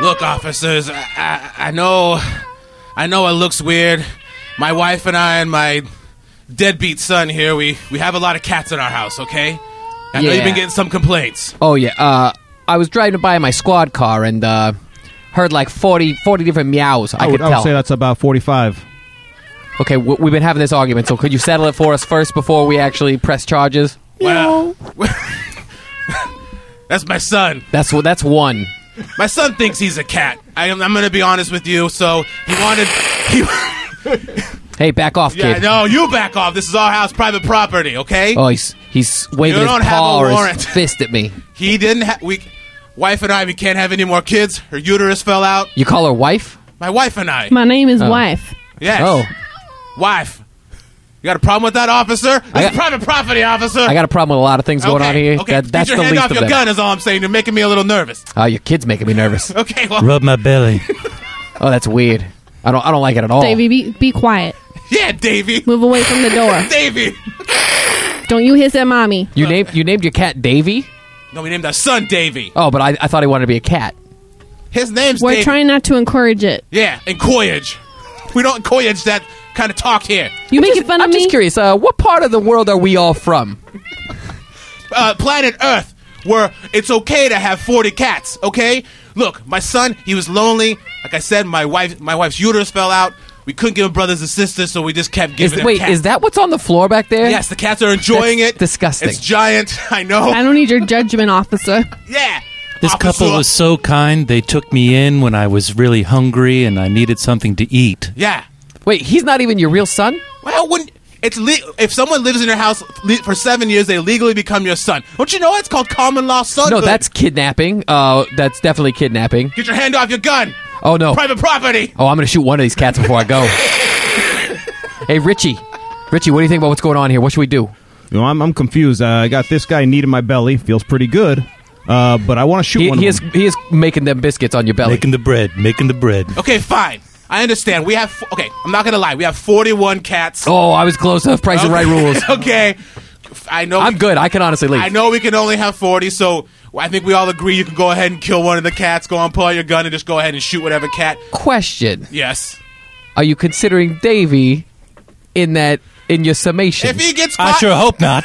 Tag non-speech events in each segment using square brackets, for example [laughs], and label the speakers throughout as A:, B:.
A: Look, officers, I, I, I know, I know it looks weird. My wife and I and my deadbeat son here, we, we have a lot of cats in our house, okay? I know you've
B: Yeah.
A: been getting some complaints.
B: Oh yeah. Uh, I was driving by in my squad car and uh, heard like 40, 40 different meows. I,
C: I would,
B: could
C: I would
B: tell.
C: Oh, say that's about 45.
B: Okay, w- we've been having this argument, so could you settle it for us first before we actually press charges?
A: Well, that's my son.
B: That's w- that's one.
A: My son thinks he's a cat. I, am- I'm going to be honest with you. So he wanted. He, [laughs]
B: Hey, back off,
A: yeah,
B: kid.
A: no, you back off. This is our house, private property, okay?
B: Oh, he's he's
A: You
B: waving his
A: don't have
B: paw
A: a
B: or
A: warrant.
B: his [laughs] fist at me.
A: He didn't have. We, wife and I, we can't have any more kids. Her uterus fell out.
B: You call her wife?
A: My wife and I.
D: My name is Wife.
A: yes.
B: Oh,
A: Wife. You got a problem with that, officer? This
B: I
A: is private property, officer.
B: I got a problem with a lot of things going on here.
A: Okay.
B: That, that's
A: Get your
B: the
A: hand
B: least
A: off
B: of
A: your
B: them.
A: gun is all I'm saying. You're making me a little nervous.
B: Oh, your kid's making
A: [laughs]
B: me nervous.
A: Okay, well,
E: Rub my belly.
B: Oh, that's weird. I don't I don't like it at all.
D: Davy, be, be quiet.
A: yeah,
B: [laughs]
A: Davy.
D: Move away from the door.
A: Davy.
D: Don't you hiss at mommy.
B: You named you named your cat Davy?
A: No, we named our son Davy.
B: Oh, but I, I thought he wanted to be a cat.
A: His name's
D: We're
A: Davy.
D: trying not to encourage it.
A: yeah, and coyage. We don't coyage that kind of talk here.
D: You making
B: Just-
D: fun of
B: I'm
D: me?
B: just curious. Uh, what part of the world are we all from?
A: uh, planet Earth where it's okay to have 40 cats, okay? Look, my son, he was lonely. Like I said, my wife my wife's uterus fell out. We couldn't give him brothers and sisters, so we just kept
B: Is,
A: giving him
B: wait,
A: cats.
B: is that what's on the floor back there?
A: [laughs] Yes, the cats are enjoying
B: That's
A: it.
B: disgusting.
A: It's giant, [laughs] I know.
D: I don't need your judgment, officer.
A: yeah.
E: This couple
A: Officer.
E: was so kind. They took me in when I was really hungry and I needed something to eat.
A: Yeah.
B: Wait, he's not even your real son?
A: Well, wouldn't it's le- if someone lives in your house le- for 7 years, they legally become your son. Don't you know it's called common law son?
B: No, that's kidnapping. Uh, that's definitely kidnapping.
A: Get your hand off your gun.
B: Oh no.
A: Private property.
B: Oh, I'm gonna shoot one of these cats before
A: [laughs]
B: I go. hey, Richie, Richie, what do you think about what's going on here? What should we do?
C: You know, I'm, I'm confused. Uh, I got this guy kneading my belly. Feels pretty good. Uh, but I want to shoot
B: He,
C: one
B: he
C: of
B: is
C: them.
B: he is making them biscuits on your belly.
E: Making the bread. Making the bread.
A: Okay, fine. I understand. We have f- Okay, I'm not going to lie. We have 41 cats.
B: oh, I was close enough. Price is right
A: [laughs]
B: rules.
A: okay. I know.
B: I'm good. I can honestly leave.
A: I know we can only have 40, so I think we all agree you can go ahead and kill one of the cats. Go on, pull out your gun, and just go ahead and shoot whatever cat.
B: Question:
A: Yes.
B: Are you considering Davy in that in your summation?
A: If he gets
E: I
A: caught,
E: sure hope not.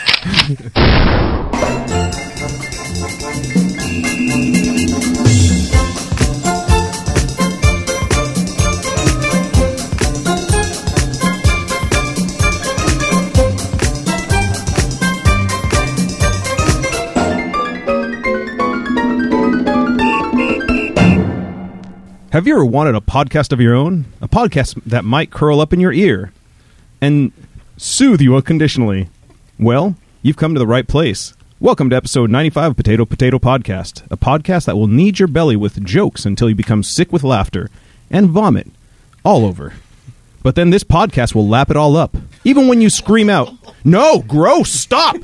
C: Have you ever wanted a podcast of your own? A podcast that might curl up in your ear and soothe you unconditionally? Well, you've come to the right place. Welcome to episode 95 of Potato Potato Podcast, a podcast that will knead your belly with jokes until you become sick with laughter and vomit all over. But then this podcast will lap it all up. Even when you scream out, No, gross, stop!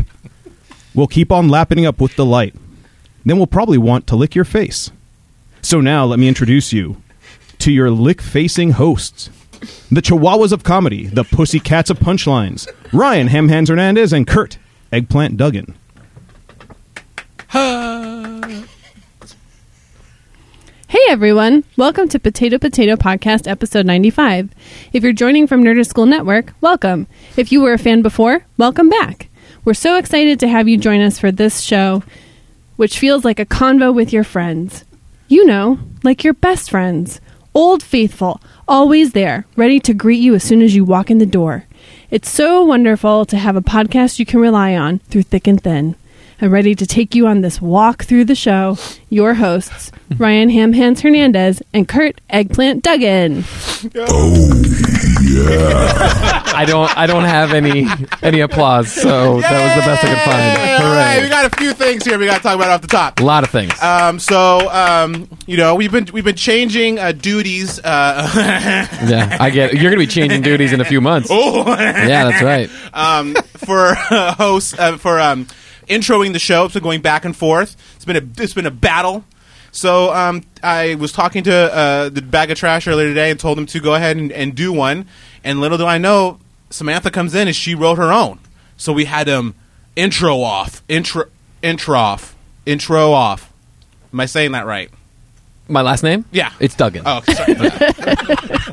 C: We'll keep on lapping it up with delight. Then we'll probably want to lick your face. So now let me introduce you to your lick facing hosts. The Chihuahuas of comedy, the Pussycats of punchlines, Ryan Hamhands Hernandez and Kurt Eggplant Duggan.
D: Hey everyone, welcome to Potato Potato Podcast episode 95. If you're joining from Nerdist School Network, welcome. If you were a fan before, welcome back. We're so excited to have you join us for this show, which feels like a convo with your friends. You know, like your best friends. Old faithful, always there, ready to greet you as soon as you walk in the door. It's so wonderful to have a podcast you can rely on through thick and thin. I'm ready to take you on this walk through the show. Your hosts, Ryan Hamhans Hernandez and Kurt Eggplant Duggan.
B: I don't I don't have any any applause. So that was the best I could
A: Hey,
B: find.
A: all right, we
B: Hooray!
A: got a few things here we got to talk about off the top.
B: A lot of things.
A: Um, so um, you know we've been we've been changing uh, duties. Uh,
B: yeah, I get. You're gonna be changing duties in a few months. yeah, that's right.
A: um, for uh, hosts uh, for um, introing the show. It's been going back and forth. It's been a it's been a battle. So um, I was talking to uh, the bag of trash earlier today and told him to go ahead and, and do one. And little do I know, Samantha comes in and she wrote her own. So we had um intro off, intro intro off, intro off. Am I saying that right?
B: My last name?
A: Yeah.
B: It's Duggan.
A: Oh, okay, sorry. [laughs]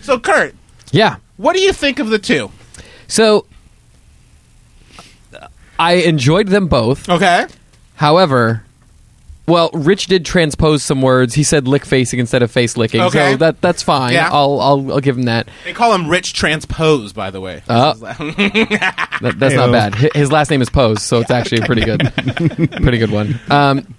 A: so, Kurt,
B: Yeah.
A: what do you think of the two?
B: So I enjoyed them both.
A: Okay.
B: However, well, Rich did transpose some words. He said lick facing instead of face licking.
A: Okay.
B: So that that's fine.
A: Yeah.
B: I'll, I'll I'll give him that.
A: They call him Rich Transpose, by the way.
B: Uh, that that's not
C: Heyo.
B: bad. Hi- His last name is Pose, so it's actually a pretty good pretty good one. Um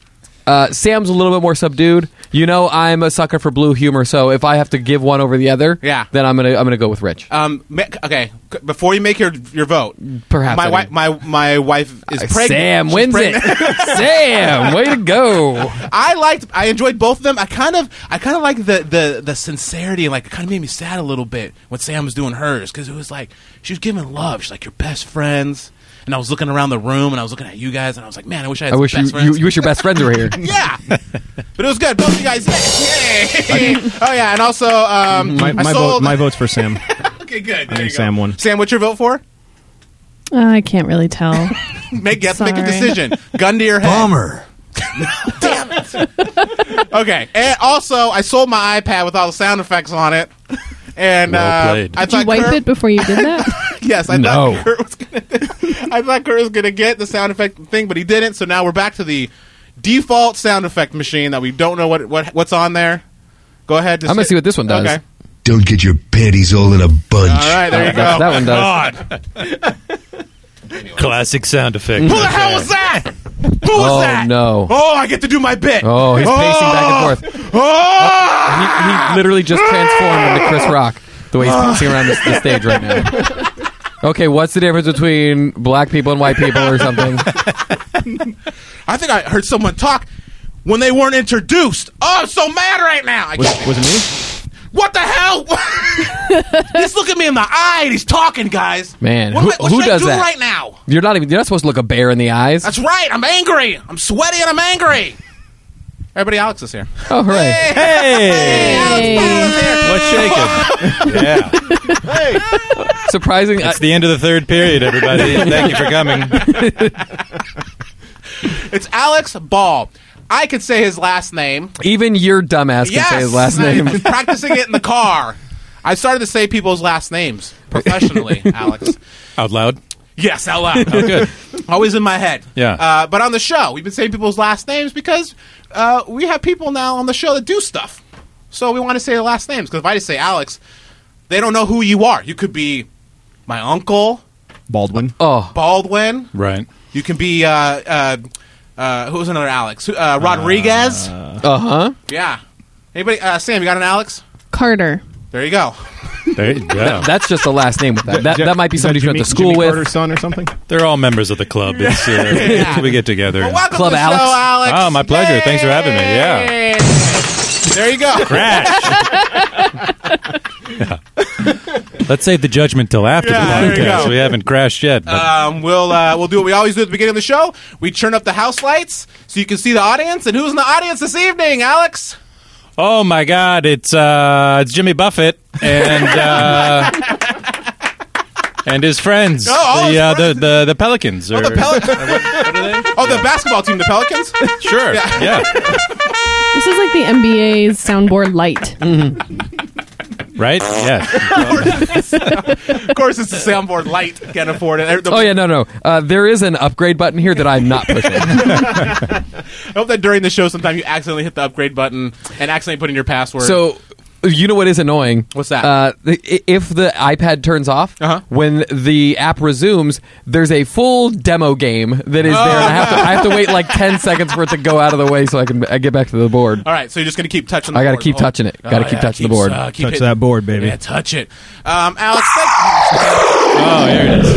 B: uh, Sam's a little bit more subdued. You know, I'm a sucker for blue humor, so if I have to give one over the other,
A: Yeah.
B: then I'm gonna I'm gonna go with Rich.
A: Um, ma- okay, c- before you make your your vote,
B: Perhaps
A: my
B: I
A: wife
B: did. Uh,
A: my my wife is pregnant.
B: Sam
A: She's
B: wins
A: pregnant.
B: [laughs]
A: [laughs]
B: it. Sam, way to go.
A: I liked, I enjoyed both of them. I kind of, I kind of like the the the sincerity and like it kind of made me sad a little bit when Sam was doing hers because it was like she was giving love. She's like your best friends, and I was looking around the room and I was looking at you guys and I was like, man, I wish I had
B: I
A: some
B: wish you,
A: best
B: you
A: friends.
B: you wish your best friends were here. [laughs]
A: yeah, but it was good. Both of you guys, yay! [laughs] oh yeah, and also, um,
C: My, my,
A: I
C: vote,
A: sold.
C: my vote's for
A: [laughs]
C: Sam.
A: okay, good.
C: I
A: There
C: think
A: you go.
C: Sam won.
A: Sam, what's your vote for?
D: Uh, I can't really tell.
A: Make guess, make a
D: Sorry.
A: decision. Gun to your head.
F: Bummer.
A: [laughs] Okay. And also, I sold my iPad with all the sound effects on it. And
E: Well
A: uh,
E: played.
A: I
D: Did
A: thought
D: you wipe
A: Kurt,
D: it before you did that?
A: [laughs] yes, I
E: No.
A: thought Kurt was gonna, [laughs] I thought Kurt was gonna get the sound effect thing, but he didn't. So now we're back to the default sound effect machine that we don't know what, what what's on there. Go ahead. just
B: I'm gonna
A: hit-
B: see what this one does.
A: Okay.
F: Don't get your panties all in a bunch.
A: All right. There you go.
B: That, that one does.
E: Classic sound effect.
A: Who the hell was that? [laughs] Who was
B: Oh,
A: that?
B: no.
A: Oh, I get to do my bit.
B: Oh, he's pacing back and
A: forth. Oh!
B: He, he literally just transformed into Chris Rock the way he's
A: Oh.
B: pacing around the, the stage right now.
A: [laughs]
B: Okay, what's the difference between black people and white people or something?
A: I think I heard someone talk when they weren't introduced. Oh, I'm so mad right now. I can't-
B: Was it
A: what the hell? [laughs] he's looking me in the eye and he's talking, guys.
B: Man,
A: what,
B: who-
A: am I- what
B: who
A: should
B: does
A: I do
B: that?
A: right now?
B: me? You're not even. You're not supposed to look a bear in the eyes.
A: That's right. I'm angry. I'm sweaty and I'm angry. Everybody, Alex is here.
B: oh, hooray!
D: Hey.
E: What's shaking? yeah.
B: Surprising. uh, I-
E: It's the end of the third period, everybody. [laughs] Thank you for coming.
A: It's Alex Ball. I could say his last name.
B: even your dumbass can
A: yes.
B: say his last name. [laughs]
A: I was [laughs] practicing it in the car. I started to say people's last names
B: [laughs]
A: professionally, Alex.
E: Out loud.
A: Yes, out
E: [laughs]
A: loud.
E: Oh, Good.
A: always in my head.
E: Yeah.
A: Uh, but on the show, we've been saying people's last names because uh, we have people now on the show that do stuff. So we want to say their last names because if I just say Alex, they don't know who you are. You could be my uncle
C: Baldwin.
B: Oh,
A: Baldwin.
E: Right.
A: You can be uh, uh, uh, who was another Alex? Who- Uh, Rodriguez.
B: uh huh.
A: yeah. Anybody? Uh, Sam, you got an Alex?
D: Carter.
A: There you go.
E: There you go.
B: That's just the last name with that. That,
C: Jeff-
B: that might be
C: is that
B: somebody you went to
C: Jimmy-
B: school
C: Jimmy
B: with.
C: Carter's son or something?
E: They're all members of the club. [laughs] It's, uh, We get together.
A: Well, welcome
B: Club
A: to the
B: Alex.
A: show, Alex.
E: Oh, my pleasure. Thanks for having me. Yeah.
A: There you go.
E: Crash. [laughs] Let's save the judgment till after
A: Yeah,
E: the
A: there you
E: podcast.
A: go.
E: We haven't crashed yet. But
A: Um, we'll uh, we'll do what we always do at the beginning of the show. We turn up the house lights so you can see the audience. And who's in the audience this evening, Alex?
E: Oh my God! It's uh, it's Jimmy Buffett and uh, and his friends,
A: all
E: the,
A: his
E: uh, the the the Pelicans. Or,
A: The Pelicans. oh, the basketball team, the Pelicans.
E: sure, yeah.
D: This is like the NBA's soundboard light.
E: right, yeah.
A: of course, it's the soundboard light. Can't afford it.
B: Oh yeah, no, no. Uh, there is an upgrade button here that I'm
A: [laughs]
B: not pushing.
A: I hope that during the show, sometime you accidentally hit the upgrade button and accidentally put in your password.
B: So you know what is annoying?
A: What's that?
B: Uh, i- if the iPad turns off,
A: Uh-huh.
B: when the app resumes, there's a full demo game that is there, and I have to I have to wait like ten seconds for it to go out of the way so I can I get back to the board.
A: all right, so you're just gonna keep touching. The
B: I gotta
A: board.
B: keep touching it. Gotta keep touching the
A: keeps,
B: board.
A: uh, keep
C: Touch
A: hitting-
C: that board, baby.
A: Yeah, touch it. Um, Alex, thank you.
E: Oh, here it is.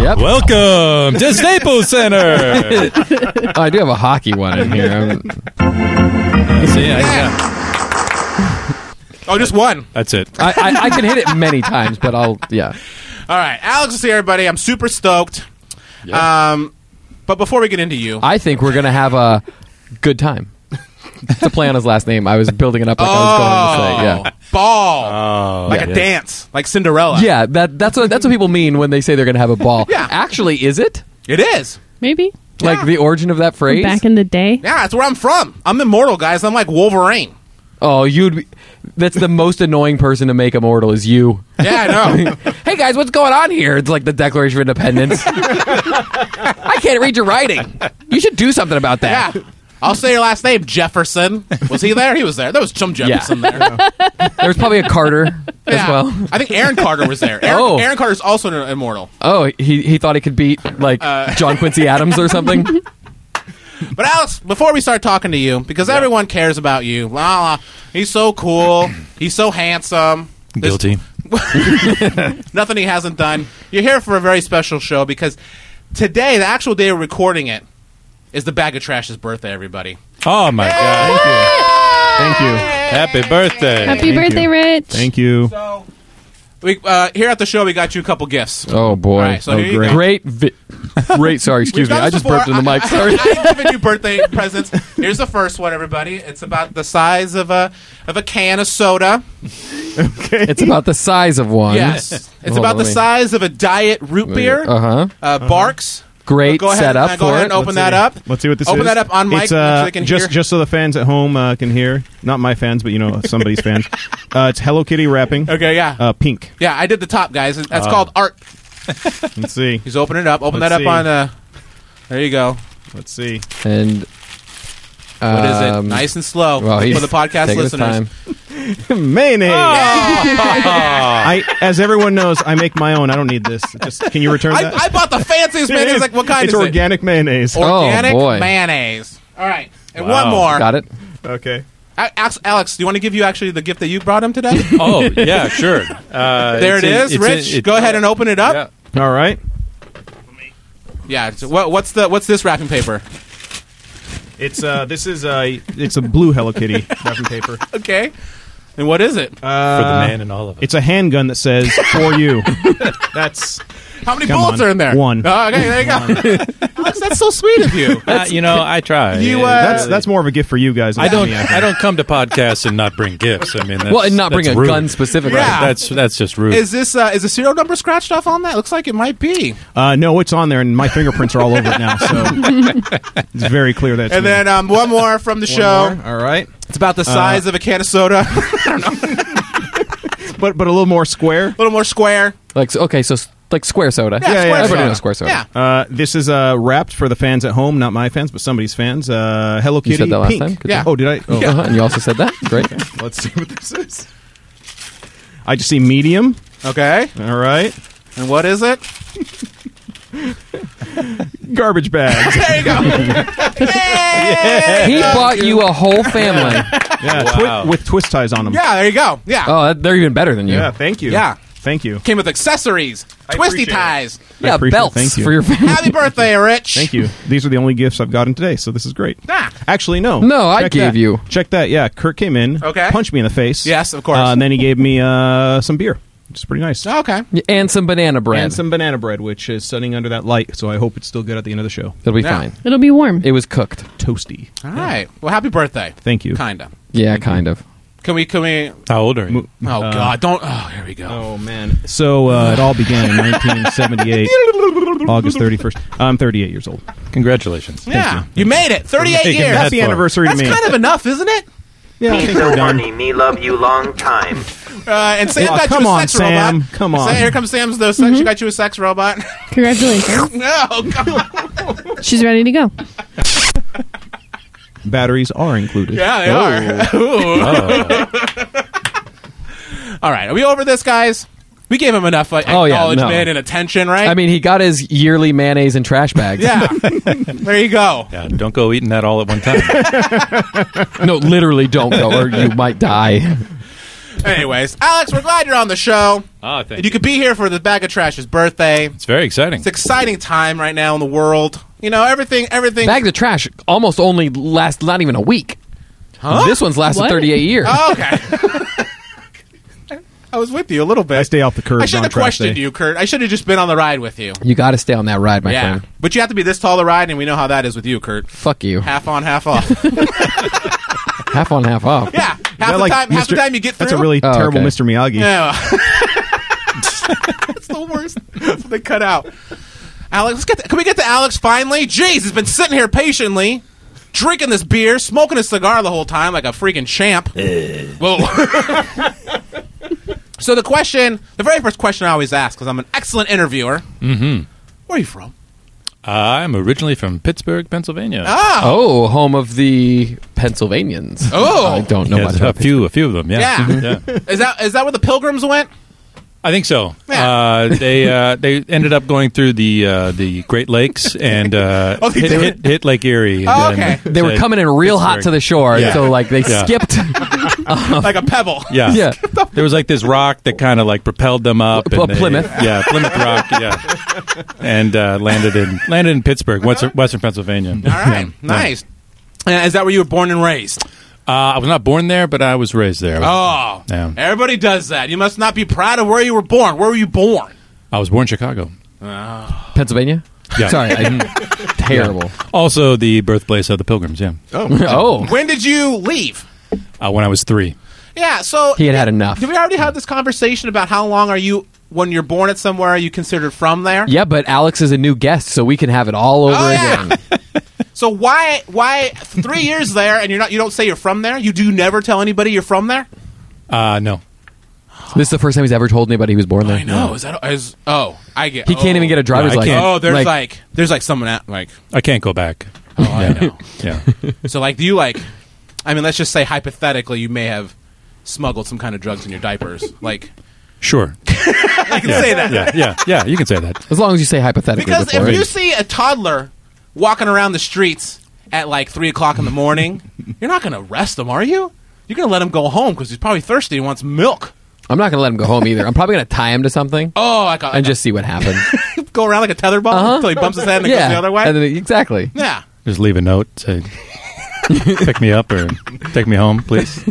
B: Yep.
E: Welcome to Staples Center.
B: Oh, I do have a hockey one in here. I'm-
E: See, I- yeah.
A: Oh, just one.
E: That's it.
B: I, I, I can hit it many times, but I'll yeah.
A: All right, Alex is here, everybody. I'm super stoked. Um, but before we get into you,
B: I think we're gonna have a good time. to play on his last name, I was building it up like I was going to say.
A: Oh.
B: Yeah.
A: ball, like a
B: Oh. yeah.
A: dance, like Cinderella.
B: Yeah, that that's what that's what people mean when they say they're going to have a ball.
A: Yeah.
B: Actually, is it?
A: it is.
D: Maybe.
B: Like the origin of that phrase.
D: Back in the day,
A: Yeah, that's where I'm from. I'm immortal, guys. I'm like Wolverine.
B: oh, you'd. Be, that's the most annoying person to make immortal is you. [laughs]
A: Yeah, I know.
B: hey guys, what's going on here? It's like the Declaration of Independence. I can't read your writing. You should do something about
A: yeah.
B: that.
A: I'll say your last name, Jefferson. Was he there? He was there. There was some Jefferson
B: [laughs]
A: there
B: There's probably a Carter as
A: Yeah.
B: well.
A: I think Aaron Carter was there. Aaron,
B: Oh.
A: Aaron Carter's also an immortal.
B: Oh, he he thought he could beat like
A: Uh, [laughs]
B: John Quincy Adams or something.
A: But Alex, before we start talking to you, because everyone cares about you, la la. He's so cool. [clears throat] He's so handsome. There's
E: Guilty.
A: [laughs] nothing he hasn't done. You're here for a very special show because today, the actual day we're recording it, is the bag of trash's birthday. Everybody.
E: Oh my god!
C: Thank you.
E: Happy birthday!
D: happy
C: Thank you.
D: birthday, Rich!
C: Thank you.
A: So, we uh, here at the show, we got you a couple gifts.
B: Oh boy!
A: All right, so
C: Oh,
A: here you
C: great.
A: go.
B: Great, vi- great. Sorry, excuse me.
A: We've done
B: I
A: this
B: just burped in
A: before.
B: the
A: [laughs]
B: mic. Sorry.
A: I, I, I've given you birthday [laughs] presents. Here's the first one, everybody. It's about the size of a of a can of soda.
B: it's about the size of one.
A: Yes, it's
B: Hold
A: about
B: on,
A: the
B: let me-
A: size of a diet root beer.
B: Uh huh.
A: Uh, Barks.
B: Great
A: go ahead,
B: setup
A: uh, go
B: for
A: ahead
B: it.
A: and open that
B: Let's see.
A: up.
C: Uh-huh. Let's see what this
A: Open
C: is.
A: that up on mic
C: It's,
A: so
C: uh,
A: they can
C: just
A: hear.
C: just so the fans at home uh, can hear. Not my fans, but you know
A: [laughs]
C: somebody's fans. Uh, it's Hello Kitty wrapping.
A: Okay, yeah,
C: Uh, pink.
A: yeah. I did the top, guys. That's called art.
C: Let's see.
A: He's opening it up. Open
C: Oh. Let's
A: that up
C: see.
A: on. Uh, there you go.
C: Let's see.
B: And
A: What is
B: um,
A: it? Nice and slow
B: well, he's
A: for the podcast
B: taking his
A: listeners.
B: time.
C: Mayonnaise.
A: Ah.
C: [laughs] I, as everyone knows, I make my own. I don't need this. Just can you return
A: I,
C: that?
A: I bought the fanciest
C: It
A: mayonnaise.
C: is.
A: Like what kind
C: It's
A: is it?
C: organic mayonnaise.
B: Or- Oh,
A: Organic
B: boy.
A: mayonnaise. All right, and
E: Wow.
A: one more.
B: Got it.
C: okay.
A: A- Alex, Alex, do you want to give you actually the gift that you brought him
E: [laughs]
A: today?
E: Oh yeah, sure. Uh,
A: there
E: it's
A: it
E: in-
A: is,
E: it's in-
A: Rich.
E: it-
A: go ahead and open it
E: Yeah.
A: up.
C: All right.
A: Yeah. so what, what's the what's this wrapping paper?
C: It's uh. This is uh. It's a blue Hello [laughs] Kitty wrapping paper.
A: Okay. And what is it?
C: Uh,
E: for the man and all of us.
C: It's a handgun that says "For you." [laughs] That's
A: How many
C: come
A: bullets
C: on.
A: are in there?
C: One.
A: Oh, okay, there you go. [laughs] Alex, that's so sweet of
C: [laughs]
A: you.
E: Uh, you know, I try.
A: You,
E: It-
A: uh,
C: that's that's more of a gift for you guys. than
E: I don't.
C: me,
E: I don't come to podcasts and not bring gifts. I mean, that's,
B: Well, and not bring
E: that's
B: a
E: rude.
B: gun specifically.
A: Yeah.
E: That's that's just rude.
A: Is this uh, is the serial number scratched off on that? Looks like it might be.
C: Uh, no, it's on there, and my fingerprints are all over it now,
A: [laughs]
C: so it's very clear that's.
A: And
C: me.
A: then um, one more from the
C: One
A: show.
C: more. Uh, all right,
A: It's about the size of a can of soda. [laughs] a
C: but but a little more square.
A: little more square.
B: Like okay, so s- like square soda.
A: Yeah,
C: Yeah,
A: square
C: yeah,
A: soda.
B: everybody knows square soda.
A: Yeah.
C: Uh, this is uh, wrapped for the fans at home, not my fans, but somebody's fans. Uh, Hello Kitty
B: You said that last
C: pink.
B: time. Good
A: Yeah.
B: job.
C: Oh, did I? Oh,
B: Uh-huh, and you also said that.
A: [laughs]
B: Great.
C: Let's see what this is. I just see medium.
A: Okay.
C: All right,
A: And what is it?
B: [laughs]
C: garbage bags.
A: There
C: [laughs]
A: you go. yeah.
B: He bought you a whole
A: [laughs]
B: family.
C: yeah,
E: Wow.
C: twi- with twist ties on them.
A: yeah, there you go. Yeah.
B: Oh, that- they're even better than you.
C: yeah. Thank you.
A: Yeah.
C: thank you.
A: Came with accessories,
C: I
A: twisty
C: appreciate it.
A: ties.
C: I
B: Yeah,
C: appreciate it.
B: belts
C: Thank you.
B: for your family.
A: Happy birthday, Rich.
C: Thank you. These are the only gifts I've gotten today, so this is great.
A: Ah.
C: Actually, no.
B: No, I
C: Check
B: gave
C: that.
B: you.
C: Check that. Yeah, Kurt came in,
A: Okay.
C: punched me in the face.
A: Yes, of course.
C: Uh, and then he gave me uh, some beer, which is pretty nice.
A: Oh, Okay.
B: and some banana Oh, bread.
C: And some banana bread, which is sitting under that light, so I hope it's still good at the end of the show.
B: It'll be
A: Yeah.
B: fine.
D: It'll be warm.
B: It was cooked.
C: Toasty.
A: All right. Well, happy birthday.
C: Thank you.
A: Kinda.
B: Yeah, kind of.
A: Can we? Can we? Oh
E: How old are you?
C: Uh,
A: God! Don't. Oh, here we go.
C: Oh man! So uh, it all began in
A: [laughs]
C: 1978, August 31st. I'm 38 years old.
E: Congratulations.
A: yeah, you. made it. Thirty-eight
E: Making
A: years.
E: that
C: Happy
E: far.
C: anniversary
A: That's
C: to me.
A: kind of enough, isn't it?
C: yeah, I
G: Me
C: think we're
G: so
C: done.
G: honey, me love you long time.
A: Uh, and Sam
C: Oh,
A: got
C: come
A: you a
C: on,
A: sex
C: Sam.
A: robot.
C: Come on.
A: Sam, here comes Sam's though. Sex. She got you a sex robot. [laughs]
D: Congratulations,
A: no, come on.
D: she's ready to go.
C: Batteries are
A: [laughs]
C: included.
A: Yeah, they
C: Uh.
A: are. All right, are we over this, guys? We gave him enough like,
B: Oh, yeah,
A: acknowledgement
B: no.
A: and attention, right?
B: I mean, he got his yearly mayonnaise and trash bags.
C: [laughs]
A: yeah. there you go.
E: Yeah, don't go eating that all at one time.
A: [laughs]
B: [laughs] No, literally don't go or you might die.
A: Anyways, Alex, we're glad you're on the show.
E: Ah, thank
A: And you could be here for the bag of trash's birthday.
E: It's very exciting.
A: It's an exciting time right now in the world. You know, everything, everything.
B: Bags of trash almost only last not even a week. This one's lasted
D: What?
B: 38 years.
A: Oh, okay. I was with you a little bit.
C: I stay off the curb.
A: I should have questioned you, Kurt. I should have just been on the ride with you.
B: You got to stay on that ride, my
A: yeah.
B: friend.
A: But you have to be this tall to ride, and we know how that is with you, Kurt.
B: Fuck you.
A: Half on, half
C: [laughs]
A: off.
B: Half on, half off.
A: yeah. Half the, time, half the time you get through.
C: That's a really
B: Oh,
C: terrible
B: okay.
C: Mr. Miyagi.
A: [laughs] Yeah. That's the worst. That's what they cut out. Alex, let's get to, can we get to Alex finally? Jeez, he's been sitting here patiently, drinking this beer, smoking a cigar the whole time like a freaking champ. Whoa. [laughs] so the question, the very first question I always ask, because I'm an excellent interviewer. Mm-hmm. Where are you from?
E: I'm originally from Pittsburgh, Pennsylvania.
A: Oh,
B: Oh, home of the Pennsylvanians.
A: Oh.
B: I don't know
E: Yeah,
B: much
E: a
B: about
E: few, a few of them.
A: yeah.
E: Yeah,
A: [laughs] Is that is that where the Pilgrims
E: [laughs]
A: went?
E: I think so.
A: Yeah.
E: Uh, they uh, they ended up going through the uh, the
A: [laughs]
E: Great Lakes and uh,
A: Oh, they
E: hit,
A: did?
E: hit, hit Lake Erie. and
A: Oh,
E: then
A: okay.
B: They were
E: said-
B: coming in real hot to the shore, and
E: Yeah.
B: so like they
E: Yeah.
B: skipped.
A: like a pebble.
E: Yeah,
B: Yeah.
E: There was like this rock that kind of like propelled them up.
B: Pl-
E: and they-
B: Plymouth.
E: yeah, Plymouth Rock, yeah, and uh, landed in landed in Pittsburgh, Western, Western Pennsylvania.
A: All right,
E: Yeah.
A: nice. Uh, is that where you were born and raised?
E: Uh, I was not born there, but I was raised there.
A: Oh,
E: Yeah.
A: everybody does that. You must not be proud of where you were born. Where were you born?
E: I was born in Chicago.
B: Pennsylvania.
E: Yeah.
B: Sorry, I, terrible.
E: Also, the birthplace of the Pilgrims. Yeah,
B: [laughs] Oh,
A: When did you leave?
E: uh, when I was three.
A: Yeah, so
B: he had had enough.
A: Did we already have this conversation about how long are you when you're born at somewhere? Are you considered from there?
B: Yeah, but Alex is a new guest, so we can have it all over
A: Oh, yeah.
B: again. [laughs]
A: So why why three [laughs] years there and you're not you don't say you're from there? You do never tell anybody you're from there.
E: Uh, no,
B: This is the first time he's ever told anybody he was born there.
A: Is that is oh I get
B: He can't even get a driver's
E: No, I
B: license.
E: can't.
A: Oh, there's like,
B: Like-
A: there's like someone at like
E: I can't go back.
A: oh I know. [laughs]
E: Yeah,
A: So like do you like I mean let's just say hypothetically you may have smuggled some kind of drugs in your diapers like
E: sure.
A: I can
E: Yeah.
A: say that
E: Yeah, yeah, yeah. You can say that.
B: As long as you say hypothetically
A: because
B: before.
A: if you see a toddler walking around the streets at like three o'clock in the morning
E: [laughs]
A: you're not gonna arrest them are you you're gonna let him go home because he's probably thirsty and wants milk
B: I'm not going to let him go home either. I'm probably going to tie him to something
A: oh I got
B: and just see what
A: [laughs]
B: happens.
A: go around like a tether ball
E: Uh-huh.
A: until he bumps his head and it
B: yeah,
A: goes the other way
B: And then- exactly.
A: yeah
E: Just leave a note. Say, pick me up or take me home, please.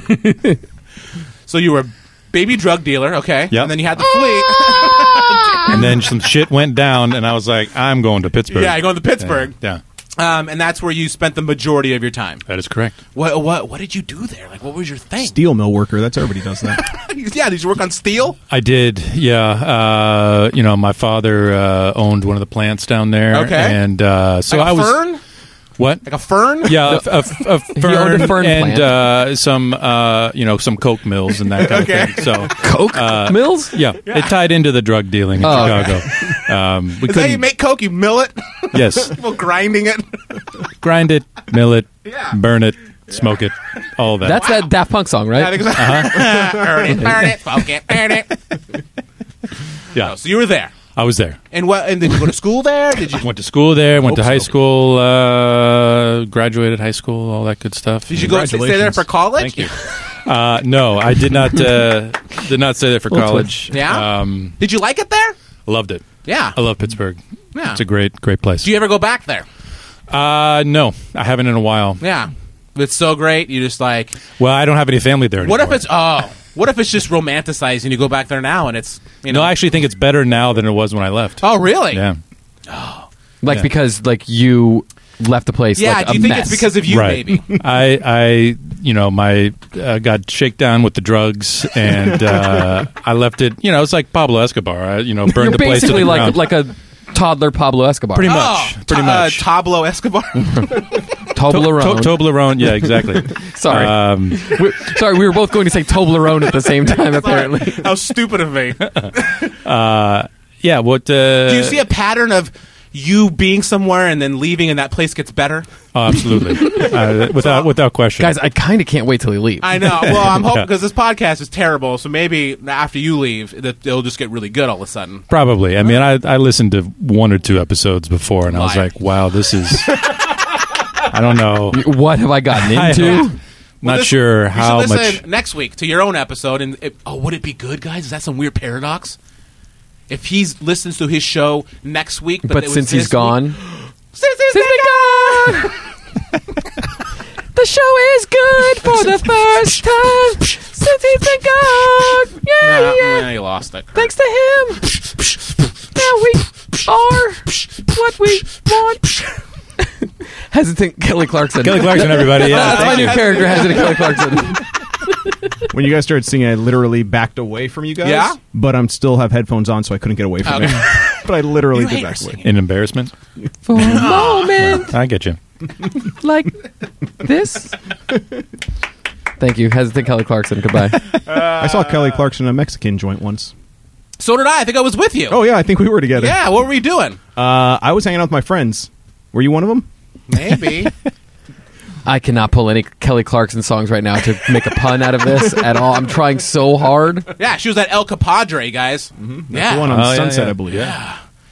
A: so you were a baby drug dealer okay
E: Yep.
A: and then you had to
E: [laughs]
A: flee
E: And then some shit went down, and I was like, I'm going to Pittsburgh.
A: yeah going to Pittsburgh
E: Yeah, yeah.
A: um, and that's where you spent the majority of your time
E: that is correct.
A: What what what did you do there? Like, what was your thing?
C: Steel mill worker. That's everybody does that.
A: [laughs] yeah, did you work on steel?
E: I did, yeah. Uh, you know, my father uh, owned one of the plants down there.
A: Okay.
E: and uh, so
A: Like a
E: I was
A: fern?
E: what?
A: Like a fern?
B: [laughs]
E: Yeah, a, f- a f- a
B: owned a
E: fern,
B: fern
E: and
B: plant.
E: Uh, some uh, you know some coke mills and that kind
A: Okay.
E: of thing. So
B: [laughs]
E: uh,
B: Coke Mills?
E: yeah, it tied into the drug dealing in
B: Oh,
E: Chicago.
B: [laughs]
E: Um, we
A: Is that
E: couldn't
A: how you make coke? You mill it,
E: yes,
A: well, grinding
E: [laughs]
A: it.
E: Uh-huh. grind it, mill it,
A: Yeah.
E: burn it, smoke it, all that.
B: That's that Daft Punk song, right?
A: Earn it, burn it, poke it, burn it.
E: yeah.
A: So you were there,
E: I was there.
A: and what? And did you go to school there? Did you?
E: Went to school there. Went to high school. Uh, graduated high school. All that good stuff.
A: Did you go stay there for college?
E: Thank you. Uh, no, I did not. Uh, did not stay there for college.
A: Yeah?
E: um,
A: [laughs] Did you like it there?
E: loved it.
A: Yeah.
E: I love Pittsburgh.
A: Yeah.
E: It's a great, great place.
A: Do you ever go back there?
E: uh, no, I haven't in a while.
A: Yeah. It's so great. You just like.
E: Well, I don't have any family there.
A: What if
E: anymore.
A: it's oh? What if it's just romanticized and you go back there now and it's you know?
E: No, I actually think it's better now than it was when I left.
A: oh really?
E: yeah.
B: Like
E: Yeah.
B: because like you left the place.
A: Yeah,
B: like,
A: do
B: a
A: you think
B: mess.
A: it's because of you,
E: right.
A: maybe?
E: [laughs] I, I, you know, my uh, got shakedown with the drugs, and uh, I left it. You know, it's like Pablo Escobar. I, you know,
B: You're
E: burned the place to
B: basically
E: the
B: like
E: ground.
B: like a toddler Pablo Escobar,
E: pretty
A: Oh,
E: much,
A: Ta-
E: pretty much.
A: Uh, Pablo
E: [laughs]
A: Escobar.
B: Toblerone.
E: To- Toblerone,
B: [laughs]
E: yeah, exactly.
B: Sorry,
E: Um,
B: We- sorry, we were both going to say Toblerone at
A: [laughs]
B: the same time. Apparently,
A: How stupid of me.
E: yeah, what? Uh,
A: Do you see a pattern of you being somewhere and then leaving and that place gets better? [laughs]
E: Oh, absolutely, uh, without without question,
B: guys, I kind of can't wait till he leaves.
A: I [laughs] know. Well, I'm hoping because this podcast is terrible, so maybe after you leave, it- it'll just get really good all of a sudden.
E: Probably. I mean, I, I listened to one or two episodes before, and I was
A: Liar.
E: like, wow, this is. I don't know.
B: What have I
E: [laughs]
B: gotten
E: I
B: into?
E: don't- not sure
A: You should
E: how
A: listen
E: much.
A: next week to your own episode, and it, oh, would it be good, guys? Is that some weird paradox? If he listens to his show next week, but,
B: but
A: it was
B: since
A: this
B: he's gone,
A: week- [laughs] since he's been gone,
B: the show is good for the first time
D: [laughs]
B: since he's been gone.
A: Nah, nah, you lost it.
B: Thanks to him, now we are what we want. Hesitant Kelly Clarkson.
E: Kelly Clarkson, everybody. Yeah,
B: That's my
E: thank
B: new
E: you.
B: character, Hesitant
A: [laughs]
B: Kelly Clarkson.
C: when you guys started singing, I literally backed away from you guys.
A: Yeah?
C: But I'm still have headphones on, so I couldn't get away from
A: Okay.
C: it. [laughs] but I literally
A: You
C: did
A: hate
C: that.
A: our singing.
E: In embarrassment?
B: For a moment
E: I get you.
B: like this. Thank you, Hesitant Kelly Clarkson. Goodbye.
C: I saw Kelly Clarkson in a Mexican joint once.
A: So did I. I think I was with you.
C: Oh yeah, I think we were together.
A: yeah. What were you doing?
C: Uh, I was hanging out with my friends. Were you one of them?
A: Maybe.
B: I cannot pull any Kelly Clarkson songs right now to make a pun out of this at all. I'm trying so hard.
A: yeah, she was at El Capadre, guys. Mm-hmm. Yeah.
C: The one on
E: Oh, yeah,
C: Sunset,
E: yeah.
C: I believe.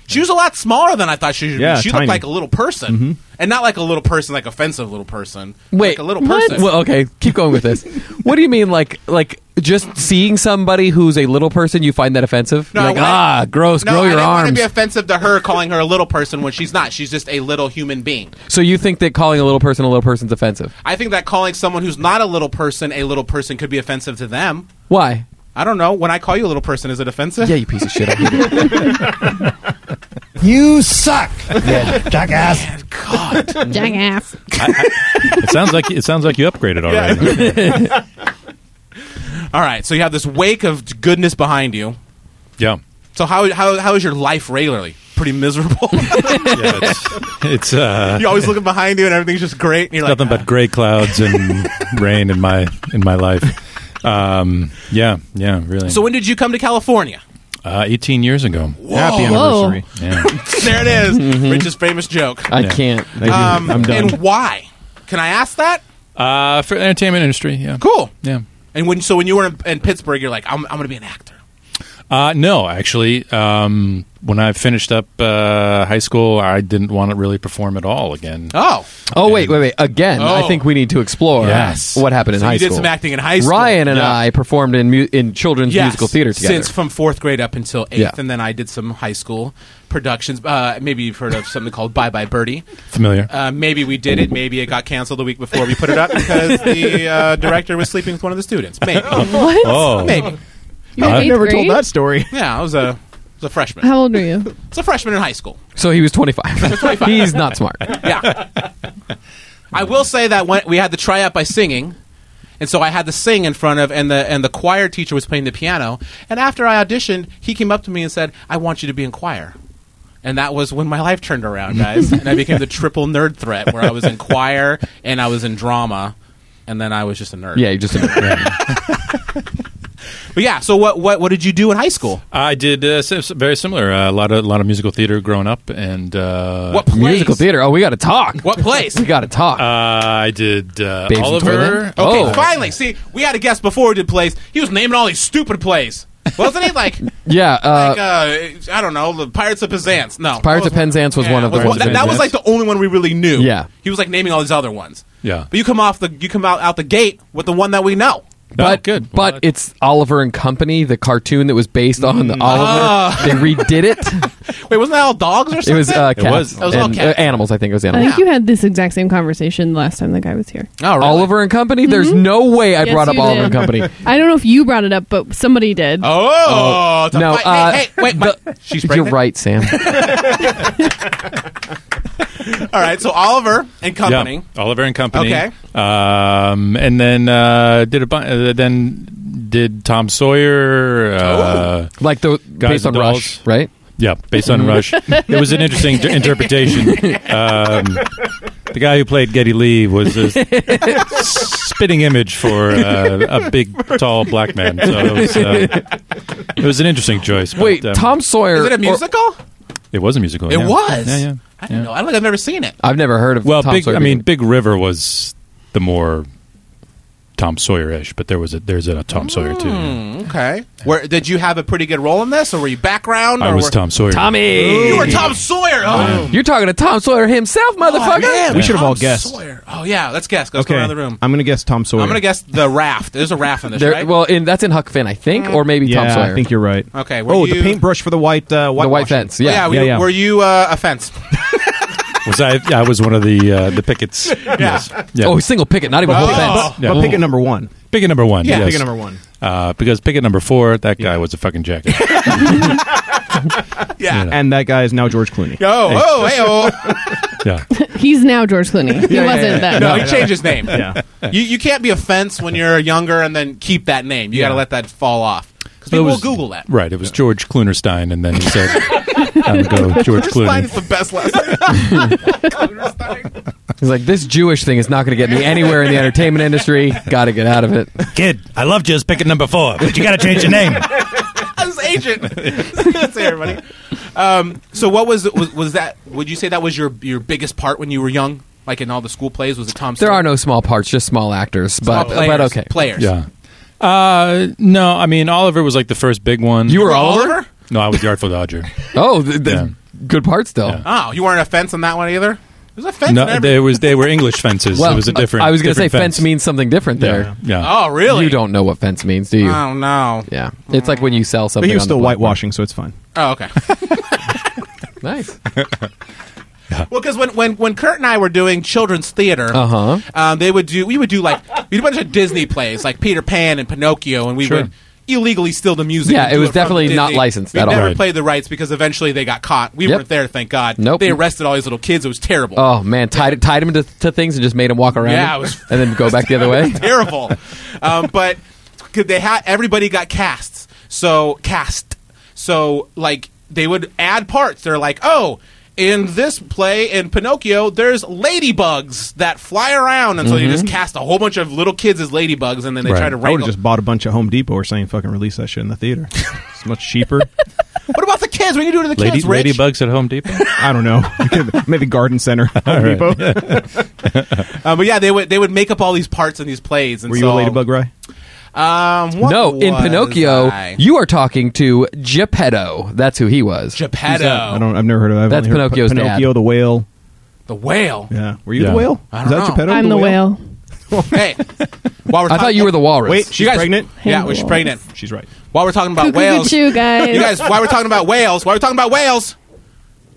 A: She was a lot smaller than I thought she should
C: Yeah,
A: be. She
C: tiny.
A: looked like a little person. And not like a little person, like offensive little person.
B: Wait,
A: Like a little
B: what?
A: person.
B: Well, okay, keep going with this. What do you mean, like, like just seeing somebody who's a little person, you find that offensive?
A: No,
B: You're like,
A: when I-
B: ah, gross,
A: no,
B: grow
A: I
B: your
A: didn't want to
B: arms.
A: be offensive to her calling her a little person when she's not. She's just a little human being.
B: so you think that calling a little person a little person's offensive?
A: I think that calling someone who's not a little person a little person could be offensive to them.
B: Why?
A: I don't know. When I call you a little person, is it offensive?
B: Yeah, you piece of shit. I hate it.
H: You
B: [laughs]
H: suck, you jackass.
D: Jackass.
E: It sounds like it sounds like you upgraded already.
A: [laughs] All right. So you have this wake of goodness behind you.
E: [laughs] Yeah.
A: So how how how is your life regularly? Pretty miserable. [laughs]
E: Yeah, it's it's uh,
A: You're always looking behind you, and everything's just great. And you're like,
E: nothing but gray clouds and rain in my in my life. Um, yeah, yeah, really.
A: "Ah." So when did you come to California?
E: uh, 18 years ago.
C: Happy
D: Whoa.
C: anniversary.
E: Yeah.
A: There it is. Rich's famous joke.
B: Mm-hmm. I can't.
C: Thank you.
A: Um,
C: I'm done.
A: And why? Can I ask that?
E: uh, for the entertainment industry. Yeah.
A: Cool.
E: Yeah.
A: And when so when you were in, in Pittsburgh, you're like, I'm, I'm going to be an actor.
E: Uh, no, actually, um, when I finished up uh, high school, I didn't want to really perform at all again.
A: Oh,
B: Oh wait, wait, wait! Again, I
A: Oh.
B: think we need to explore
E: Yes.
B: what happened in
A: So
B: high
A: you did
B: school.
A: some acting in high school.
B: Ryan and
A: Yeah.
B: I performed in mu- in children's
A: Yes.
B: musical theater together.
A: since from fourth grade up until eighth,
B: Yeah.
A: and then I did some high school productions. Uh, maybe you've heard of something called Bye Bye Birdie.
E: Familiar?
A: Uh, maybe we did it. Maybe it got canceled the week before we put it up because the uh, director was sleeping with one of the students.
B: [laughs]
A: Maybe,
D: What?
E: oh,
A: maybe.
D: You were in
E: I've
C: I
D: eighth
C: never
D: grade?
C: told that story.
A: Yeah, I was a, I was a freshman.
D: How old were you?
A: It's a freshman in high school.
B: [laughs] so he was twenty five. [laughs] He's not smart.
A: Yeah. [laughs] I will say that when we had to try out by singing, and so I had to sing in front of, and the and the choir teacher was playing the piano. And after I auditioned, he came up to me and said, "I want you to be in choir." And that was when my life turned around, guys. and I
B: [laughs]
A: became the triple nerd threat, where I was in choir and I was in drama, and then I was just a nerd.
B: Yeah, you just
A: [laughs] But yeah. So what what what did you do in high school?
E: I did uh, si- si- very similar. Uh, a lot of lot of musical theater growing up, and uh,
A: What place?
B: [laughs] musical theater. Oh, we got to talk.
A: What place?
B: We got to talk.
E: Uh, I did uh,
B: Babes in
E: Oliver.
B: Toyland? Oh.
A: Okay, finally. See, we had a guest before we did plays. He was naming all these stupid plays, wasn't he?
B: [laughs]
A: Like.
B: yeah, uh,
A: like uh, I don't know, the Pirates of Penzance. No,
B: Pirates of Penzance was one of the
A: was
B: ones
A: That,
B: that-
A: that was like the only one we really knew.
B: Yeah.
A: he was like naming all these other ones.
E: Yeah.
A: but you come off the you come out out the gate with the one that we know. Oh,
B: but
E: good.
B: But
E: Well,
B: it's Oliver and Company, the cartoon that was based on
A: Mm.
B: the
A: Ah.
B: Oliver. They
A: [laughs]
B: redid it.
A: Wait, wasn't that all dogs or something?
B: It was uh, cats
E: was- It
A: was all
B: and,
A: cats.
B: uh, animals. I think it
C: Oh,
B: was
D: I
B: animals.
D: think you had this exact same conversation last time the guy was here.
A: Oh, really?
B: Oliver and Company. There's
C: Mm-hmm.
B: no way I
D: Yes,
B: brought up
D: you
B: Oliver
D: did.
B: and Company.
C: [laughs]
D: I don't know if you brought it up, but somebody did.
A: Oh, it's a
B: no,
A: fight.
B: uh,
A: hey, hey, wait, my-
B: the-
A: she's
B: You're
A: pregnant.
B: right,
E: [laughs]
B: Sam.
A: All right, so Oliver and Oh, Company.
E: Yeah, Oliver and Company.
A: Okay.
E: Um, and then uh, did a bu- uh, then did Tom Sawyer.
A: Oh.
E: Uh,
B: Like the
E: Guys
B: based on
E: and dolls.
B: Rush, right?
E: Yeah, based on Rush. It was an interesting d- interpretation. Um, the guy who played Getty Lee was a s- spitting image for uh, a big, tall black man. So it was, uh, it was an interesting choice. but,
B: Wait,
E: um,
B: Tom Sawyer.
A: Is it a
B: or-
A: musical?
E: It was a musical.
A: it
E: yeah.
A: was.
E: Yeah, yeah.
A: I don't know. I don't think I've never seen it.
B: I've never heard of.
E: Well,
B: Tom
E: big.
B: Sawyer
E: I mean,
B: being-
E: Big River was the more Tom Sawyer-ish, but there was a there's a Tom Sawyer too.
A: Hmm. Okay. Where did you have a pretty good role in this, or were you background?
E: I
A: or
E: was
A: were-
E: Tom Sawyer.
A: You
B: Tommy.
A: were Tom Sawyer. Oh,
B: You're talking to Tom Sawyer himself, motherfucker.
C: We should have all
A: Tom
C: guessed.
A: Sawyer. Oh yeah, let's guess. Let's go
C: Okay,
A: around the room.
C: I'm gonna guess Tom Sawyer.
A: I'm gonna guess the raft. There's a raft in this,
B: There,
A: right? Mm.
B: Well, in, that's in Huck Finn, I think, or maybe
C: Yeah,
B: Tom Sawyer.
C: I think you're right.
A: Okay, were
C: Oh,
A: you-
C: the paintbrush for the white uh,
B: the White
C: whitewashing.
B: Fence. Yeah.
A: we-
C: Yeah, yeah.
A: Were you uh, a fence? [laughs]
E: Was I? I was one of the uh, the pickets. Yes. Yeah.
B: Oh, single picket, not even whole fence.
C: But
E: Yeah.
C: pick at number one.
E: Picket number one.
A: Yeah.
E: yes.
C: Pick at number one.
E: Uh, because picket number four, that guy was a fucking [laughs] jacket.
A: Yeah.
E: Yeah.
C: And that guy is now George Clooney.
A: Oh, oh, hey, oh.
E: yeah.
D: He's now George Clooney. He
A: [laughs]
D: wasn't then.
A: No, he changed his name.
C: [laughs] Yeah.
A: You, you can't be a fence when you're younger and then keep that name. You got to let that fall off. Because
E: It
A: people
E: was-
A: will Google that.
E: [laughs] Right. It was George Klunerstein, and then he said, Time to go, George
A: Stein
E: Clooney.
A: is the best last [laughs] name.
B: He's like, this Jewish thing is not going to get me anywhere in the entertainment industry. [laughs] Got to get out of it.
E: Kid, I love just picking number four, but you got to change your name.
A: I was agent. That's it, everybody. Um, so what was, was was that? Would you say that was your your biggest part when you were young? Like in all the school plays, was it Tom?
B: There
A: Sawyer?
B: are no small parts, just small actors.
A: Small
B: But, but okay.
A: players.
E: [laughs] Yeah. Uh, no, I mean Oliver was like the first big one.
B: You were
A: Oliver?
B: Oliver?
E: no, I was the
B: [laughs]
E: Artful Dodger.
B: Oh, th- th-
E: Yeah.
B: good parts, though.
E: Yeah.
A: Oh, you weren't a fence on that one either. There's a fence. in
E: No,
A: every-
E: they was they were English fences. it was a different.
B: I was going to say
E: different
B: fence. means something different there.
E: Yeah, yeah.
A: oh, really?
B: You don't know what fence means, do you?
A: Oh no.
B: Yeah. It's like when you sell something.
C: But he was
B: on the
C: still
B: platform.
C: whitewashing, so it's fine.
A: Oh,
B: [laughs]
A: okay.
B: Nice.
A: well, because when, when when Kurt and I were doing children's theater,
B: Uh-huh.
A: um, they would do we would do like we did a bunch of Disney plays like Peter Pan and Pinocchio, and we
E: Sure.
A: would illegally steal the music.
B: Yeah,
A: and
B: it
A: do
B: was
A: from
B: definitely not
A: Disney.
B: licensed
A: We
B: at all.
A: never
E: Right.
A: played the rights because eventually they got caught. We
B: Yep.
A: weren't there, thank God.
B: Nope.
A: They arrested all these little kids. It was terrible.
B: Oh, man. Tied, tied him to, to things and just made him walk around.
A: Yeah,
B: it,
A: it was-
B: and then go back the other way.
A: terrible. um, but could they had everybody got casts. So cast. So like they would add parts. They're like, oh. In this play in Pinocchio, there's ladybugs that fly around, and so you just cast a whole bunch of little kids as ladybugs, and then they
E: Right.
A: try to
C: I would
A: wrangle.
C: have just bought a bunch of Home Depot or saying fucking release that shit in the theater. It's much cheaper.
A: what about the kids? What are you doing to the
E: Lady,
A: kids, Rich?
E: ladybugs at
B: [laughs]
E: Home Depot. Uh,
C: I don't know. [laughs] Maybe Garden Center. Home Depot.
A: Um, but yeah, they would they would make up all these parts in these plays. And
C: Were you
A: so,
C: a ladybug, Rye?
A: Um, [laughs] what
B: no, in
A: was
B: Pinocchio,
A: I?
B: you are talking to Geppetto. That's who he was.
A: Geppetto,
C: I don't. I've never heard of. I've
B: That's
C: only heard of
B: Pinocchio's
C: Pinocchio
B: dad.
C: the whale.
A: the
C: [laughs]
A: whale.
C: Yeah. Were you
E: Yeah.
C: the whale?
A: I
C: Is
A: don't
C: that
A: know.
C: Geppetto?
D: I'm the whale.
A: Hey, while we're
B: I thought
A: talking-
B: you were the walrus.
C: Wait, she's
A: guys-
C: pregnant.
A: Yeah, well, she's
D: Handles.
A: pregnant.
C: She's right.
A: While we're talking about whales, [laughs]
D: Cuckoo, guys.
A: you guys, while we're talking about whales, while we're talking about whales,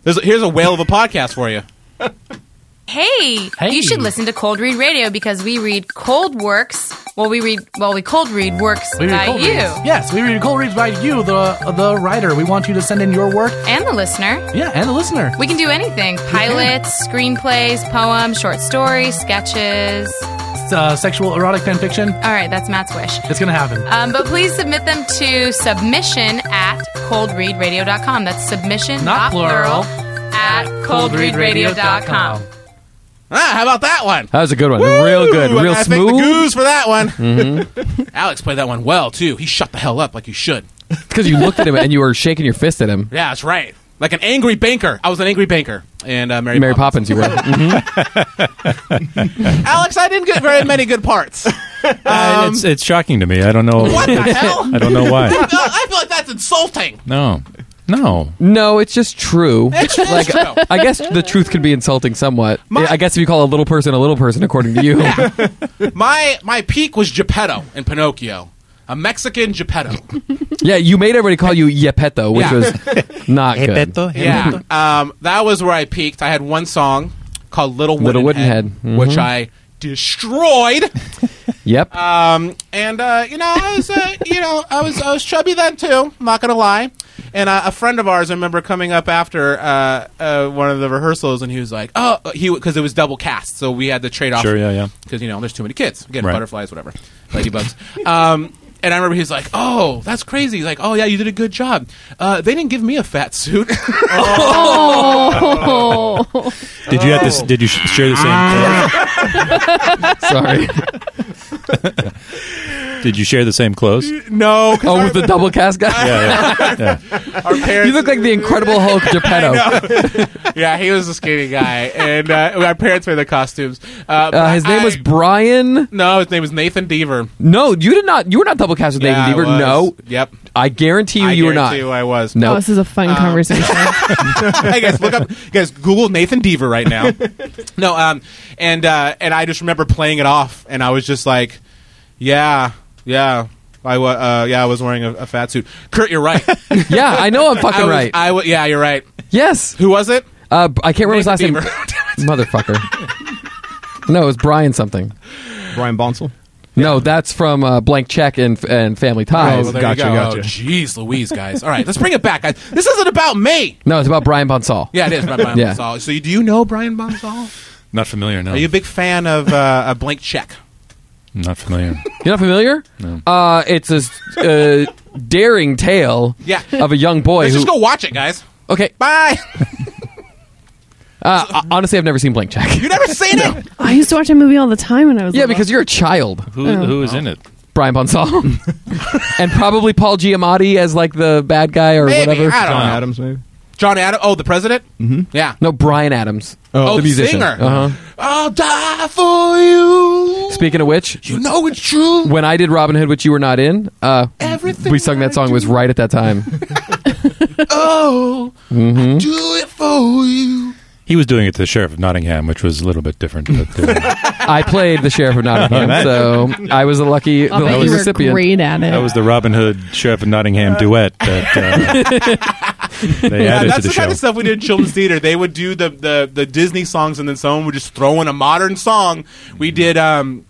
A: there's a, here's a whale of a podcast for you.
I: Hey,
J: Hey.
I: you should listen to Cold Read Radio because we read cold works. Well, we read well, we cold read works
J: We read
I: by
J: cold
I: you
J: reads. Yes, we read cold reads by you, the the writer. We want you to send in your work.
I: and the listener.
J: Yeah, and the listener.
I: We can do anything: pilots, screenplays, poems, short stories, sketches.
J: It's, uh, sexual erotic fan fiction.
I: All right, that's Matt's wish.
J: It's gonna happen.
I: Um, but please submit them to submission at coldreadradio.com. That's submission,
J: Not plural.
I: at coldreadradio.com.
A: Ah, how about that one?
B: That was a good one. Real good.
A: Woo!
B: Real
A: I thank the
B: smooth. Mm-hmm.
A: goose for that one. [laughs] Alex played that one well too. He shut the hell up like you should.
B: Because you looked at him and you were shaking your fist at him.
A: Yeah, that's right. Like an angry banker. I was an angry banker. And uh, Mary,
B: Mary Poppins, you
A: [laughs]
B: were. Mhm.
A: Alex, I didn't get very many good
B: [laughs]
A: parts.
E: Uh,
B: Um,
E: it's, it's shocking to me. I don't know.
A: What the hell?
E: I don't know
B: [laughs]
E: why.
A: No, I feel like that's insulting.
E: No, no.
B: No, it's just true. like,
A: No.
B: I guess the truth can be insulting somewhat. I guess if you call a little person a little person,
A: [laughs]
B: according to you.
A: My my peak was Geppetto in Pinocchio, a Mexican Geppetto.
B: yeah, you made everybody call you Yepeto, which
A: Yeah.
B: was not good.
A: Yeah, [laughs] um, that was where I peaked. I had one song called "Little Wooden
B: Little Wooden
A: Head,"
B: Head. Mhm.
A: which I destroyed.
B: Yep.
A: Um, and uh, you know, I was uh, [laughs] you know, I was I was chubby then too. I'm not gonna lie. And uh, a friend of ours, I remember coming up after uh, uh, one of the rehearsals, and he was like, "Oh, he because it was double cast, so we had to trade off."
E: Sure, yeah, yeah.
A: Because you know, there's too many kids getting
E: Right.
A: butterflies, whatever, ladybugs. [laughs] um, and I remember he's like, "Oh, that's crazy." He's like, "Oh yeah, you did a good job. Uh, they didn't give me a fat suit." [laughs]
D: Oh.
E: Did you have this? Did you sh- share the
B: Sorry.
E: same? [laughs] did you share the same clothes?
A: no, 'cause
B: Oh, with the double cast guy?
E: Yeah, yeah. yeah.
A: our parents.
B: You look
A: [laughs]
B: like the Incredible Hulk Geppetto.
A: yeah, he was a skinny guy, and uh, our parents made the costumes. Uh, but
B: Uh, his name was
A: I-
B: Brian.
A: No, his name was Nathan Deaver.
B: No, you did not. You were not double cast with
A: Yeah, I
B: Nathan Deaver.
A: was.
B: No,
A: Yep.
B: I guarantee you,
A: I
B: you were not.
A: guarantee you I was.
B: No.
D: Oh, this is a fun conversation.
A: [laughs] hey guys, look up. You guys, Google Nathan Deaver right now.
B: [laughs]
A: no, um, and uh, and I just remember playing it off, and I was just like, yeah, yeah. I wa- uh, yeah, I was wearing a, a fat suit. Kurt, you're right. Fucking
B: Yeah, I know. I'm [laughs] fucking
A: [laughs] I was,
B: right.
A: I wa- yeah, you're right.
B: yes.
A: Who was it?
B: Uh, b- I can't remember
A: Nathan Oh,
B: his
A: [laughs]
B: last name. [laughs] Motherfucker. No, it was Brian something.
C: Brian Bonsall.
B: No, that's from uh, Blank Check and and Family Ties.
A: well, there
C: gotcha,
A: you go.
C: gotcha.
A: Oh, jeez, Louise, guys. All right, let's bring it back. guys. this isn't about me.
B: no, it's about Brian Bonsall.
A: Yeah, it is
B: [laughs]
A: about Brian
B: Yeah.
A: Bonsall. So, you- do you know Brian Bonsall?
E: Not familiar. No,
A: Are you a big fan of uh, a blank check?
E: not familiar.
B: You're not familiar?
A: [laughs]
B: Uh, it's a s- uh, daring tale
A: Yeah.
B: of a young boy
A: Let's
B: who.
A: just go watch it, guys.
B: Okay.
A: Bye.
B: Uh, o- honestly, I've never seen Blank Check.
A: You never seen
B: [laughs]
A: it?
D: I used to watch that movie all the time when I was
B: yeah,
D: little.
B: because you're a child.
E: Who who is in it?
B: Brian Bonsall. [laughs] and probably Paul Giamatti as like the bad guy or
A: Maybe.
B: whatever.
A: I don't
C: John
A: know.
C: Adams, maybe.
A: John Adam. Oh, the president. Mm-hmm. Yeah.
B: No, Brian Adams.
A: Oh,
B: the musician.
A: singer.
B: Uh-huh.
A: I'll die for you.
B: Speaking of which,
A: You know it's true.
B: when I did Robin Hood, which you were not in, uh,
A: Everything
B: we sung that song was right at that time.
A: Oh,
B: Mm-hmm.
A: I do it for you.
E: He was doing it to the sheriff of Nottingham, which was a little bit different. But, uh,
B: I played the sheriff of Nottingham,
E: Alright.
B: so I was the lucky, the
D: I'll bet
B: lucky
D: you were
B: recipient.
D: great at it.
E: That was the Robin Hood Sheriff of Nottingham duet that uh,
A: Yeah,
E: they added to
A: that's
E: the,
A: the,
E: show.
A: kind of stuff we did in children's theater. They would do the, the, the Disney songs, and then someone would just throw in a modern song. We did um,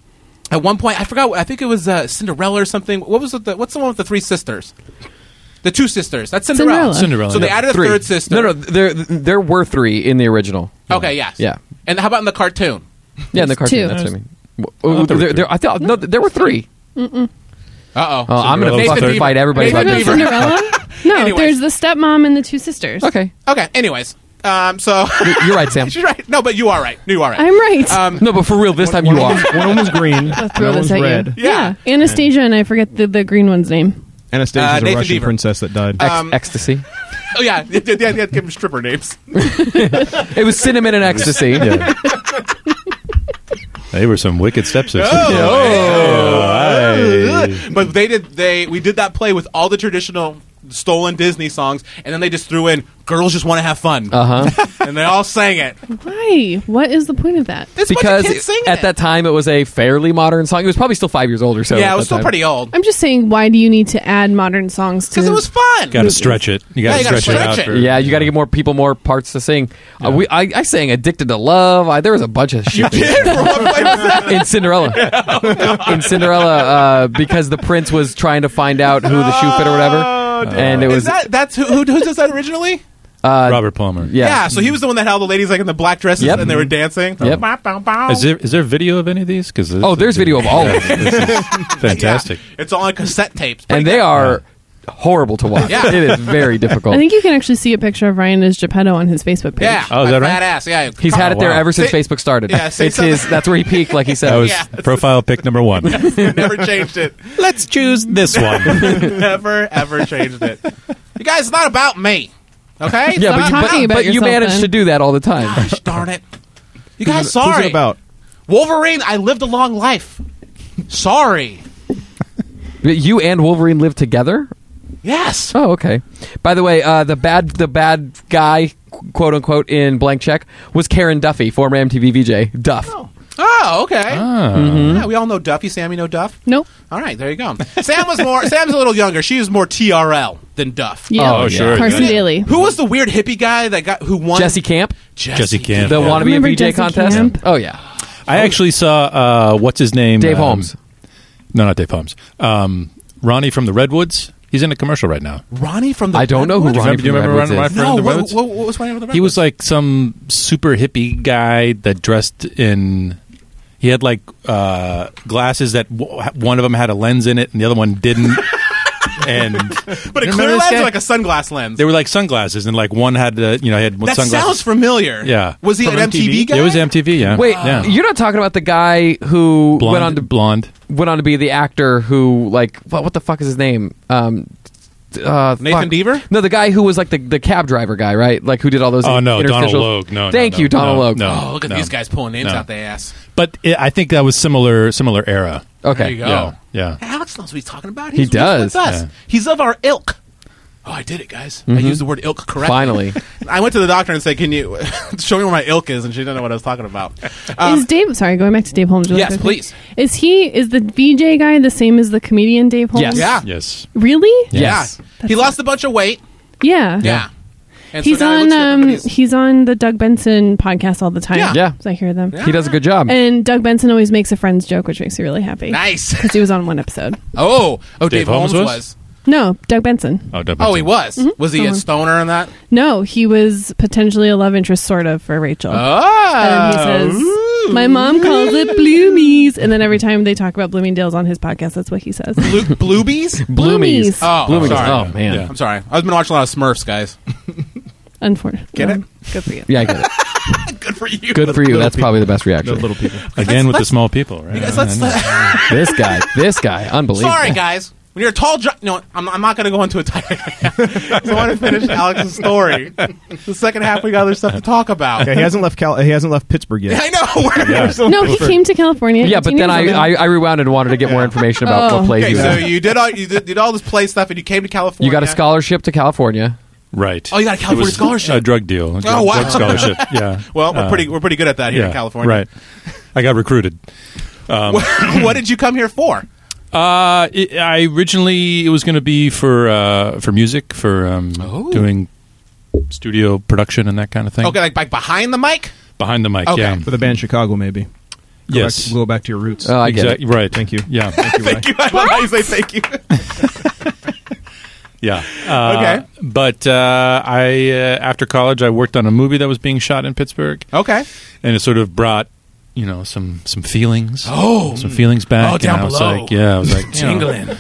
A: at one point. I forgot. I think it was uh, Cinderella or something. What was it? The, what's the one with the three sisters? The two sisters. That's Cinderella.
D: Cinderella.
E: Cinderella,
A: So they
E: yeah.
A: added a
B: Three.
A: third sister.
B: No, no, there there were three in the original.
A: Okay. Yes.
B: Yeah.
A: And how about in the cartoon?
B: Yeah, in the cartoon.
D: two.
B: That's what I mean. Oh,
E: there were
B: there- there- I thought no, there were three.
A: Uh
B: Oh, I'm gonna
E: Cinderella was
B: fucking
E: third.
B: fight everybody
A: Nathan
B: about
D: Remember
B: this.
A: Beaver.
D: Cinderella?
A: [laughs]
D: No,
A: Anyways.
D: there's the stepmom and the two sisters.
B: Okay,
A: Okay. Anyways, um, so [laughs]
B: you're right, Sam.
A: she's right. No, but you are right. You are right.
D: I'm right.
A: um,
B: No, but for real, this time you are.
C: [laughs] One of them was green.
D: I'll
C: That
D: throw
C: one was
D: this at
C: red.
D: you.
A: Yeah.
D: Yeah. Anastasia and I forget the, the green one's name.
A: Uh,
C: Anastasia's a
A: Nathan
C: Russian
A: Beaver.
C: princess that died.
B: Ex-
A: Um,
B: ecstasy.
A: oh yeah, yeah, yeah, yeah, give them stripper names.
B: It was cinnamon and ecstasy.
E: Yeah. they were some wicked stepsisters.
A: Oh. [laughs] but they did they we did that play with all the traditional stolen Disney songs, and then they just threw in "Girls Just Want to Have Fun,"
B: Uh huh.
A: [laughs] and they all sang it.
D: Why? What is the point of that?
A: This
B: Because
A: bunch of kids singing
B: at
A: it.
B: that time it was a fairly modern song. It was probably still five years old or so.
A: yeah,
B: at
A: it was
B: that
A: still
B: time.
A: pretty old
D: I'm just saying, why do you need to add modern songs to
A: because it was fun.
E: Got to stretch it. You
A: Yeah,
E: got
A: you
E: to
A: gotta
E: stretch it out.
A: stretch it.
E: for-
B: Yeah, you got to get more people more parts to sing. Uh, we, I, I sang "Addicted to Love." I, there was a
A: [laughs]
B: bunch of shit
A: Kid, for what play was
B: [laughs]
A: that? [laughs]
B: in Cinderella.
A: Oh,
B: in Cinderella, uh, because the prince was trying to find out who the shoe fit or whatever,
A: Uh,
B: and it
A: Oh, Is
B: was
A: that that's who, who who does that originally?
E: Robert Palmer.
B: yeah.
A: so he was the one that had all the ladies like in the black dresses
B: Yep.
A: and they were dancing.
B: Yep.
A: Bow, bow, bow.
E: Is there is there video of any of these? Because
B: Oh, there's video of
E: [laughs]
B: all of them,
A: [laughs]
E: fantastic.
A: Yeah, it's all on cassette tapes,
B: and they are horrible to watch.
A: Yeah.
B: It
A: [laughs]
B: is very difficult.
D: I think you can actually see a picture of Ryan as Geppetto on his Facebook page.
A: yeah,
E: Oh, is
A: my
E: that right?
A: fat ass. Yeah,
B: He's had it there
E: wow.
B: ever since
A: Oh, Say-
B: Facebook started.
A: Yeah, say
B: it's his.
A: something.
B: That's where he peaked, like he said.
E: That
A: [laughs]
E: was
A: Yeah.
E: profile pic
A: [laughs]
E: number one.
A: never
B: [laughs]
A: changed it.
E: Let's choose this one.
A: never ever changed it. You guys, it's not about me. Okay? It's
B: yeah,
A: not
B: but you,
A: about
B: but,
D: talking about
B: but you
D: yourself,
B: managed
D: then.
B: to do that all the
D: [laughs]
B: time.
A: Gosh darn it. You guys,
C: Who's it
A: sorry.
C: about?
A: Wolverine, I lived a long life. Sorry.
B: you and Wolverine live together.
A: Yes.
B: Oh, okay. By the way, uh, the bad the bad guy, qu- quote unquote, in blank check was Karen Duffy, former MTV VJ Duff.
A: Oh, okay. Yeah, we all know Duff. You Sammy know Duff?
D: Nope.
A: All right, there you go. Sam was more Sam's a little younger. She was more TRL than Duff.
D: Yeah.
E: Oh, sure,
D: Carson
E: yeah.
D: Daly.
A: Who was the weird hippie guy that got who won
B: Jesse Camp,
E: Jesse Camp.
B: the
E: Yeah.
B: wannabe
D: Remember
B: VJ
D: Jesse
B: contest.
D: Camp?
B: Oh yeah,
E: I actually saw uh, what's his name?
B: Dave
E: Um,
B: Holmes.
E: No, not Dave Holmes. Um, Ronnie from the Redwoods. He's in a commercial right now.
A: Ronnie from the
B: I don't know who
A: Redwoods?
B: Ronnie
E: remember- do you
B: from
E: remember
B: Redwoods is.
E: Ronnie- Ronnie from
A: No,
E: the
A: what,
E: Redwoods?
A: what, what was Ronnie from the Redwoods?
E: He was like some super hippie guy that dressed in. He had like uh, glasses that w- one of them had a lens in it and the other
A: [laughs]
E: one didn't. and
A: but a
E: Remember
A: clear
E: this
A: lens
E: guy?
A: or like a sunglass lens.
E: they were like sunglasses and like one had uh, you know he had
A: that
E: sunglasses.
A: sounds familiar.
E: yeah.
A: Was he
E: From
A: an MTV, guy?
E: Yeah, It was MTV. Yeah.
B: Wait,
E: yeah.
B: you're not talking about the guy who
E: blonde,
B: went on to
E: blonde.
B: went on to be the actor who like what, what the fuck is his name? Um, uh,
A: Nathan
B: fuck.
A: Deaver?
B: No, the guy who was like the, the cab driver guy, right? Like who did all those?
E: Oh no, Donald
B: interstitials.
E: Logue. No, no,
B: thank
E: no,
B: you, Donald
E: no,
B: Logue.
E: No,
A: Oh, look at
E: no.
A: these guys pulling names
E: No.
A: out their ass.
E: But it, I think that was similar, similar era.
A: There you
B: Okay,
A: go.
E: Yeah, yeah.
A: Hey, Alex knows what he's talking about. He's,
B: He
A: he's
B: does.
A: with us.
E: Yeah. Mm-hmm.
A: He's of our ilk. Oh, I did it, guys. I used the word ilk correctly.
E: [laughs]
B: finally.
A: I went to the doctor and said, "Can you [laughs] show me where my ilk is?" And she didn't know what I was talking about. Um,
D: Is Dave? Sorry, going back to Dave Holmes. really
A: Yes,
D: quickly.
A: please.
D: Is he? Is the VJ guy the same as the comedian Dave Holmes?
B: Yes.
A: yeah,
E: Yes.
D: Really?
B: Yes.
A: Yeah. He lost a bunch of weight.
D: Yeah.
A: Yeah. And so
D: He's
A: now he
D: on.
A: looks different,
D: Um,
A: but
D: he's...
A: he's-
D: on the Doug Benson podcast all the time.
A: Yeah.
B: Yeah.
D: So I hear them.
B: he does a good job.
D: And Doug Benson always makes a friend's joke, which makes me really happy.
A: nice. [laughs]
D: Because he was on one episode.
A: Oh, oh, Dave, Holmes,
E: Holmes
A: was.
E: was?
D: No, Doug Benson.
E: Oh,
A: Oh, he was. Was he a
D: Mhm.
A: stoner in that?
D: No, he was potentially a love interest, sort of, for Rachel.
A: Oh,
D: and he says,
A: Ooh.
D: "My mom calls it bloomies," and then every time they talk about Bloomingdale's on his podcast, that's what he says.
A: Blue- Bluebies.
E: [laughs]
B: Bloomies.
D: Bloomies.
A: Oh,
B: Bloomies.
A: sorry.
B: Oh man.
E: Yeah.
A: I'm sorry. I've been watching a lot of Smurfs, guys.
D: Unfortunately.
A: Get it?
D: Good for you.
B: Yeah, I get
A: [laughs]
B: it.
A: Good for you.
B: Good for you. That's probably the best
C: No
B: reaction.
C: little people.
E: Again with the small people, right?
A: Guys, let's-
E: I know.
B: This guy. This guy. Unbelievable.
A: Sorry, guys. When you're a tall, dr- no, I'm, I'm not going to go into a tire. [laughs] I want to finish Alex's story. The second half, we got other stuff to talk about.
C: [laughs] Yeah, he hasn't left. Cal- he hasn't left Pittsburgh yet.
A: [laughs] I know. We're, we're still-
D: No, he came to California.
B: Yeah, but then I, I, I rewound and wanted to get more information about
D: Oh.
B: what plays
A: okay,
B: you
A: so
B: had.
A: you did all you did, did all this play stuff, and you came to California.
B: You got a scholarship to California.
E: Right.
A: Oh, you got a
E: It
A: California
E: was
A: scholarship. Oh,
E: A drug deal. A drug,
A: wow. [laughs]
E: drug scholarship. Yeah.
A: Well, we're
E: Uh,
A: pretty we're pretty good at that here in California.
E: Right. I got recruited.
A: [laughs] what, what did you come here for?
E: Uh, it, I originally it was going to be for uh, for music for um, doing studio production and that kind of thing.
A: Oh. Okay, like, like behind the mic.
E: behind the mic.
A: Okay.
E: Yeah.
C: For the band Chicago, maybe. Go
E: Yes.
C: Back, go back to your roots.
B: Oh, I get
E: Exactly. Right.
C: Thank you.
A: [laughs]
E: Yeah. [laughs]
A: Thank you. I love how you say thank you.
E: Yeah.
A: [laughs]
E: Uh,
A: Okay.
E: But uh, I, uh, after college, I worked on a movie that was being shot in Pittsburgh,
A: Okay.
E: and it sort of brought, you know, some some feelings. [gasps] Oh, some feelings back.
A: Oh, down
E: and I was
A: below.
E: like, yeah, I was [laughs] like, you know,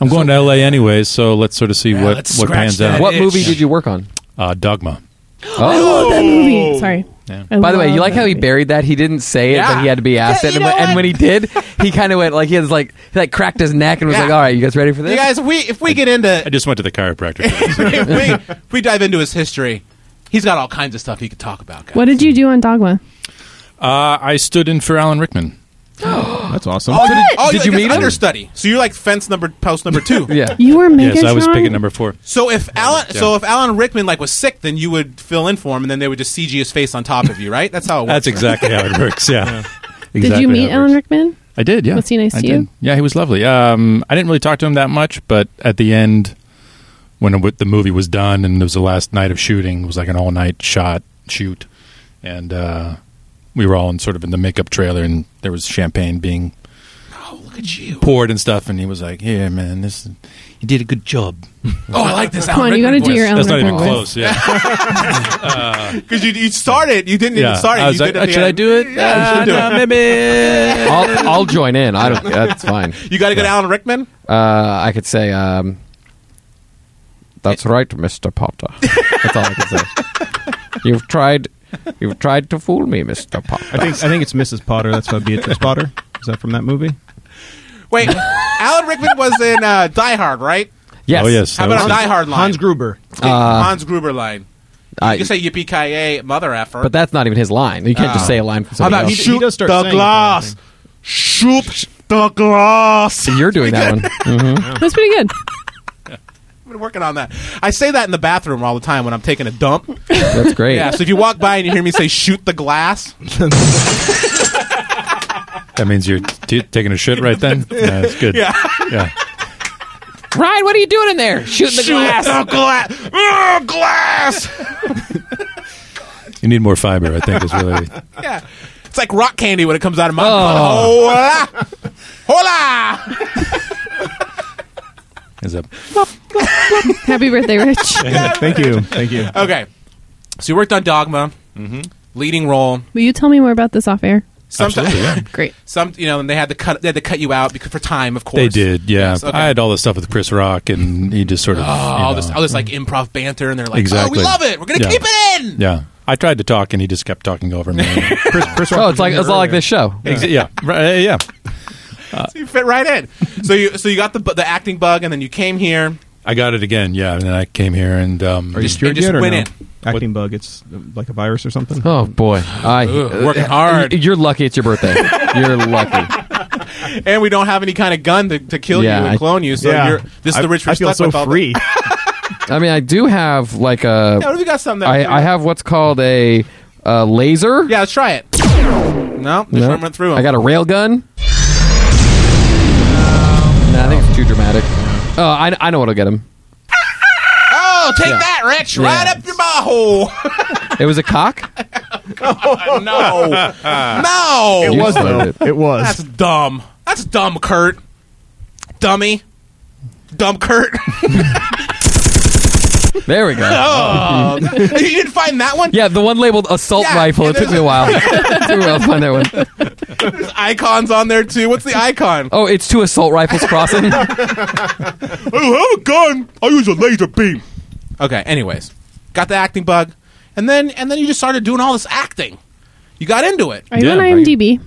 E: I'm going to L.A. anyway, so let's sort of see what
A: let's
E: what
A: scratch
E: pans
A: that
E: out.
B: What
A: itch.
B: movie did you work on?
E: Uh, Dogma.
B: Oh.
D: that movie. Sorry.
A: Oh.
E: Yeah.
D: I
B: By the way,
D: love
B: you like
D: that
B: how he
D: movie.
B: buried that? He didn't say it,
A: Yeah.
B: but he had to be asked
A: Yeah,
B: it.
A: you
B: And,
A: know
B: when- and
A: what?
B: when he did, he kind of went like he was like he like cracked his neck and was
A: Yeah.
B: like, "All right, you guys ready for this?"
A: You guys, if we if we get
E: I
A: into
E: just went to the chiropractor.
A: if we, if [laughs] we, if we dive into his history, he's got all kinds of stuff he could talk about. Guys.
D: What did you do on Dogma?
E: [laughs] uh, I stood in for Alan Rickman.
C: That's awesome.
A: Oh, did,
B: Did you
A: you
B: meet
A: meet
B: him?
A: understudy? So you're like fence number post number
D: [laughs]
A: two.
B: yeah.
D: You were Megatron.
E: yes, I was picking number four.
A: So if Alan,
E: yeah.
A: so if Alan Rickman like was sick, then you would fill in for him, and then they would just CG his face on top of you, right? That's how it works.
E: That's exactly how it works. Yeah. Exactly
D: Did you
E: how
D: meet
E: it
D: Alan
E: works.
D: Rickman?
E: I did. Yeah.
D: Was he nice
E: I
D: to
E: did.
D: you?
E: Yeah, he was lovely. Um, I didn't really talk to him that much, but at the end, when it- the movie was done and it was the last night of shooting, it was like an all-night shot shoot, and uh, we were all in sort of in the makeup trailer, and there was champagne being
A: Oh, look at you.
E: poured and stuff, and he was like, "Yeah, man, this you did a good job."
A: Oh, I like this.
D: Come on, you got to do your Alan
E: That's not even
D: Rickman voice.
E: close.
D: [laughs]
E: Yeah.
A: because you, you started. You didn't even start it. Uh,
E: I was
A: you
E: like,
A: did
E: "Oh,
A: at the
E: should I
A: end.
E: do it?
A: Yeah, you should do it.
E: maybe.
B: I'll, I'll join in. I don't. That's fine.
A: You got to go to Alan Rickman.
B: Uh, I could say, um,
E: Eh.
B: "That's right, Mister Potter." That's all I could say.
E: [laughs]
B: You've tried. You've tried to fool me, Mister
C: I
B: Potter.
C: think I think it's Mrs. Potter. That's by Beatrice Potter. Is that from that movie?
E: [laughs]
A: Wait, Alan Rickman was in uh, Die Hard, right?
B: Yes.
E: Oh yes.
A: How
E: that
A: about a
E: was-
A: Die Hard line?
C: Hans Gruber.
A: Okay,
D: Uh,
A: Hans Gruber line.
B: I-
A: You can say Yippee Ki Yay, mother effer.
B: Uh, but that's not even his line. You can't just
E: Ah.
A: Oh.
B: say a line from
A: how
B: somebody
A: about
B: else.
C: he-
A: shoot
C: does start
A: the
C: saying
A: glass? Shoot the glass.
B: [laughs] You're doing that
A: [laughs]
B: one. Mhm.
D: That's pretty good.
A: I've been working on that. I say that in the bathroom all the time when I'm taking a dump.
B: That's great.
A: Yeah. So if you walk by and you hear me say "shoot the glass,"
E: That means you're t- taking a shit right then. Yeah, that's
A: [laughs]
E: good.
A: Yeah.
E: Yeah.
B: Ryan, what are you doing in there? Shooting the
A: shoot
B: glass.
A: the glass. Ugh, glass.
E: [laughs]
A: [laughs]
E: You need more fiber. I think is really.
A: Yeah. It's like rock candy when it comes out of my
B: Oh.
A: mouth. Hola. Hola.
E: Is a
D: Happy birthday, Rich.
C: Thank you. Thank you.
A: Okay. So you worked on Dogma,
E: Mm-hmm.
A: leading role.
D: Will you tell me more about this off air?
A: Sometimes,
D: Great.
A: [laughs] some you know, and they had to cut. They had to cut you out because for time, of course.
E: They did, yeah.
A: Yes, okay.
E: I had all this stuff with Chris Rock, and he just sort of.
A: Oh,
E: you
A: all this,
E: know.
A: all this like improv banter, and they're like, "Oh,
E: Exactly.
A: we love it. We're gonna
E: Yeah.
A: keep it in."
E: Yeah, I tried to talk, and he just kept talking
A: [laughs]
E: over me.
C: Chris, Chris
B: [laughs]
C: Rock
B: Oh,
C: was
B: it's like
C: in there
B: it's all like
C: earlier.
B: this show.
E: Ex- yeah, right, uh, yeah.
A: So you fit right in. so you, so you got the bu- the acting bug, and then you came here.
E: I got it again. Yeah, and then I came here, and um,
C: Are you
A: Just-
C: cured
A: just
C: yet or
A: went
C: no?
A: in.
C: Acting bug. It's uh, like a virus or something.
B: Oh boy, I uh,
A: working hard.
B: You're lucky it's your birthday. You're lucky.
A: and we don't have any kind of gun to, to kill
B: Yeah,
A: you
B: I-
A: and clone you. So you're this is
C: I-
A: the rich.
C: I
A: we're
C: feel
A: stuck
C: so
A: with all the-
C: free.
B: I mean, I do have like a.
A: Yeah, [laughs] what if we got something? that-
B: I, I have what's called a, uh laser.
A: Yeah, let's try it. No, just
B: No.
A: run, run through 'em.
B: I got a rail gun. Nah, I think it's too dramatic. Oh, I, I know what'll get him.
A: Oh, take that, Rich! Right
B: Yeah.
A: up your
B: [laughs]
A: butthole.
B: It was
A: [laughs]
B: a cock.
A: no, [laughs] no,
B: It You was, started though.
C: It
A: [laughs]
C: was.
A: That's dumb. That's dumb, Kurt. Dummy. Dumb Kurt. [laughs]
B: There we go.
A: oh. you didn't find that one?
B: Yeah, the one labeled assault
A: Yeah,
B: rifle.
A: yeah,
B: It took me
A: [laughs]
B: a while. [laughs] it took me a while to find that one.
A: There's icons on there too. What's the icon?
B: Oh, it's two assault rifles
A: [laughs]
B: crossing.
A: I don't have a gun. I use a laser beam. Okay. Anyways, got the acting bug. and then and then you just started doing all this acting. You got into it.
D: Are you
E: Yeah,
D: on
E: right.
D: IMDb?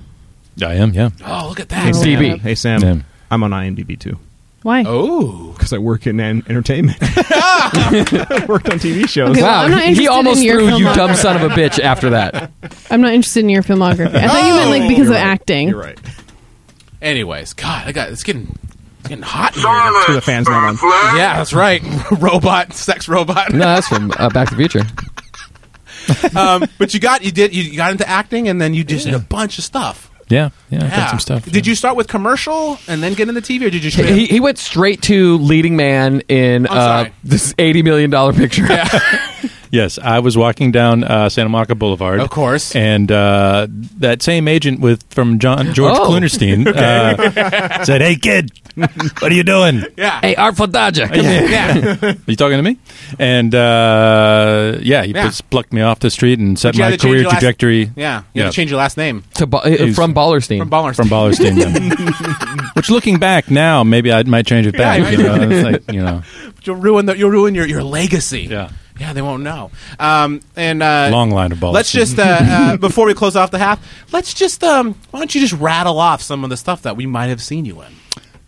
E: I am, yeah.
A: Oh, look at
C: Hey,
A: that!
D: Oh.
C: Sam.
B: DB.
C: Hey, Sam.
E: Sam.
C: I'm on IMDb too
D: Why?
A: Oh,
C: because I work in an-
A: [laughs]
C: entertainment. [laughs] I worked on TV shows.
D: Okay, well,
B: wow,
D: I'm not
B: he
D: interested
B: almost
D: in your
B: threw you
D: filmography.
B: dumb son of a bitch after that.
D: I'm not interested in your filmography. I thought you meant like because of acting.
C: You're right.
A: anyways, God, I got it's getting it's getting hot. in here.
C: That's where the fans not on.
A: Yeah, that's right. [laughs] robot, sex robot.
B: No, that's from uh, Back to the Future.
A: Um, but you got you did you got into acting, and then you just did a bunch of stuff.
E: Yeah, yeah, I've
A: Yeah.
E: done some stuff.
A: Did you start with commercial and then get into TV, or did you? Straight
B: He, he went straight to leading man in uh,
A: sorry.
B: this eighty million dollar picture.
E: Yes, I was walking down uh, Santa Monica Boulevard,
A: Of course.
E: and uh, that same agent with from John George
B: Oh.
A: [laughs]
E: Cloonestein uh, [laughs] said, "Hey, kid, what are you doing?
A: yeah,
B: [laughs] hey, Artful Dodger,
E: [laughs]
B: come
A: [laughs]
B: here.
A: yeah.
E: Are you talking to me?" And uh, yeah, he
A: Yeah.
E: just plucked me off the street and set
A: you had
E: my
A: to change
E: career
A: your last-
E: trajectory.
A: Yeah, you
E: Yeah.
A: had to change your last name
B: To Bo- uh,
E: He's-
B: from Ballerstein.
A: from Baller.
E: from
A: [laughs]
E: Ballerstein. yeah. [laughs] Which, looking back now, maybe I might change it
A: Yeah,
E: back.
A: you
E: you know,
A: [laughs]
E: it's like you know,
A: you'll ruin the, you'll ruin your, your legacy.
E: Yeah.
A: yeah, they won't know. Um, and uh,
E: long line of balls.
A: Let's just
E: [laughs]
A: uh, uh, before we close off the half. Let's just um, why don't you just rattle off some of the stuff that we might have seen you
B: [laughs]
A: in?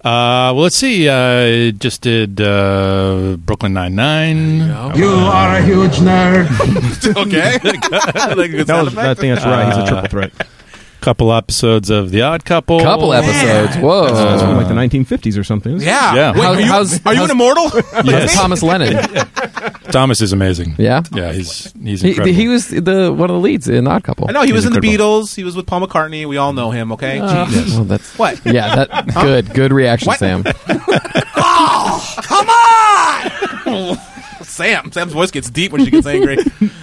E: Uh, well, let's see. Uh, just did uh, Brooklyn Nine Nine.
H: Oh. You are a huge nerd.
B: [laughs]
E: [laughs]
A: Okay,
C: That was, I think that's right. He's a triple threat.
E: Couple episodes of The Odd Couple.
B: Couple
A: Oh,
B: episodes. Whoa.
C: That's from
H: Uh.
C: like the 1950s or something. isn't it?
A: yeah.
E: Yeah.
A: Wait,
B: How's-
A: are you,
B: how's-
A: are you
B: how's-
A: an immortal? [laughs]
E: Yes.
B: Thomas Lennon.
E: Thomas is amazing.
B: Yeah.
E: yeah, he's he's
B: He,
E: incredible.
B: he was the one of the leads in Odd Couple.
A: I know he was in the
E: incredible.
A: Beatles. He was with Paul McCartney. We all know him. Okay,
B: Uh,
A: Jeez.
B: well, that's
A: what? [laughs]
B: yeah. That good. Good reaction, Sam.
A: Come on, [laughs] Sam. Sam's voice gets deep when she gets
E: [laughs]
A: angry.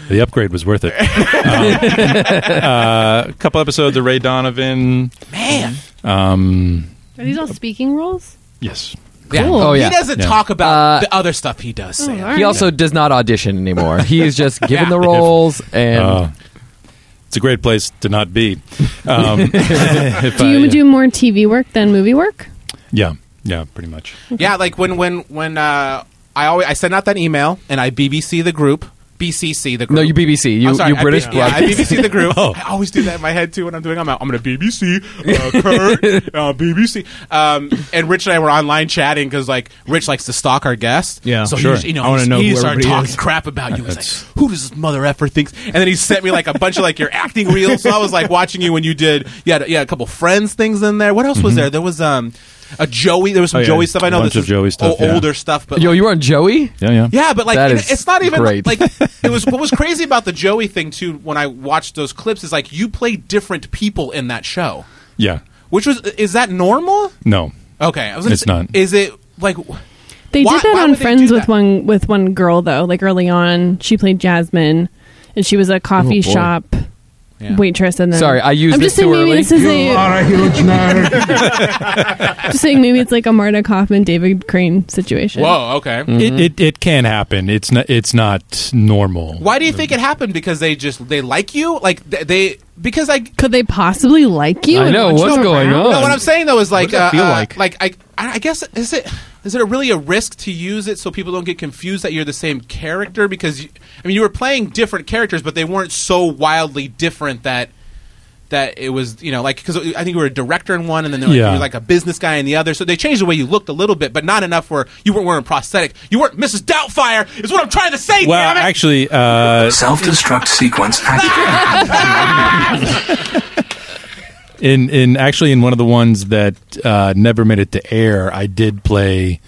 E: the upgrade was worth it. A couple episodes of Ray Donovan.
A: Man,
E: Um,
D: Are these all speaking roles?
E: yes,
A: yeah.
B: Oh, yeah.
A: He doesn't
E: Yeah.
A: talk about
B: Uh,
A: the other stuff he does. Sam.
D: Oh, all right.
B: He also does not audition anymore. He
A: [laughs]
B: is just given
A: Yeah.
B: the roles and
E: Uh, it's a great place to not be. Um, if
D: Do
E: I- uh,
D: you do more TV work than movie work?
E: Yeah, yeah, pretty much.
A: Yeah, like when when when uh, I always I send out that email and I BBC the group, BCC the group.
B: no, you BBC. You
A: I'm sorry,
B: you
A: I
B: British
A: B- yeah,
B: blood.
A: I BBC the
C: [laughs]
A: group.
E: Oh.
A: I always do that in my head too when I'm doing. I'm out, I'm gonna BBC uh, Kurt
C: [laughs]
A: uh, BBC. Um, and Rich and I were online chatting because like Rich likes to stalk our guests.
C: Yeah,
A: so he
C: sure.
A: just, you know,
C: I wanna
A: he-
C: know
A: he
C: who
A: started
C: everybody
A: talking
C: is.
A: crap about you. He's like, "Who does this mother effer thinks?" And then he sent me like a bunch of like your acting reels. So I was like watching you when you did. You had, you had a couple friends things in there. What else was there? There was um a Joey. There was some
C: Mm-hmm. Oh, yeah.
A: Joey stuff. I know
E: Bunch
A: this
E: of
A: is
E: Joey stuff,
A: o-
E: yeah.
A: older stuff, but
B: [laughs] Yo,
A: like-
B: you were on Joey.
E: Yeah, yeah,
A: yeah, but like
B: That
A: it-
B: is
A: it's not even
B: great.
A: like it was
B: [laughs]
A: what was crazy about the Joey thing too when I watched those clips is like you play different people in that show.
E: yeah.
A: Which was is that normal?
E: No,
A: Okay, I was gonna
E: It's
A: say,
E: not.
A: Is it like
D: They
A: Why-
D: did that
A: why
D: on
A: would they
D: Friends
A: do
D: with
A: that?
D: one with one girl though. Like early on, she played Jasmine, and she was a coffee
B: Oh, boy.
D: shop waitress. And then
B: Sorry, I used
D: I'm
B: this
D: just saying
B: too
D: maybe
B: early.
D: this is
H: You
D: a
H: are a huge nerd.
D: just saying maybe it's like a Marta Kaufman, David Crane situation.
A: whoa? Okay,
B: Mm.
E: it, it it can happen. It's not it's not normal.
A: why do you think it happened? Because they just they like you like they, they because I
D: Could they possibly like you?
B: I
D: and
B: know,
D: want you
B: what's going
D: around?
B: on?
A: No, what I'm saying though is like,
C: does that
A: uh,
C: feel
A: uh,
C: like?
A: I, I I guess is it is it a really a risk to use it so people don't get confused that you're the same character because you, I mean you were playing different characters but they weren't so wildly different that that it was you know like because I think you were a director in one and then like,
E: Yeah.
A: you were like a business guy in the other so they changed the way you looked a little bit but not enough where you weren't wearing prosthetic you weren't Mrs. Doubtfire is what I'm trying to say
E: Well,
A: damn it!
E: actually, uh,
G: Self-destruct sequence
E: in in actually in one of the ones that uh, never made it to air, I did play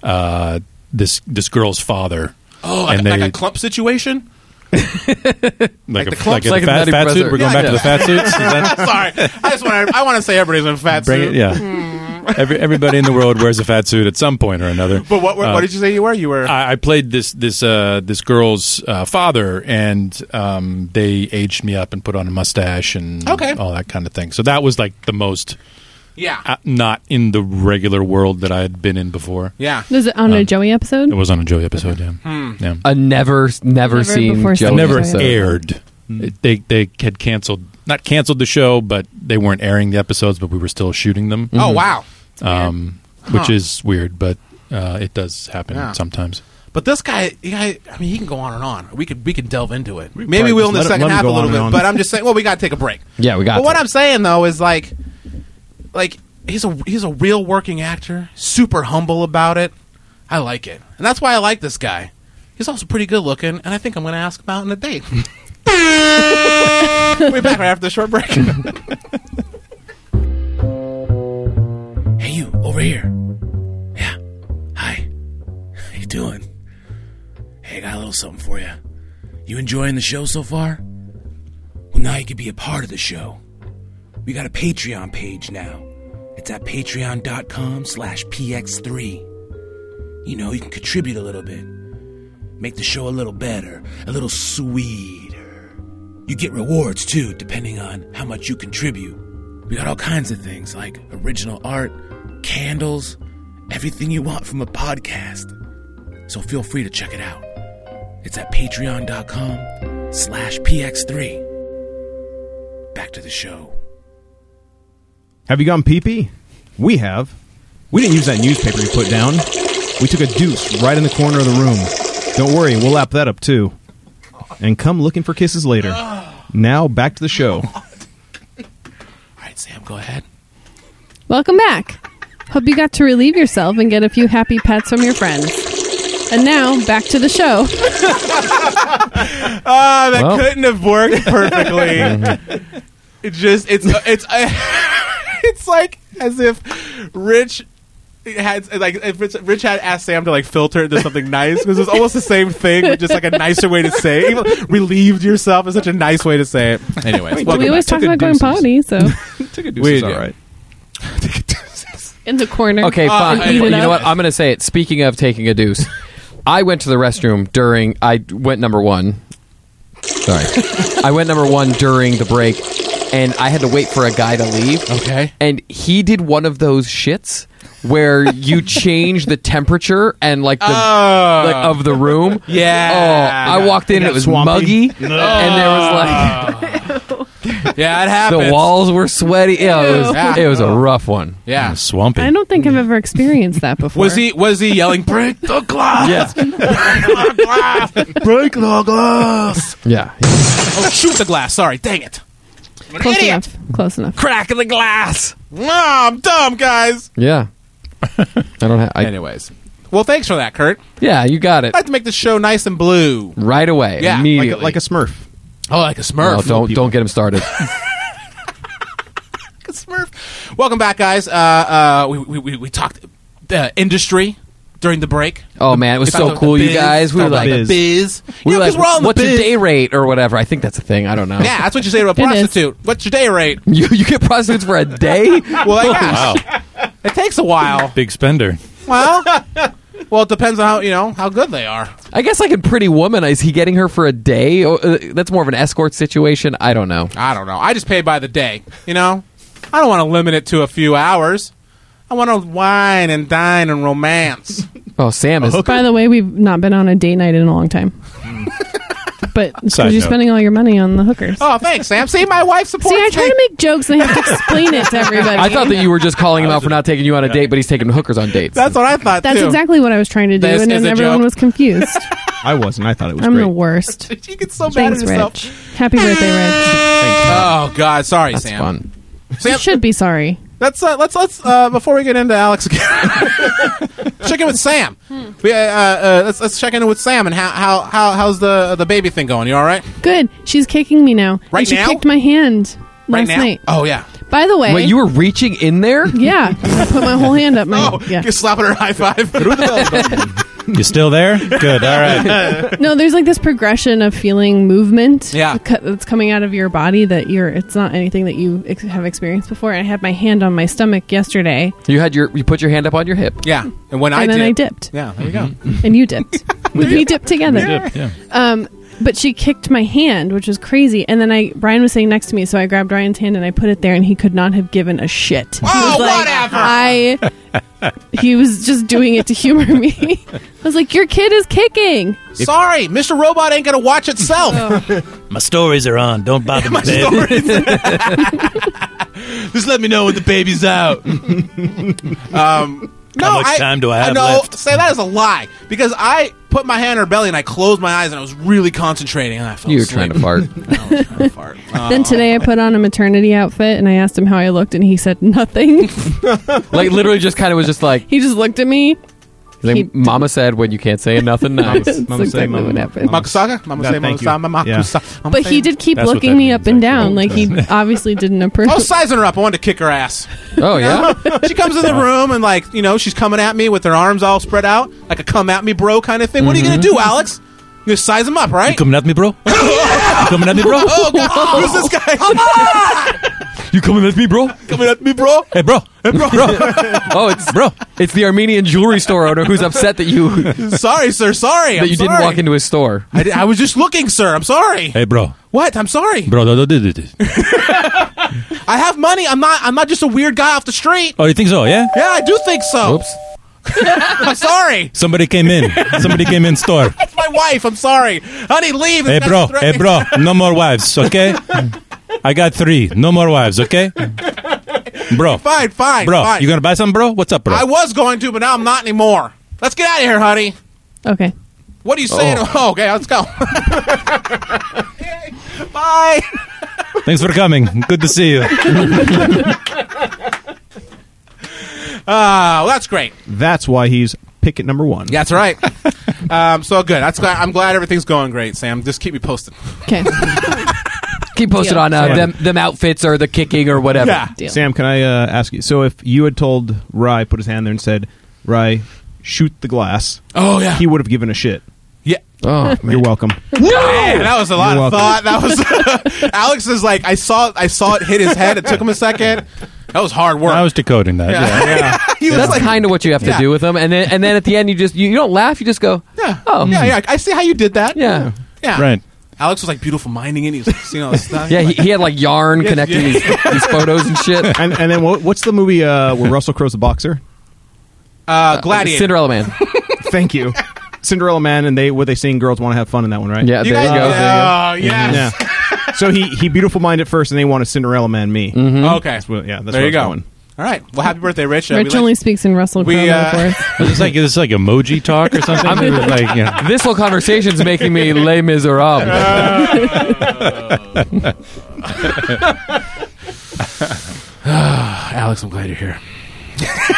E: uh, this this girl's father.
A: oh like,
E: and
A: like
E: they-
A: a clump
E: [laughs]
A: situation
E: Like,
A: the
E: a,
A: clumps.
E: like a
B: Like a
E: fat,
B: Nutty
E: fat
B: Professor.
E: suit. We're going
A: Yeah,
E: back to the fat
A: [laughs]
E: suits. Is that-
A: sorry I just want to I want to say everybody's in a fat
E: bring
A: suit
E: it, yeah. Every, everybody in the world wears a fat suit at some point or another.
A: Hmm. but what, what,
E: Uh,
A: what did you say you were you were
E: I, I played this this uh, this girl's uh, father, and um, they aged me up and put on a mustache and
A: Okay.
E: all that kind of thing. So that was like the most
A: yeah
E: uh, not in the regular world that I had been in before.
A: Yeah. Hmm.
D: Is it on a Joey episode?
E: It was on a Joey episode, yeah. yeah.
B: a never never,
D: Never before
B: seen Joey
D: seen
E: never
D: episode.
E: aired.
A: Hmm.
E: It- They they had canceled not canceled the show, but they weren't airing the episodes, but we were still shooting them.
A: Oh wow.
E: um, which is weird, but uh, it does happen
A: Yeah.
E: sometimes.
A: But this guy, he- I I mean, he can go on and on. We could we could delve into it. Maybe
C: probably
A: we'll in the
C: just let it-
A: second
C: let him
A: half a
C: go on
A: little
C: and
A: bit.
C: on.
A: But I'm just saying. Well, we got to take a break.
B: Yeah, we got
A: But what
B: to.
A: I'm saying though is like, like he's a he's a real working actor. Super humble about it. I like it, and that's why I like this guy. He's also pretty good looking, and I think I'm going to ask him out on a date.
B: [laughs]
A: We're back right after the short
B: [laughs]
A: break. hey, you over here? Yeah. Hi. How you doing? Hey, I got a little something for you. You enjoying the show so far? Well, now you can be a part of the show. We got a Patreon page now. It's at patreon.com slash px3. You know, you can contribute a little bit. Make the show a little better, a little sweeter. You get rewards too, depending on how much you contribute. We got all kinds of things like original art, candles, everything you want from a podcast. So feel free to check it out. It's at patreon.com slash px3. Back to the show.
C: Have you gone pee pee? We have. We didn't use that newspaper you put down. We took a deuce right in the corner of the room. Don't worry, we'll lap that up too. And come looking for kisses later. Now back to the show.
A: All right, Sam, go ahead.
D: Welcome back. Hope you got to relieve yourself and get a few happy pets from your friends. And now back to the show.
A: Ah, that
E: Oh.
B: Well.
A: couldn't have worked perfectly.
E: [laughs]
A: it just it's it's [laughs] it's like as if Rich had like if Rich, Rich had asked Sam to like filter it to something nice because it's almost the same thing, but just like a nicer way to say it. Even relieved yourself is such a nice way to say
C: [laughs]
A: it. Anyways,
C: Wait,
A: welcome
D: we always
C: back.
D: talk
C: Took a
D: about going
C: deuces.
D: potty, so
C: Took a deuce.
A: We
C: is
A: did.
C: all right.
D: in the [laughs] corner.
B: Okay,
A: Uh,
B: fine.
A: I-
B: you
D: Eat it
B: know
D: up.
B: what? I'm going to say it. Speaking of taking a deuce, I went to the restroom during. I went number one. Sorry, I went number one during the break, and I had to wait for a guy to leave.
A: Okay.
B: and he did one of those shits where
A: [laughs]
B: you change the temperature and like the
A: Oh.
B: like of the room.
A: Yeah.
B: Oh, I walked in. It,
C: It got
B: was
C: swampy.
B: muggy, and there
A: Ah. [laughs]
B: was like
A: yeah, it happens.
B: the walls were sweaty. Yeah, it was.
A: Ew.
B: It was a rough one.
A: Yeah.
E: Swampy.
D: I don't think I've ever experienced that before.
A: Was he was he yelling break the glass? [laughs]
B: Yes.
A: Break the glass.
B: Yeah.
A: oh, shoot the glass. Sorry. Dang it.
D: close enough? Close enough.
A: Crack the glass. No, I'm dumb, guys. [laughs]
B: Yeah. I don't have. I,
A: Anyways, well, thanks for that, Kurt.
B: Yeah, you got it
A: I like to make this show nice and blue.
B: right away.
A: Yeah, like a-
B: immediately.
C: Like a, like a Smurf.
A: Oh, like a Smurf.
B: No, don't don't get
A: [laughs]
B: him started.
A: Like a Smurf. Welcome back, guys. Uh, uh, we, we, we, we talked uh, industry during the break.
B: Oh man, it was
A: We
B: so
A: talked about
B: cool,
A: the
B: you
A: biz,
B: guys. We were
A: talked about
B: like,
A: the
C: biz.
A: biz.
B: we
A: You
B: were
A: know, 'cause
B: like,
A: we're all in the
B: what's your
A: biz.
B: day rate or whatever? I think that's a thing. I don't know.
A: Yeah, that's what you say to a
D: is.
A: prostitute. What's your day rate?
B: [laughs] you you get prostitutes for a day.
A: Well, [laughs] yeah,
E: Wow,
A: it takes a while.
E: big spender.
A: Well, well, it depends on how you know how good they are.
B: I guess like in Pretty Woman, is he getting her for a day? Oh, uh, That's more of an escort situation. I don't know.
A: I don't know. I just pay by the day. You know, I don't want to limit it to a few hours. I want to wine and dine and romance.
B: Oh, Sam is.
D: By the way, we've not been on a date night in a
A: [laughs]
D: long time. but because
E: Side
D: you're
E: note.
D: spending all your money on the hookers.
A: [laughs] oh, thanks, Sam. See, my wife
D: See,
A: supports
D: I try
A: me.
D: to make jokes and I have to
A: [laughs]
D: explain it to everybody.
B: I thought that you were just calling him out for not taking you on a date, but he's taking hookers on dates.
A: That's what I thought
D: That's
A: too.
D: exactly what I was trying to do,
A: This
D: and
A: is
D: then
A: a
D: everyone
A: joke.
D: was confused.
A: [laughs]
C: I wasn't. I thought it was
D: I'm
C: great.
D: the worst.
A: She gets so mad at
D: Thanks,
A: herself.
D: Rich. Happy birthday, Rich.
A: Oh God, sorry,
B: That's
A: Sam.
B: fun.
D: You
A: [laughs] Sam,
D: should be sorry.
A: let's uh, let's let's uh, before we get into Alex again, [laughs] check in with Sam. We, uh, uh, uh, let's let's check in with Sam and how how, how how's the the baby thing going? You all right?
D: Good. She's kicking me now.
A: Right
D: and she
A: now?
D: kicked my hand
A: right
D: last
A: now?
D: night.
A: Oh yeah.
D: By the way,
B: Wait, you were reaching in there?
D: yeah, I put my whole hand up. My
A: [laughs] Oh,
D: yeah.
A: you're slapping her high five.
E: You still [laughs] there? Good. All right.
D: No, there's like this progression of feeling movement.
A: Yeah.
D: co- that's coming out of your body that you're. It's not anything that you ex- have experienced before. I had my hand on my stomach yesterday,
B: You had your you put your hand up on your hip.
A: yeah, and when I
D: and then
A: did,
D: I dipped,
A: Yeah, there you go.
D: and
A: [laughs]
D: you dipped. we, dipped together.
E: Yeah.
D: Um, but she kicked my hand, which was crazy. And then I Brian was sitting next to me, so I grabbed Ryan's hand and I put it there, and he could not have given a shit. He
A: Oh,
D: was like,
A: whatever.
D: I. He was just doing it to humor me. [laughs] I was like, "Your kid is kicking."
A: [laughs] Sorry, Mr. Robot ain't gonna watch
E: [laughs]
A: itself.
E: My stories are on.
A: [laughs]
E: Don't bother me, [laughs]
A: Just let me know when the baby's out. um, no,
E: much
A: I-
E: time do I have
A: no,
E: left?
A: Say that is a lie because I put my hand on her belly and I closed my eyes and I was really concentrating and I fell
B: You were
A: asleep.
B: trying to
A: [laughs]
B: fart.
A: I was trying to [laughs] fart. Uh,
D: Then today I put on a maternity outfit and I asked him how I looked and he said nothing. [laughs]
B: like literally, just kind of was just like,
D: he just looked at me.
B: like,
D: He-
B: Mama said when you can't
A: [laughs]
B: say nothing nice.
D: That's
C: Mama say,
D: exactly
C: mama-
D: what happened.
C: mama-
A: Makusaga? Mama
C: No,
A: say,
C: thank
A: mama
C: you.
A: sa- mama
C: Yeah.
A: kusa- mama
D: But
A: say-
D: he did keep
E: That's what
D: looking
E: that
D: me
E: means,
D: up and down.
E: actually.
D: Like he obviously didn't approve.
A: I was sizing her up. I wanted to kick her ass.
B: Oh yeah,
A: she comes in the room and like you know she's coming at me with her arms all spread out like a come at me bro kind of thing. What are you gonna do, Alex? You're gonna size him up, right?
E: Mm-hmm. You coming at me, bro? You coming at me, bro?
A: [laughs] oh god, who's this
E: [laughs]
A: guy
E: You coming at me, bro?
A: coming at me, bro?
E: Hey, bro. Hey,
A: [laughs]
E: bro. bro.
B: oh it's
E: Bro.
B: it's the Armenian jewelry store owner who's upset
A: [laughs]
B: that you that
A: Sorry, sir. Sorry, I'm
B: you didn't
A: sorry.
B: walk into his store.
A: I, di- I was just looking, sir. I'm sorry.
E: Hey, bro.
A: What? I'm sorry.
E: Bro, no, no, no, no, no.
A: I have money. I'm not. I'm not just a weird guy off the street.
E: Oh, you think so? Yeah.
A: Yeah, I do think so.
B: Oops.
A: [laughs] I'm sorry.
E: Somebody came
A: [laughs]
E: in. Somebody came in store.
A: It's my wife. I'm sorry, honey. Leave.
E: Hey,
A: It's not
E: bro.
A: threatening.
E: Hey, bro. No more wives, okay? I got three. No more wives, okay? Bro.
A: Fine, fine,
E: Bro.
A: Fine.
E: You gonna buy some, bro? What's up, bro?
A: I was going to, but now I'm not anymore. Let's get out of here, honey.
D: okay.
A: What are you saying? [laughs] Oh, okay, let's go. Bye.
E: Thanks for coming. Good to see you.
A: Oh, [laughs] that's great.
C: That's why he's picket number one.
A: That's right. [laughs] um, so good. That's glad, I'm glad everything's going great, Sam. Just keep me
B: [laughs]
A: posted.
D: Okay.
B: Keep posted
D: Deal.
B: on uh, them them outfits or the kicking or whatever.
D: Deal.
C: Sam, can I uh, ask you? So if you had told Rye, put his hand there and said, Rye, shoot the glass,
A: Oh yeah.
C: he would have given a shit.
A: yeah. [laughs]
B: Oh, [laughs]
C: You're welcome.
A: Man, that was a lot
C: You're
A: of thought. That was [laughs] Alex is like I saw I saw it hit his head. It took him a second. That was hard work. [laughs]
E: I was decoding that. Yeah.
A: he was
B: that's
A: like,
B: kind of what you have to
A: Yeah.
B: do with them, and then and then at the end you just you, you don't laugh, you just go,
A: yeah,
B: oh
A: yeah, yeah. I see how you did that.
B: yeah.
A: yeah.
E: Right.
A: Alex was like beautiful minding it. He was like, seeing all this stuff.
B: [laughs] Yeah, he, he had like yarn
A: Yeah,
B: connecting
A: [laughs] yeah.
B: These, these photos and shit.
C: And, and then what, what's the movie uh, where Russell Crowe's a boxer?
A: uh, Gladiator.
B: Cinderella Man.
C: Thank you. Cinderella Man, and they where they sing girls want to have fun in that one, right?
B: Yeah,
A: You
B: there
A: guys,
B: you go.
A: Oh, yes.
C: Yeah. so he, he beautiful mind at first, and they want a Cinderella Man me.
B: Mm-hmm.
A: Okay.
C: Well, yeah, that's
A: there
C: where
A: you
C: I
A: go.
C: was going.
A: All right. Well, happy birthday, Rich. Uh, we
D: Rich
A: like-
D: only speaks in Russell
A: We,
D: Crowe
A: uh,
D: metaphors.
E: It's like it's like emoji talk [laughs] or something.
B: I'm-
E: like, you know.
B: This whole conversation's making me les miserables.
A: Alex, I'm glad you're here.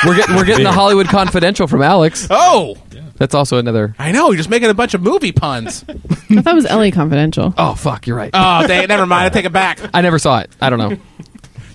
B: We're getting
A: [laughs]
B: we're getting the Hollywood Confidential from Alex.
A: Oh,
B: That's also another.
A: I know. You're just making a bunch of movie puns.
D: I thought it was LA Confidential.
B: Oh fuck, you're right.
A: [laughs] oh, dang, never mind. I take it back. You
B: I never saw it. I don't know.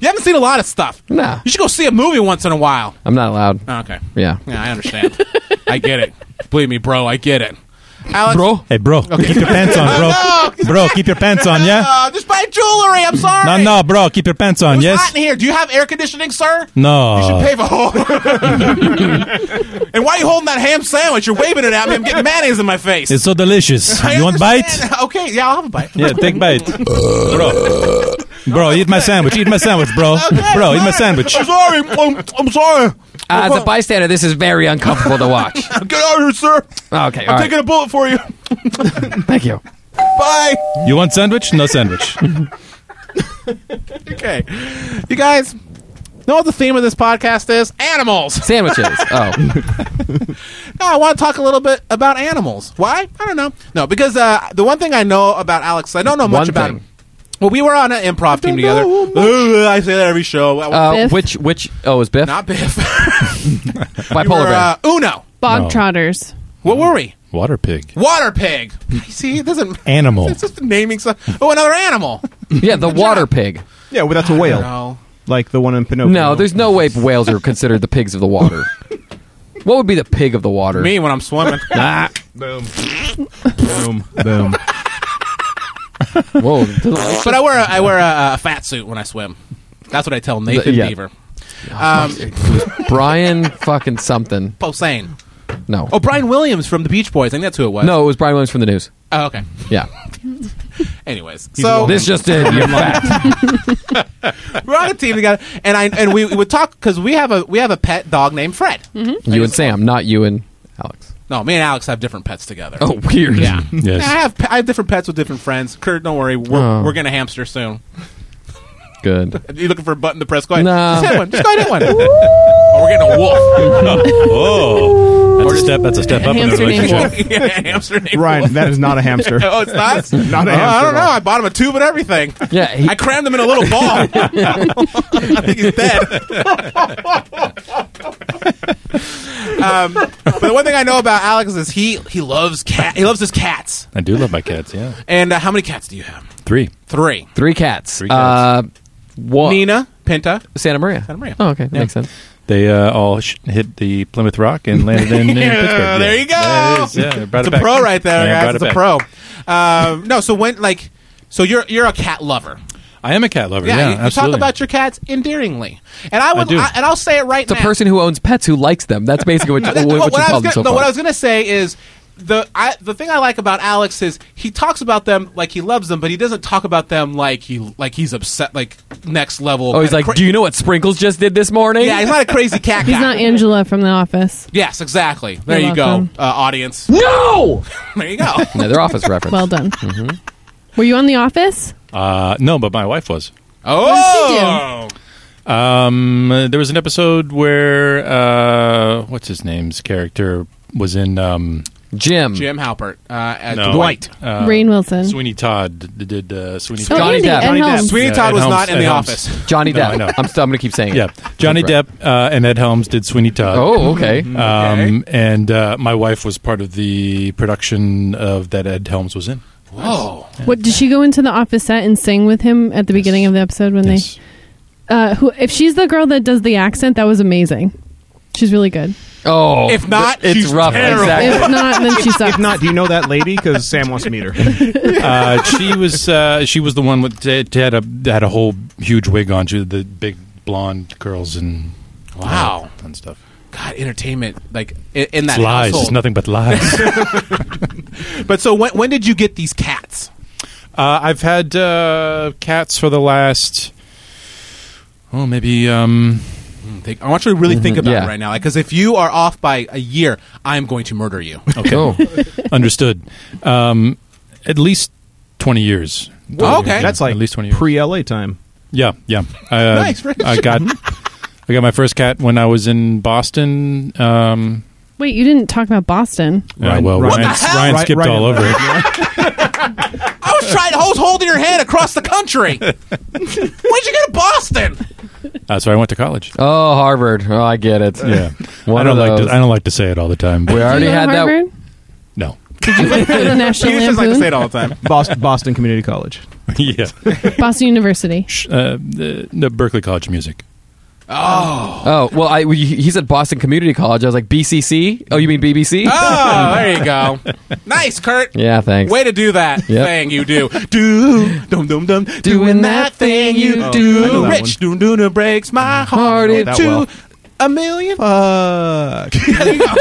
A: haven't seen a lot of stuff.
B: Nah,
A: You should go see a movie once in a while.
B: I'm not allowed.
A: Oh, okay.
B: Yeah,
A: Yeah, I
E: [laughs]
A: understand. I get it. Believe me, bro. I get it. Alex,
B: bro.
E: Hey, bro, keep your pants on,
A: [laughs]
E: bro. Bro, keep your pants on, yeah?
A: Uh, just buy jewelry. I'm sorry.
E: No, no, bro, keep your pants on,
A: It's
E: yes?
A: hot in here. Do you have air conditioning, sir?
E: No.
A: You should pay for
E: [laughs]
A: and why are you holding that ham sandwich? You're waving it at me. I'm getting mayonnaise in my face.
E: It's so
A: [laughs]
E: delicious.
A: I
E: You want bite?
A: understand. Okay, yeah, I'll have a bite.
E: Yeah,
A: [laughs]
E: take bite. Bro. Bro, eat my sandwich. Eat my sandwich, bro.
A: Okay,
E: Bro, eat my
A: sorry.
E: sandwich.
A: I'm sorry. I'm, I'm sorry.
B: Uh, as a bystander, this is very uncomfortable to watch.
A: [laughs] Get out of here, sir.
B: Okay,
A: I'm
B: all right.
A: taking a bullet for you. [laughs]
B: Thank you.
A: Bye.
E: You want sandwich?
A: [laughs]
E: No sandwich.
A: Okay. You guys know what the theme of this podcast is? Animals.
B: Sandwiches.
A: [laughs]
B: Oh,
A: No, I want to talk a little bit about animals. Why? I don't know. No, because uh, the one thing I know about Alex, I don't know much
B: One
A: about
B: thing.
A: him. Well, we were on an improv team together. Ugh, I say that every show.
B: uh,
D: Biff.
B: which which? Oh, is
A: [laughs]
B: Biff
A: Not Biff. we
B: bipolar?
A: were,
B: bear.
A: uh, Uno.
D: Bog
E: No.
D: trotters.
A: What were we?
E: Water pig.
A: Water pig.
B: Hmm.
A: [laughs] See, it doesn't.
E: Animal.
A: It's just naming stuff. Oh, another animal.
B: yeah, the water pig.
C: Yeah, well, that's a
B: Oh.
C: whale,
A: No.
C: like the one in Pinocchio.
B: No, there's no way whales are considered the pigs of the water. What would be the pig of the water?
A: Me when I'm swimming.
C: boom, boom, boom.
B: Whoa.
A: But I wear a, I wear a, a fat suit when I swim. That's what I tell Nathan
B: The- yeah.
A: Beaver. Um,
B: Brian fucking something.
A: Posehn.
B: No.
A: Oh, Brian Williams from the Beach Boys. I think that's who it was.
B: No, it was Brian Williams from the news.
A: Oh, okay.
B: Yeah.
A: Anyways, so
B: This
A: [laughs]
B: just did. You're fat.
A: we're on a team together, and I and we, we would talk because we have a we have a pet dog named Fred.
B: You and Sam, not you and Alex.
A: No, me and Alex have different pets together.
B: Oh, weird.
A: yeah.
E: Yes.
A: I have pe- I have different pets with different friends. Kurt, don't worry, we're,
B: Oh.
A: we're gonna hamster soon.
B: Good.
A: Are you looking for a button to press? Go ahead.
B: No.
C: [laughs]
A: Just hit one. Just go ahead and hit one. oh, we're getting a wolf.
E: [laughs] Oh. That's a step. That's a step up in the
D: Hamster named
E: relationship.
C: [laughs]
A: [laughs]
D: Wolf.
A: yeah, hamster name.
C: Ryan, that is not a hamster.
A: [laughs] Oh, it's not.
C: [laughs] Not a
A: Oh, I
C: hamster
A: don't know.
C: at all.
A: I bought him a tube and everything.
B: Yeah, he-
A: I crammed him in a little ball. I think he's dead. um, but the one thing I know about Alex is he he loves cat. He loves his cats.
E: I do love my cats. Yeah,
A: And uh, how many cats do you have?
E: three.
A: Three.
B: Three cats.
E: Three cats.
B: Uh, one,
A: Nina, Pinta,
B: Santa Maria.
A: Santa Maria.
B: Oh, okay, that makes sense.
E: They uh, all sh- hit the Plymouth Rock and
A: [laughs]
E: landed in, in
A: Yeah,
E: Pittsburgh.
A: there you go.
E: That is- yeah, brought
A: It's
E: it
A: a
E: back.
A: pro right there,
E: Yeah, brought
A: guys. It's
E: it
A: a
E: back.
A: pro. Um, no, so when like, so you're you're a cat lover.
E: I am a cat lover.
A: Yeah,
E: Yeah,
A: you- you, talk
E: absolutely.
A: about your cats endearingly, and I would,
E: do.
A: and I'll say it right
B: It's a
A: now.
B: person who owns pets who likes them. That's basically
A: [laughs] That-
B: what, what,
A: what,
B: what you
A: I was
B: called them
A: gonna,
B: so
A: no,
B: far.
A: what I was gonna say is the I, the thing I like about Alex is he talks about them like he loves them, but he doesn't talk about them like he like he's upset like next level.
B: oh, he's
A: kinda
B: like,
A: cra-
B: do you know what Sprinkles just did this morning?
A: yeah, he's not a
D: [laughs]
A: crazy cat.
D: He's
A: guy.
D: not Angela from The Office.
A: Yes, exactly. There
D: You're
A: you go,
D: welcome.
A: uh,
D: [laughs]
A: audience. [laughs]
B: no.
A: There you go.
B: Another office reference.
D: Well done. Were you on The Office?
E: Uh, no, but my wife was.
A: Oh,
E: Um, uh, there was an episode where uh, what's his name's character was in um,
B: Jim.
A: Jim Halpert, uh, uh,
E: no,
A: Dwight.
E: uh,
D: Rain Wilson.
E: Sweeney Todd d- did uh, Sweeney
D: oh,
E: Todd.
B: Johnny
D: Andy,
B: Depp.
D: Ed
B: Johnny
D: Helms.
A: Sweeney
E: Yeah,
A: Todd
E: Ed
A: was
E: Helms-
A: not in
E: Ed
A: the
E: Helms.
A: office.
B: Johnny
E: No, I
B: Depp.
E: know.
B: I'm, still, I'm gonna keep saying
E: Yeah,
B: it.
E: Johnny
B: That's
E: Depp uh, and Ed Helms did Sweeney Todd.
B: Oh, okay.
A: Mm-hmm.
E: Um, and uh, my wife was part of the production of that Ed Helms was in.
A: Whoa.
D: What did she go into the office set and sing with him at the beginning of the episode when
E: Yes.
D: they? Uh, who, if she's the girl that does the accent, that was amazing. She's really good.
B: Oh,
A: If not,
B: it's
A: she's
B: rough.
A: terrible.
B: Exactly.
A: [laughs]
D: If not, then she sucks.
C: If not, do you know that lady? Because Sam wants to meet her.
E: uh, she was uh, she was the one with that had a had a whole huge wig on. She had the big blonde curls and
A: Wow.
E: and stuff.
A: God, entertainment like in, in that
E: It's lies.
A: household.
E: It's nothing
A: [laughs]
E: but lies. uh,
A: But so when when did you get these cats?
E: I've had uh, cats for the last oh maybe um,
A: Think, I want you to really think about
B: Mm-hmm. yeah.
A: it right now, because if you are off by a year, I am going to murder you.
E: okay
B: Oh.
E: understood um, at least twenty years.
A: Whoa, okay.
C: That's like
E: at least twenty years.
C: pre LA time.
E: Yeah, yeah. I, uh,
A: Nice, Rich.
E: I got I got my first cat when I was in Boston. Um,
D: Wait, you didn't talk about Boston.
E: yeah,
C: Ryan-
E: well,
C: What
E: Ryan,
A: the hell?
E: Ryan
C: Right-
E: skipped
C: right
E: all
C: in-
E: over it.
A: I was trying. I was holding your hand across the country. When'd you go to Boston?
E: Uh, so I went to college.
B: Oh, Harvard. Oh, I get it.
E: [laughs] Yeah,
B: One
E: I don't
B: of
E: like
B: those.
E: to I don't like to say it all the time.
B: We
E: But
B: already
D: you go to
B: had that.
D: Harvard?
E: no,
D: Go to the National
A: just like to say it
D: Lampoon,
A: all the time.
C: Boston, Boston Community College.
E: [laughs] yeah,
D: Boston University.
E: Sh- uh, the, the Berkeley College of Music.
B: Oh, well, I he he's at Boston Community College. I was like BCC. Oh, you mean BBC?
A: Oh, there you go. Nice, Kurt.
B: Yeah, thanks.
A: Way to do that
B: Yep.
A: thing you do. Do dum dum dum doing that thing you
C: Oh, I know
A: do.
C: that
A: Rich dum dum dum breaks my heart
B: Party
C: that
A: into
C: well.
A: a million.
C: Fuck.
A: There you go.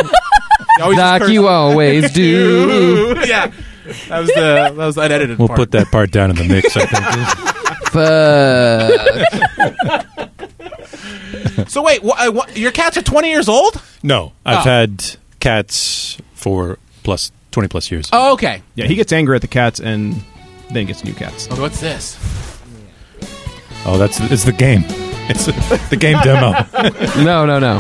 A: You always just
B: Like
A: curse.
B: you always do.
A: yeah. That was the that was the unedited
E: We'll
A: part.
E: put that part down in the mix. I think.
B: Fuck.
A: So wait, wha- uh, wha- your cats are twenty years old?
E: [laughs] no, I've
A: Oh.
E: had cats for plus twenty plus years.
A: Oh, okay.
C: [laughs] Yeah, he gets angry at the cats and then gets new cats.
A: What's this?
E: Oh, that's it's the game. It's the
A: [laughs]
E: game demo.
B: No, no, no.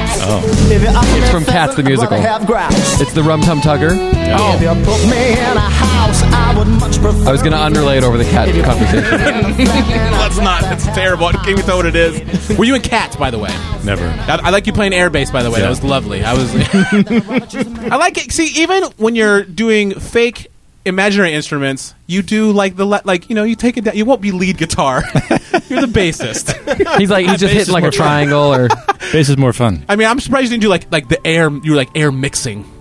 B: It's from Cats the Musical. It's the Rum Tum Tugger.
E: Oh,
B: I [laughs] was going to underlay it over the cat
A: [laughs]
B: conversation.
A: That's not. That's terrible. I can't even tell what it is. Were you in Cats, by the way?
E: never.
A: I, I like you playing air bass, by the way. That
E: Yeah.
A: was lovely. I was. [laughs] I like it. See, even when you're doing fake imaginary instruments, you do like the le- like you know you take it down. You won't be lead guitar. [laughs] you're the bassist.
B: He's like, he's just hitting like a triangle or.
E: Bass is more fun.
A: [laughs] I mean, I'm surprised you didn't do like like the air. You were like air mixing.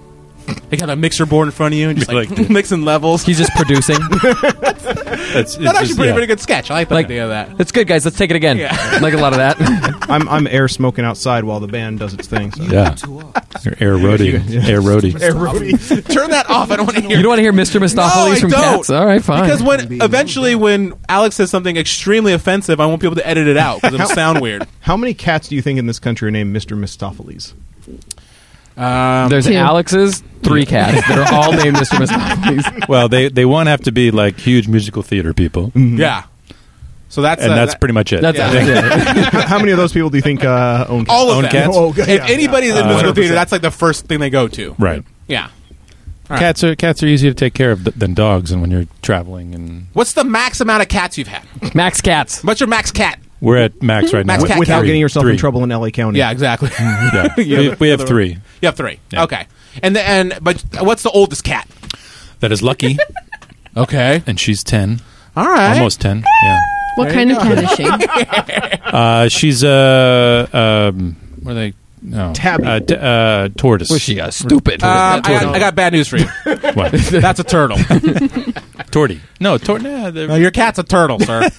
A: They got a mixer board in front of you and just like,
E: Like-
A: [laughs] mixing levels.
B: He's just
A: [laughs]
B: producing.
E: That's, it's
A: That's actually
E: just-
A: pretty
E: yeah.
A: pretty good sketch. I like the
B: Like-
A: idea of that.
B: That's good, guys. Let's take it again.
A: Yeah.
B: Like a lot of that.
C: I'm, I'm air smoking outside while the band does its thing. So.
E: Yeah. Or Air roadie. Air
A: [laughs]
E: roadie.
A: [laughs] Turn that off. I don't [laughs] want to hear.
B: You don't want to hear Mr. Mistopheles
A: I
B: from
A: don't.
B: Cats? All right, fine.
A: Because when eventually when Alex says something extremely offensive, I won't be able to edit it out because [laughs] it'll sound weird.
C: How many cats do you think in this country are named Mr. Mistopheles? [laughs]
B: There's
D: Two.
B: Alex's three cats that are all
A: [laughs]
B: named Mr. Mistopheles.
E: Mm-hmm. Well, they they one have to be like huge musical theater people,
A: Yeah. So that's
E: and
A: uh,
E: that's
A: that-
E: pretty much it.
B: That's
A: Yeah.
B: that's it.
E: [laughs]
C: how, how many of those people do you think uh, own cats?
A: all of
E: Own
A: them.
E: cats?
C: Oh, okay,
A: if
C: yeah,
A: anybody's in musical
E: 100%.
A: theater, that's like the first thing they go to.
E: right.
A: Yeah.
E: Cats are cats are easier to take care of th- than dogs, and when you're traveling, and
A: What's the max amount of cats you've had?
B: Max Cats.
A: What's your max cat?
E: we're at max right
A: Max
E: now.
A: cat
C: Without
A: count.
C: getting yourself
E: Three.
C: in trouble in LA County.
A: Yeah, exactly.
E: [laughs]
A: [laughs]
E: Yeah. we, we have three.
A: you have three.
E: Yeah.
A: Okay. And the, and but what's the oldest cat?
E: That
A: [laughs]
E: is lucky,
A: Okay.
E: and she's ten,
A: All right.
E: almost ten. Yeah.
D: What kind of cat is she?
E: Uh, she's a uh, um, what are they? No.
C: Tabby.
E: Uh, t- uh, tortoise.
B: Was she a stupid?
A: Um, I, got, I got bad news for you. [laughs]
E: What?
A: That's a turtle.
E: Torty. No, tort. Nah, they're-
A: No, your cat's a turtle, sir.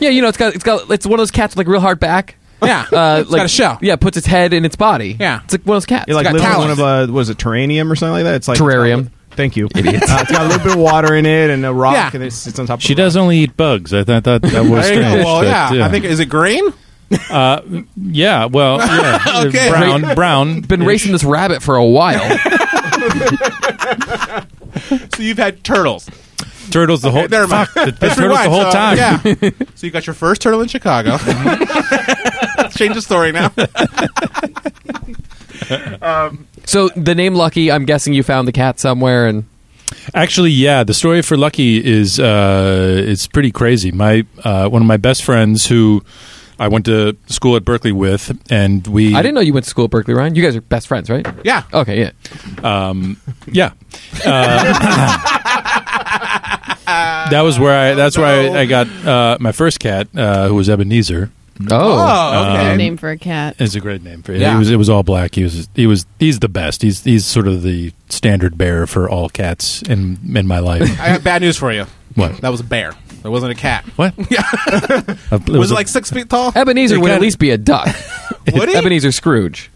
B: yeah, you know, it's got it's got it's one of those cats with like real hard back.
A: Yeah.
B: Uh,
A: it's
B: like,
A: got a shell.
B: Yeah, puts its head in its body.
A: Yeah.
B: it's like one of those cats.
C: It like
A: got
C: lives in one
A: talons.
C: of a was it terrarium or something like that? It's like
B: Terrarium.
C: Thank you. Uh, it's got a little bit of water in it and a rock,
A: Yeah.
C: and it sits on top. Of
E: She
C: a rock.
E: does only eat bugs. I thought that, that
A: [laughs]
E: was
A: There you go.
E: strange.
A: Well,
E: but,
A: yeah. I think is it green?
E: Yeah, well, yeah.
A: [laughs] Okay.
E: brown,
A: [laughs]
E: brown.
B: been racing this rabbit for a while.
A: So you've had turtles.
E: turtles the whole.
A: Never mind.
E: Fuck, the, the
A: Let's
E: turtles
A: rewind.
E: the whole
A: So,
E: time. [laughs]
A: Yeah. so you got your first turtle in Chicago. [laughs] Change the story now.
B: so the name Lucky, I'm guessing you found the cat somewhere, and
E: Actually, yeah, the story for Lucky is uh, it's pretty crazy. My uh, one of my best friends who I went to school at Berkeley with, and we
B: I didn't know you went to school at Berkeley, Ryan. You guys are best friends, right?
A: Yeah.
E: Oh.
B: Okay, yeah.
E: Yeah. Uh, [laughs] that was where I. That's where I, I got uh, my first cat, uh, who was Ebenezer.
B: Oh,
E: Uh,
A: Oh, okay.
D: Good
E: um,
D: name for a cat.
E: It's a great name for it.
A: Yeah.
E: It was it was all black. He was he was he's the best. He's he's sort of the standard bearer for all cats in in my
A: [laughs]
E: life.
A: I have bad news for you.
E: What?
A: That was a bear. It wasn't a cat.
E: What?
A: [laughs] Yeah.
E: Uh,
A: Was,
E: was
A: it
E: a-
A: like six feet tall?
B: Ebenezer
E: It
B: would at
E: kinda-
B: least be a duck.
A: Would he?
B: Ebenezer Scrooge.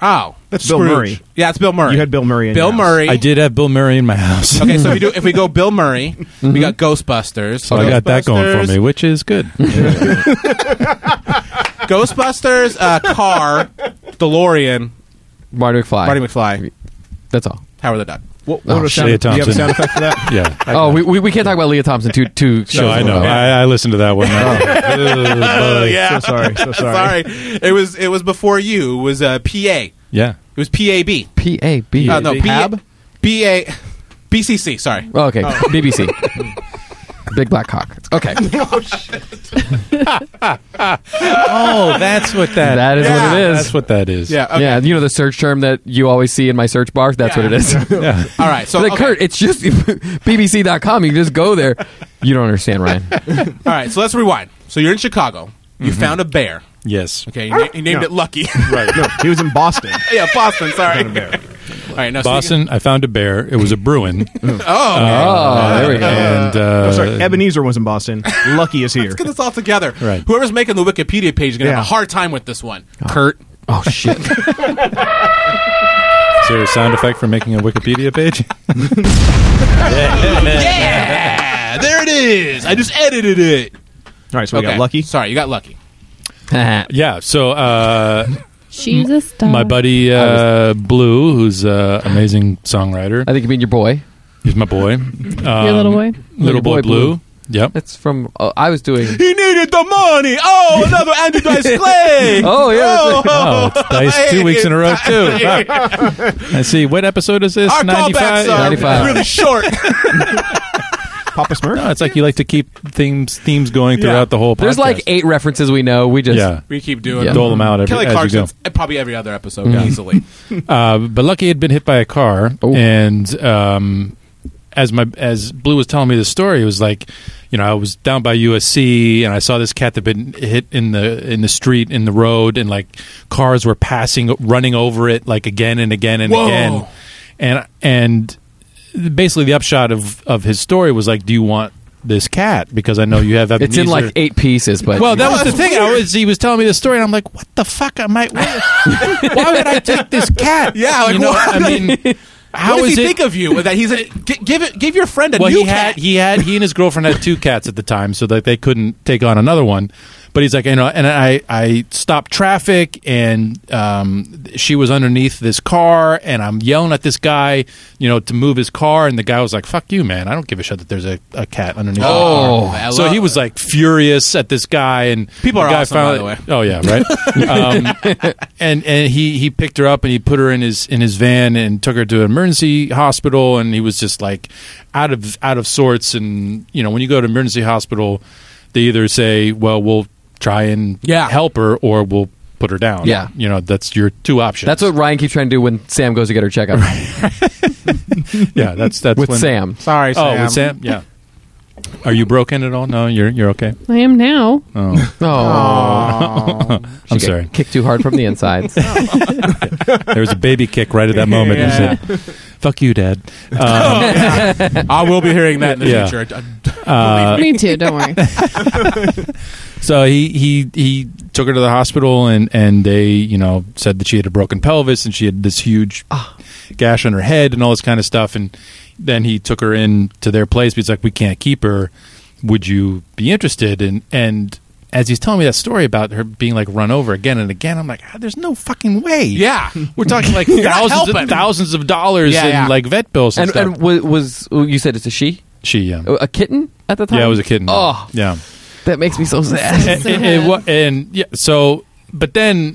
A: Oh,
C: That's Bill
A: Scrooge.
C: Murray.
A: Yeah, it's Bill Murray.
C: You had Bill Murray in
A: Bill
C: your house.
A: Murray.
E: I did have Bill Murray in my house.
A: Okay, so if we do if we go Bill Murray, we got Ghostbusters.
E: Mm-hmm. So I got that going for me,
A: Ghostbusters,
E: which is [laughs] good.
A: Ghostbusters, uh,
E: [laughs]
A: Car, DeLorean,
B: Marty McFly.
A: Marty McFly,
B: That's all.
A: Howard the Duck.
C: What, what
B: Oh,
C: was
E: Shea
C: sound, do you have a
E: Thompson.
C: sound effect for
E: [laughs]
C: that?
E: yeah.
B: Oh, we, we, we can't talk about Leah Thompson two two shows.
E: No, I
B: in a
E: know.
B: row.
E: I, I listened to that one. [laughs]
A: Oh yeah,
C: So sorry. So
A: [laughs]
C: sorry.
A: sorry. It was it was before you. It was uh, PA. It
E: yeah.
A: was PAB.
B: P A B.
A: Uh, no, B-
C: PAB?
A: BA BCC. Sorry.
B: Oh, okay, [laughs] BBC. Big black cock. Okay,
E: Oh, that's what that.
B: that is
A: Yeah,
B: what it is.
E: That's what that is.
A: Yeah. Okay.
B: Yeah, you know the search term that you always see in my search bar. That's
A: Yeah.
B: what it is.
E: Yeah.
A: All right. So
B: like
A: okay.
B: Kurt, it's just [laughs] BBC.com. You can just go there. You don't understand, Ryan.
A: All right. So let's rewind. So you're in Chicago. You found a bear.
E: Yes.
A: Okay. You, na- you named
C: Yeah.
A: it Lucky. [laughs]
C: Right. No, he was in Boston.
A: yeah, Boston. Sorry. All right. No, so you-
E: Boston. I found a bear. It was a [laughs] Bruin.
A: oh. okay.
B: Oh, there we go.
E: and uh,
C: Oh, sorry, Ebenezer was in Boston. [laughs] Lucky is here.
A: Let's get this all together.
E: Right.
A: Whoever's making the Wikipedia page is gonna have
C: Yeah.
A: a hard time with this one. Kurt.
B: Oh [laughs] shit!
E: is there a sound effect for making a Wikipedia [laughs] page?
A: Yeah, Uh, there it is. I just edited it.
C: All right, so we got Lucky.
A: Sorry, you got lucky.
E: yeah. So uh,
D: She's a star.
E: my buddy uh, Blue, who's an amazing songwriter,
B: I think you mean your boy.
E: he's my boy.
D: Your little boy.
B: Your
E: Little
B: boy
E: boy, Blue.
B: Blue.
E: Yep.
B: That's from. Oh, I was doing.
A: He needed the money. Oh, another Andrew [laughs] Dice Clay.
B: Oh yeah. that's right.
E: Oh, it's nice. Two weeks in a row too.
A: [laughs] Our
E: I see. What episode is this?
A: callbacks are
B: 95.
A: really short. [laughs]
C: Papa Smurf.
E: No, it's like you like to keep themes themes going
A: Yeah.
E: throughout the whole.
B: [laughs]
E: Podcast.
B: There's like eight references we know. We just.
E: Yeah.
A: we keep doing
B: Yeah.
A: it.
E: Dole them out every
A: Kelly
E: as you go.
A: Clarkson's probably every other episode [laughs] easily.
E: Uh, but Lucky had been hit by a car,
B: Oh.
E: and um, as my as Blue was telling me the story, it was like, you know, I was down by USC and I saw this cat that had been hit in the in the street in the road, and like cars were passing, running over it like again and again and
A: Whoa.
E: again, and and basically the upshot of of his story was like, do you want this cat? Because I know you have
B: It's in
E: Ebenezer."
B: like eight pieces, but
E: Well, that
A: Well,
E: was the
A: that's
E: thing. I was, he was telling me the story, and I'm like, "What the fuck am I? Why, why would I take this cat?
A: Yeah, like,
E: you know,
A: what? [laughs]
E: I mean, How
A: what does
E: is
A: he
E: it-
A: think of you? That he's a, g- give it, give your friend a
E: well,
A: new
E: he
A: cat.
E: had he had he and his girlfriend had two cats at the time, so that they couldn't take on another one. But he's like, you know, and I I stopped traffic, and um, she was underneath this car, and I'm yelling at this guy, you know, to move his car, and the guy was like, "Fuck you, man! I don't give a shit that there's a, a cat underneath." the
B: Oh.
E: car."
B: I
E: so
B: love-
E: he was like furious at this guy, and
A: People
E: the
A: are
E: guy
A: awesome, by
E: finally-
A: the way.
E: Oh yeah,
B: [laughs]
E: right. um, and and he he picked her up and he put her in his in his van and took her to an emergency hospital and he was just like out of out of sorts and you know when you go to emergency hospital they either say well we'll try and
B: Yeah.
E: help her or we'll put her down
B: Yeah.
E: you know that's your two options
B: That's what Ryan keeps trying to do when Sam goes to get her checkup
E: yeah that's that's
B: with
E: when-
B: Sam.
A: Sorry, Sam.
E: oh with Sam yeah are you broken at all no you're you're okay
D: I am now.
E: oh
B: Oh,
E: [laughs] I'm sorry
B: Kick too hard from the [laughs] insides.
E: there was a baby kick right
B: [laughs]
E: at that moment He
A: Yeah.
E: said, fuck you dad
A: [laughs] I will be hearing that in the
E: Yeah.
A: future. I- I-
D: Me too. Don't worry.
E: So he he he took her to the hospital and and they you know said that she had a broken pelvis and she had this huge gash on her head and all this kind of stuff and then he took her in to their place. But he's like, we can't keep her. Would you be interested? And and as he's telling me that story about her being like run over again and again, I'm like, "Ah, there's no fucking way.
A: Yeah.
E: [laughs] we're
A: [laughs]
E: talking like
A: not
E: thousands
A: helping.
E: and thousands of dollars
A: Yeah,
E: in
A: yeah.
E: like vet bills and,
B: and
E: stuff.
B: and was, was you said it's a she,
E: she yeah.
B: a kitten at the time.
E: Yeah, it was a kitten.
B: Oh,
E: yeah.
B: that makes me so sad. [laughs]
E: and, and- and what- and, yeah, so but then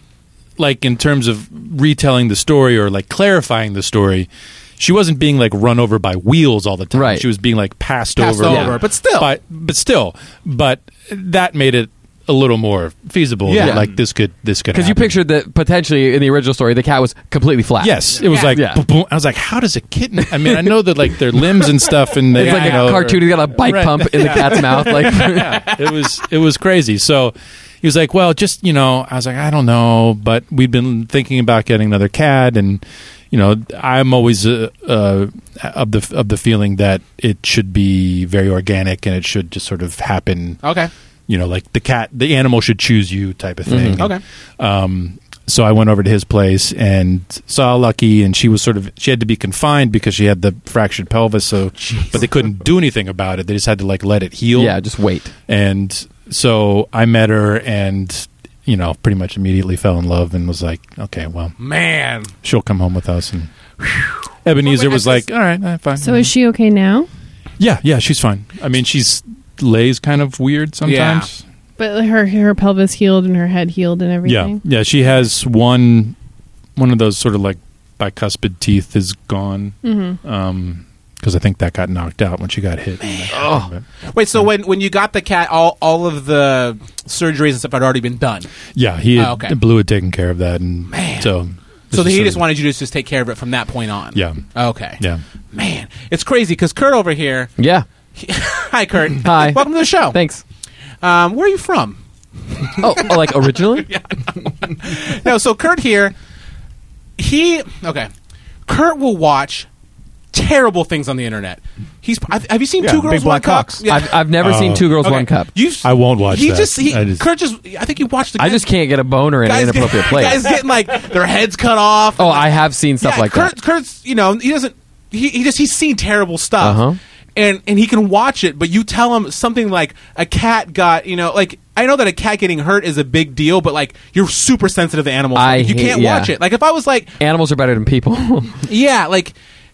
E: like in terms of retelling the story or like clarifying the story, she wasn't being like run over by wheels all the time.
B: Right.
E: She was being like passed,
A: Passed
E: over,
A: over, but still.
E: by, but still, but that made it a little more feasible.
A: Yeah.
E: that, like this could this could
B: Because you
E: happen.
B: pictured that potentially in the original story, the cat was completely flat.
E: Yes, it was
A: Yeah.
E: like
B: Yeah.
E: boom, boom. I was like, "How does a kitten?" I mean, I know that like their limbs and stuff, and they,
B: It's like
E: you
B: a
E: know,
B: cartoon. He's got a bike
E: Right.
B: pump in
E: [laughs]
B: the cat's mouth. Like,
E: yeah, it was it was crazy. So he was like, "Well, just you know," I was like, "I don't know," but we'd been thinking about getting another cat, and you know, I'm always uh, uh, of the of the feeling that it should be very organic and it should just sort of happen.
A: Okay.
E: You know, like the cat, the animal should choose you, type of
A: [laughs]
E: thing.
A: Mm-hmm. Okay.
E: Um, so I went over to his place and saw Lucky, and she was sort of she had to be confined because she had the fractured pelvis. So, but they couldn't do anything about it. They just had to like let it heal.
B: yeah, just wait.
E: And so I met her and, you know, pretty much immediately fell in love and was like, okay, well,
A: Man.
E: she'll come home with us. And Ebenezer was like, all right, uh, fine.
D: So is she okay now?
E: yeah, yeah, she's fine. I mean, she's lays kind of weird sometimes.
D: But her her pelvis healed and her head healed and
E: Yeah.
D: everything.
E: Yeah. She has one, one of those sort of like bicuspid teeth is gone. Mm-hmm. Um, because I think that got knocked out when she got hit. Oh.
A: Wait, so when, when you got the cat, all, all of the surgeries and stuff had already been done.
E: Yeah, he had,
A: Oh, okay.
E: Blue had taken care of that, and
A: Man.
E: so
A: So
E: this is
A: he
E: sort
A: just
E: of-
A: wanted you to just take care of it from that point on.
E: Yeah.
A: Okay.
E: yeah.
A: Man, it's crazy because Kurt over here. [laughs]
B: Yeah.
A: Hi, Kurt.
B: Hi.
A: Welcome to the show.
B: Thanks.
A: Um, where are you from?
B: Oh, oh,
A: [laughs]
B: like originally?
A: No, so Kurt here, he okay. Kurt will watch terrible things on the internet. He's I've- have you seen
C: Yeah,
A: Two Girls
C: Big
A: One
C: Black
A: Cup?
C: Cocks.
A: Yeah.
B: I've, I've never seen Two Girls,
A: Oh. Okay.
B: One Cup.
A: You've,
E: I won't watch
A: He
E: that.
A: just he
E: I just-
A: Kurt just I think you watched the.
B: I
A: guys-
B: just can't get a boner in an
A: guys get-
B: inappropriate place.
A: Guys getting like their heads cut off.
B: oh, I have seen stuff
A: yeah,
B: like
A: Kurt,
B: that.
A: Kurt's you know he doesn't he, he just he's seen terrible stuff.
B: Uh-huh.
A: And, and he can watch it, but you tell him something like a cat got you know like I know that a cat getting hurt is a big deal, but like you're super sensitive to animals.
B: I
A: you
B: hate-
A: can't
B: yeah.
A: watch it. Like if I was like
B: Animals are better than people. [laughs]
A: Yeah, like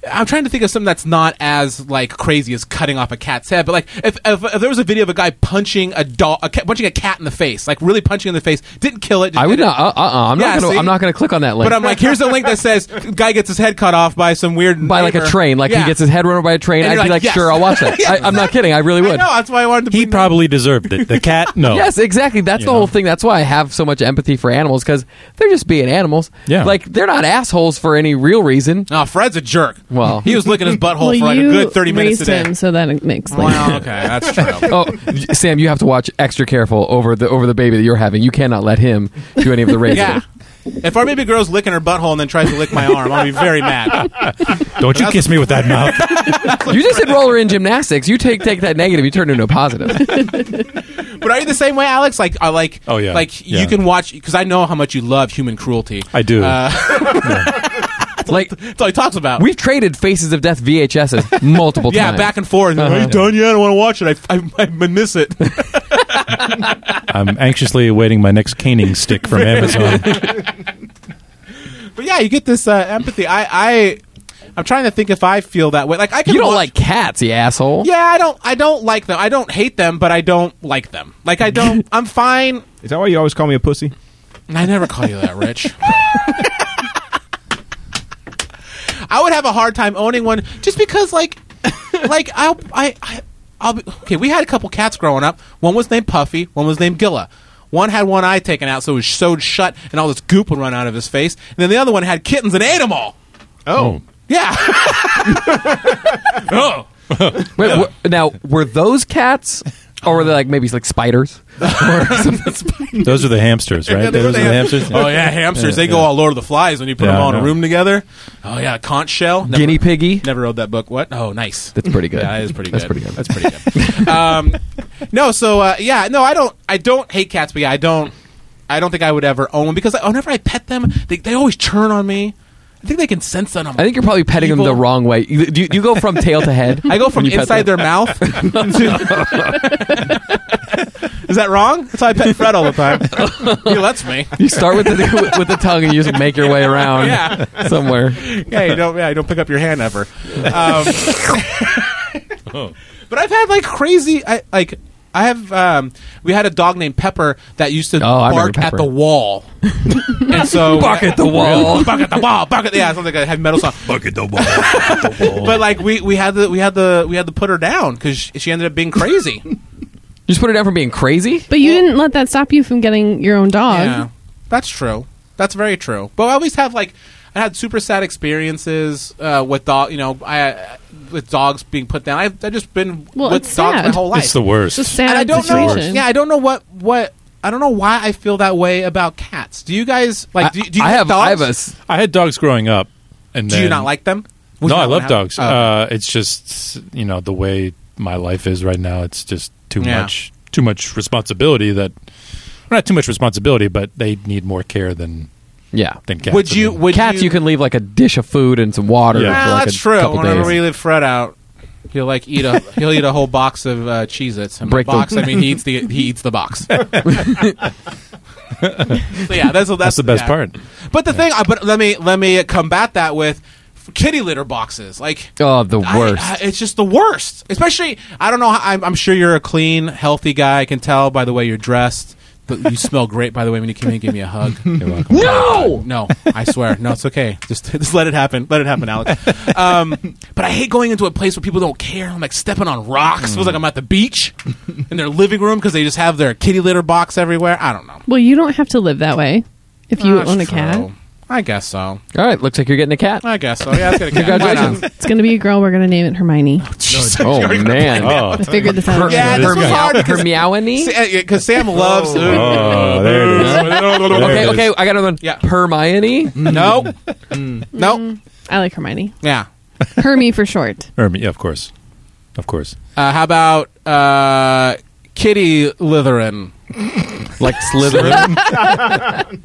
A: I'm trying to think of something that's not as like crazy as cutting off a cat's head, but like if if, if there was a video of a guy punching a dog, a cat, punching a cat in the face, like really punching in the face, didn't kill it. just
B: I would
A: did it.
B: not. Uh, uh, I'm
A: Yeah,
B: not. Gonna,
A: see?
B: I'm not going to click on that link.
A: But I'm like, here's a link that says [laughs] guy gets his head cut off by some weird
B: by like a
A: neighbor.
B: train. Like
A: Yeah.
B: he gets his head run over by a train.
A: And
B: I'd
A: you're
B: be
A: like, [laughs]
B: like,
A: yes.
B: sure, I'll watch that. I, I'm not kidding. I really
A: I
B: would.
A: know that's why I wanted to.
E: He
A: bring-
E: probably deserved it. The cat,
A: [laughs]
E: no.
B: Yes, exactly. That's
E: You
B: the
E: know?
B: whole thing. That's why I have so much empathy for animals because they're just being animals.
E: Yeah.
B: like they're not assholes for any real reason.
A: No, Fred's a jerk.
B: Well.
A: he was licking his butthole
D: Well,
A: for like a
D: you
A: good thirty minutes
D: raised
A: today.
D: him, so that makes like
A: Wow, okay, that's true.
B: Oh, Sam, you have to watch extra careful over the over the baby that you're having. You cannot let him do any of the raising.
A: Yeah, if our baby girl's licking her butthole and then tries to lick my arm, I'll be very mad.
E: Don't you kiss me
A: [laughs]
E: with that mouth.
B: You just did roller in gymnastics. You take take that negative, you turn it into a positive.
A: But are you the same way, Alex? Like, I like,
E: Oh, yeah.
A: like
E: Yeah.
A: Uh. you can watch because I know how much you love human cruelty.
E: I do.
A: all,
B: Like-
A: that's all he talks about.
B: We've traded Faces of Death VHSs multiple
A: yeah,
B: times.
A: back and forth. Are you done yet? I don't want to watch it. I, I, I miss it.
E: I'm anxiously awaiting my next caning stick
A: [laughs]
E: from Amazon.
A: but yeah, you get this uh, empathy. I, I, I'm trying to think if I feel that way. Like I can.
B: You don't
A: watch-
B: like cats, you asshole.
A: Yeah, I don't. I don't like them. I don't hate them, but I don't like them. Like I don't. I'm fine.
C: Is that why you always call me a pussy?
A: I never call you that, Rich. I would have a hard time owning one just because, like, [laughs] like I'll, I, I, I'll be okay. We had a couple cats growing up. One was named Puffy. One was named Gilla. One had one eye taken out, so it was sewed shut, and all this goop would run out of his face. And then the other one had kittens and ate them all.
E: Oh.
A: Yeah. [laughs] oh.
B: Wait, wh- now, were those cats, or were they like maybe
A: [laughs]
B: like spiders?
E: Those are the hamsters, right?
A: Yeah, they
E: Those are
A: were
E: the
A: the
E: hamsters.
A: Oh yeah, hamsters. they go all Lord of the Flies when you put
E: Yeah,
A: them
E: I
A: all in a
E: know.
A: room together. Oh yeah, conch shell. Never-
B: Guinea piggy?
A: Never read that book. What? Oh, nice.
B: That's pretty good.
A: Yeah, that is pretty good.
B: That's pretty good.
A: That's pretty good. um, no, so uh, yeah, no, I don't. I don't hate cats, but yeah, I don't. I don't think I would ever own because I, whenever I pet them, they, they always turn on me. I think they can sense that I'm.
B: I think you're probably petting them
A: evil.
B: the wrong way. You, you, you go from tail to head.
A: I go from
B: when you pet
A: inside
B: them.
A: their
B: [laughs]
A: mouth. [laughs] to- Is that wrong? That's how I pet Fred all the time.
B: [laughs]
A: he lets me.
B: You start with the [laughs] with the tongue and you just make your way around
A: Yeah.
B: somewhere.
A: [laughs] yeah, you don't. Yeah, you don't pick up your hand ever. Um, [laughs] but I've had like crazy. I like. I have. Um, we had a dog named Pepper that used to
B: Oh, I remember
A: bark at
B: Pepper.
A: the
B: [laughs]
A: wall, and so
B: Bark at the wall.
A: bark at the wall, bark at yeah, it sounds like a heavy metal song.
F: Bucket the ball.
A: But like we we had the we had the we had to put her down because she ended up being crazy.
B: You just put her down from being crazy.
D: But you didn't let that stop you from getting your own dog.
A: Yeah, that's true. That's very true. But I always have like I had super sad experiences uh, with dog. You know, I with dogs being put down. I've, I've just been
D: Well,
A: with
D: it's
A: dogs
D: sad.
A: my whole life.
E: It's the worst.
D: It's a sad
A: and I don't
D: situation.
A: know. Yeah, I don't know what what I don't know why I feel that way about cats. Do you guys like? Do, you- do you
B: I
A: get
B: have
A: dogs?
B: I have a s-
E: I had dogs growing up, and
A: Do
E: then,
A: you not like them? Would
E: No,
A: you
E: I
A: not
E: love
A: have-
E: dogs.
A: Oh.
E: Uh, it's just you know the way my life is right now. It's just too
A: Yeah.
E: much, too much responsibility. That well, not too much responsibility, but they need more care than
B: yeah.
E: than cats.
A: would you?
E: I mean,
A: Would
B: Cats, you, can leave like a dish of food and some water.
E: Yeah.
A: Well,
B: for like
A: that's
B: a
A: true.
B: couple
A: Whenever
B: days.
A: we leave Fred out, he'll like eat
B: [laughs]
A: a he'll eat a whole box of uh, Cheez-Its. And by
B: Break the-
A: box, I mean
B: [laughs]
A: he eats the he eats the box. so yeah, that's that's,
E: That's the best
A: yeah. [laughs]
E: part.
A: But the thing, I- but let me let me combat that with kitty litter boxes. Like
B: Oh, the
A: I-
B: worst.
A: I- it's just the worst. Especially, I don't know. how- I'm, I'm sure you're a clean, healthy guy. I can tell by the way you're dressed. But you smell great, by the way, when you came in and gave me a hug.
E: You're welcome.
A: No, no, I swear, no, it's okay. Just, [laughs] just let it happen. Let it happen, Alex. Um, but I hate going into a place where people don't care. I'm like stepping on rocks. Feels like I'm at the beach in their living room because they just have their kitty litter box everywhere. I don't know.
D: Well, you don't have to live that way if you
A: That's
D: own a
A: Ah,
D: cat.
A: [laughs] true. I guess so.
B: All right, looks like you're getting
A: [laughs]
B: a cat.
A: I guess so. Yeah, it's gonna cat. Why [laughs]
B: Congratulations.
A: not?
D: It's going to be a girl. We're going to name
A: [laughs]
D: it Hermione.
B: Oh man,
E: Oh,
D: I figured this out.
A: Yeah,
E: this
B: her,
E: was
A: hard
B: meow- her
A: because-
B: meowany.
A: Because eh, Sam loves. [laughs]
E: oh, there it is. There
B: Okay,
E: it is.
B: okay, I got another one.
A: Yeah. Mm-hmm.
B: Hermione.
A: No,
E: Mm.
A: no,
D: I like Hermione.
A: Mm. yeah.
D: Hermie for short.
E: Or, yeah, of course, of course.
A: Uh, how about uh, Kitty Litherin?
B: like Slytherin.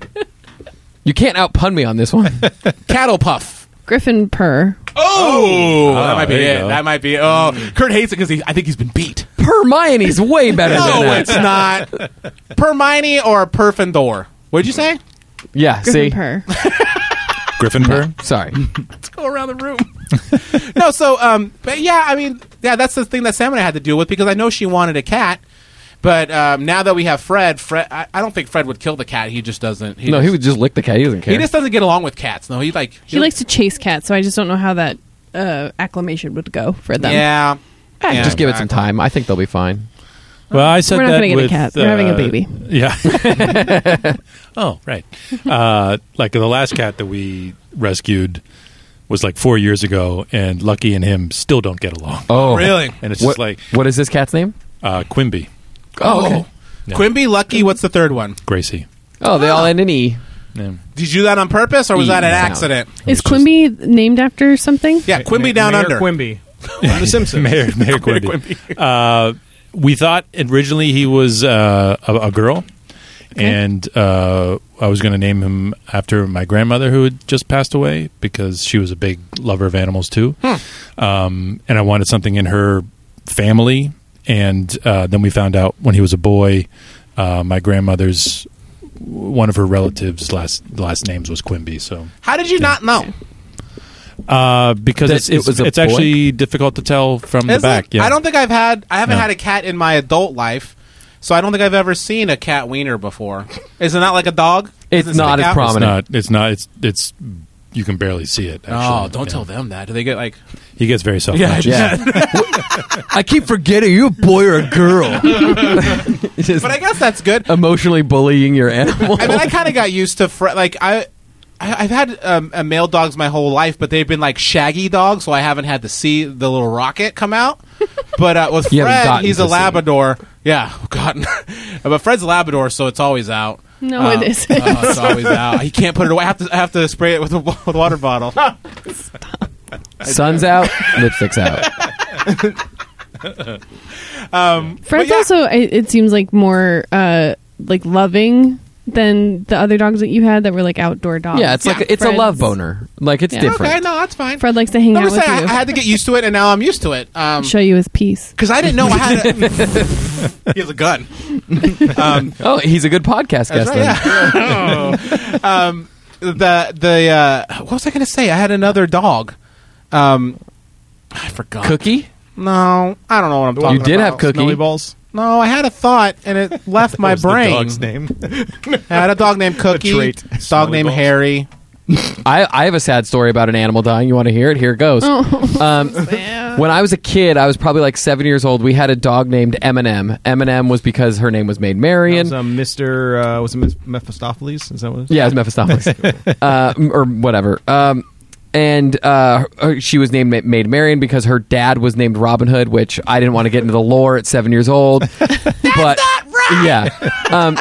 B: you can't outpun me on this one.
A: [laughs] Cattle Puff.
D: Griffin Purr.
A: Oh, that
E: Oh,
A: might be
E: there you
A: it.
E: go.
A: That might be. Oh, Kurt hates it because I think he's been beat.
B: Hermione's way better than
A: No,
B: that.
A: it's
E: [laughs]
A: not. Permine or Perfindor? What'd you say?
B: Yeah,
D: Griffin
B: see?
D: Purr.
E: Griffin purr.
B: Sorry.
A: Go around the room. no, so um, but yeah, I mean, yeah, that's the thing that Sam and I had to deal with because I know she wanted a cat, but um, now that we have Fred, Fred, I, I don't think Fred would kill the cat. He just doesn't. He
B: No,
A: just,
B: he would just lick the cat. He doesn't care.
A: He just doesn't get along with cats. No, he like
D: He likes to chase cats, so I just don't know how that uh, acclamation would go for them.
A: Yeah. yeah,
B: Just give it some
A: exactly.
B: time. I think they'll be fine.
E: Well, I said
D: We're not
E: that
D: gonna get a
E: with,
D: cat. We're having a
E: uh,
D: baby.
E: [laughs] Yeah. [laughs] oh, right. Uh, like the last cat that we rescued was like four years ago, and Lucky and him still don't get along.
B: Oh,
A: Really?
E: And it's
B: What,
E: just like
B: what is this cat's name?
E: uh, Quimby,
B: Oh, okay.
E: Yeah.
A: Quimby, Lucky. What's the third one?
E: Gracie.
B: oh, they all end in E.
E: Yeah.
A: Did you do that on purpose or was
B: E
A: that an
B: sound.
A: accident?
D: Is
E: It's just-
D: Quimby named after something?
A: Yeah, Quimby down
C: Mayor
A: under.
C: Quimby. From the
E: [laughs]
C: Simpsons.
E: Mayor, Mayor Quimby. Uh, we thought originally he was uh, a, a girl, and uh, I was going to name him after my grandmother who had just passed away because she was a big lover of animals too,
A: Hmm.
E: um, and I wanted something in her family. And uh, then we found out when he was a boy, uh, my grandmother's one of her relatives' last last names was Quimby. So
A: How did you not know?
E: uh, because
B: That
E: it's,
B: it
E: it's,
B: was a
E: it's
B: boy?
E: actually difficult to tell from the
A: It's like-
E: back. yeah.
A: I don't think I've had. I haven't
E: No.
A: had a cat in my adult life, so I don't think I've ever seen a cat wiener before. Is it not like a dog?
B: It's
A: Doesn't
B: not
A: stick
B: as
A: out?
B: prominent.
E: It's not. It's not. It's. It's. You can barely see it.
A: Oh,
E: Actually.
A: don't
E: Yeah.
A: tell them that. Do they get like?
E: He gets very self conscious.
B: Yeah. [laughs] I keep forgetting you a boy or a girl. Just
A: But I guess that's good.
B: emotionally bullying your animal.
A: I mean, [laughs] I kind of got used to fr- like I. I- I've had um, uh, male dogs my whole life, but they've been like shaggy dogs, so I haven't had to see the little rocket come [laughs] out. But uh, with
B: You haven't
A: Fred,
B: gotten
A: he's
B: to
A: a
B: see it.
A: Labrador. Yeah, [laughs] gotten. but Fred's a Labrador, so it's always out.
D: No,
A: Uh,
D: it isn't. [laughs]
A: oh, it's always out. He can't put it away. I have to, I have to spray it with a, wa- with a water bottle.
B: [laughs] Sun's out, lipstick's out.
D: Fred's
A: yeah.
D: also, it, it seems like more uh, like loving than the other dogs that you had that were like outdoor dogs.
B: Yeah, it's like it's a
D: Fred's-
B: love boner. Like it's
D: Yeah.
B: different.
A: okay, no, that's fine.
D: Fred likes to hang
A: No, I'm
D: out
A: just
D: with
A: saying, I,
D: you.
A: I had to get used to it, and now I'm used to it. Um,
D: show you his piece.
A: because I didn't know I had. A, [laughs] he has a gun. Um,
B: Oh, he's a good podcast guest. then.
A: That's right, yeah. um, the the uh, what was I going to say? I had another dog. Um, I forgot.
B: Cookie.
A: No, I don't know what I'm talking
B: You
A: about.
B: did have cookie.
C: Smelly balls.
A: No, I had a thought and
B: [laughs]
A: it left my
E: was the
A: brain.
E: dog's
C: Name.
A: I had a dog named Cookie.
C: trait.
A: Dog
C: Smelly
A: named
C: balls.
A: Harry.
B: I, I have a sad story about an animal dying. You want to hear it? Here it goes. Um, [laughs] when I was a kid, I was probably like seven years old. We had a dog named Eminem. Eminem was because her name was Maid Marian.
C: Was, uh, Mr. Uh, was it Mis- Mephistopheles? Is that what it was?
B: Yeah, it's
A: [laughs]
B: Mephistopheles, uh, m- or whatever. Um, and uh, her- she was named Ma- Maid Marian because her dad was named Robin Hood, which I didn't want to get into the lore at seven years old.
A: [laughs]
B: but yeah, um,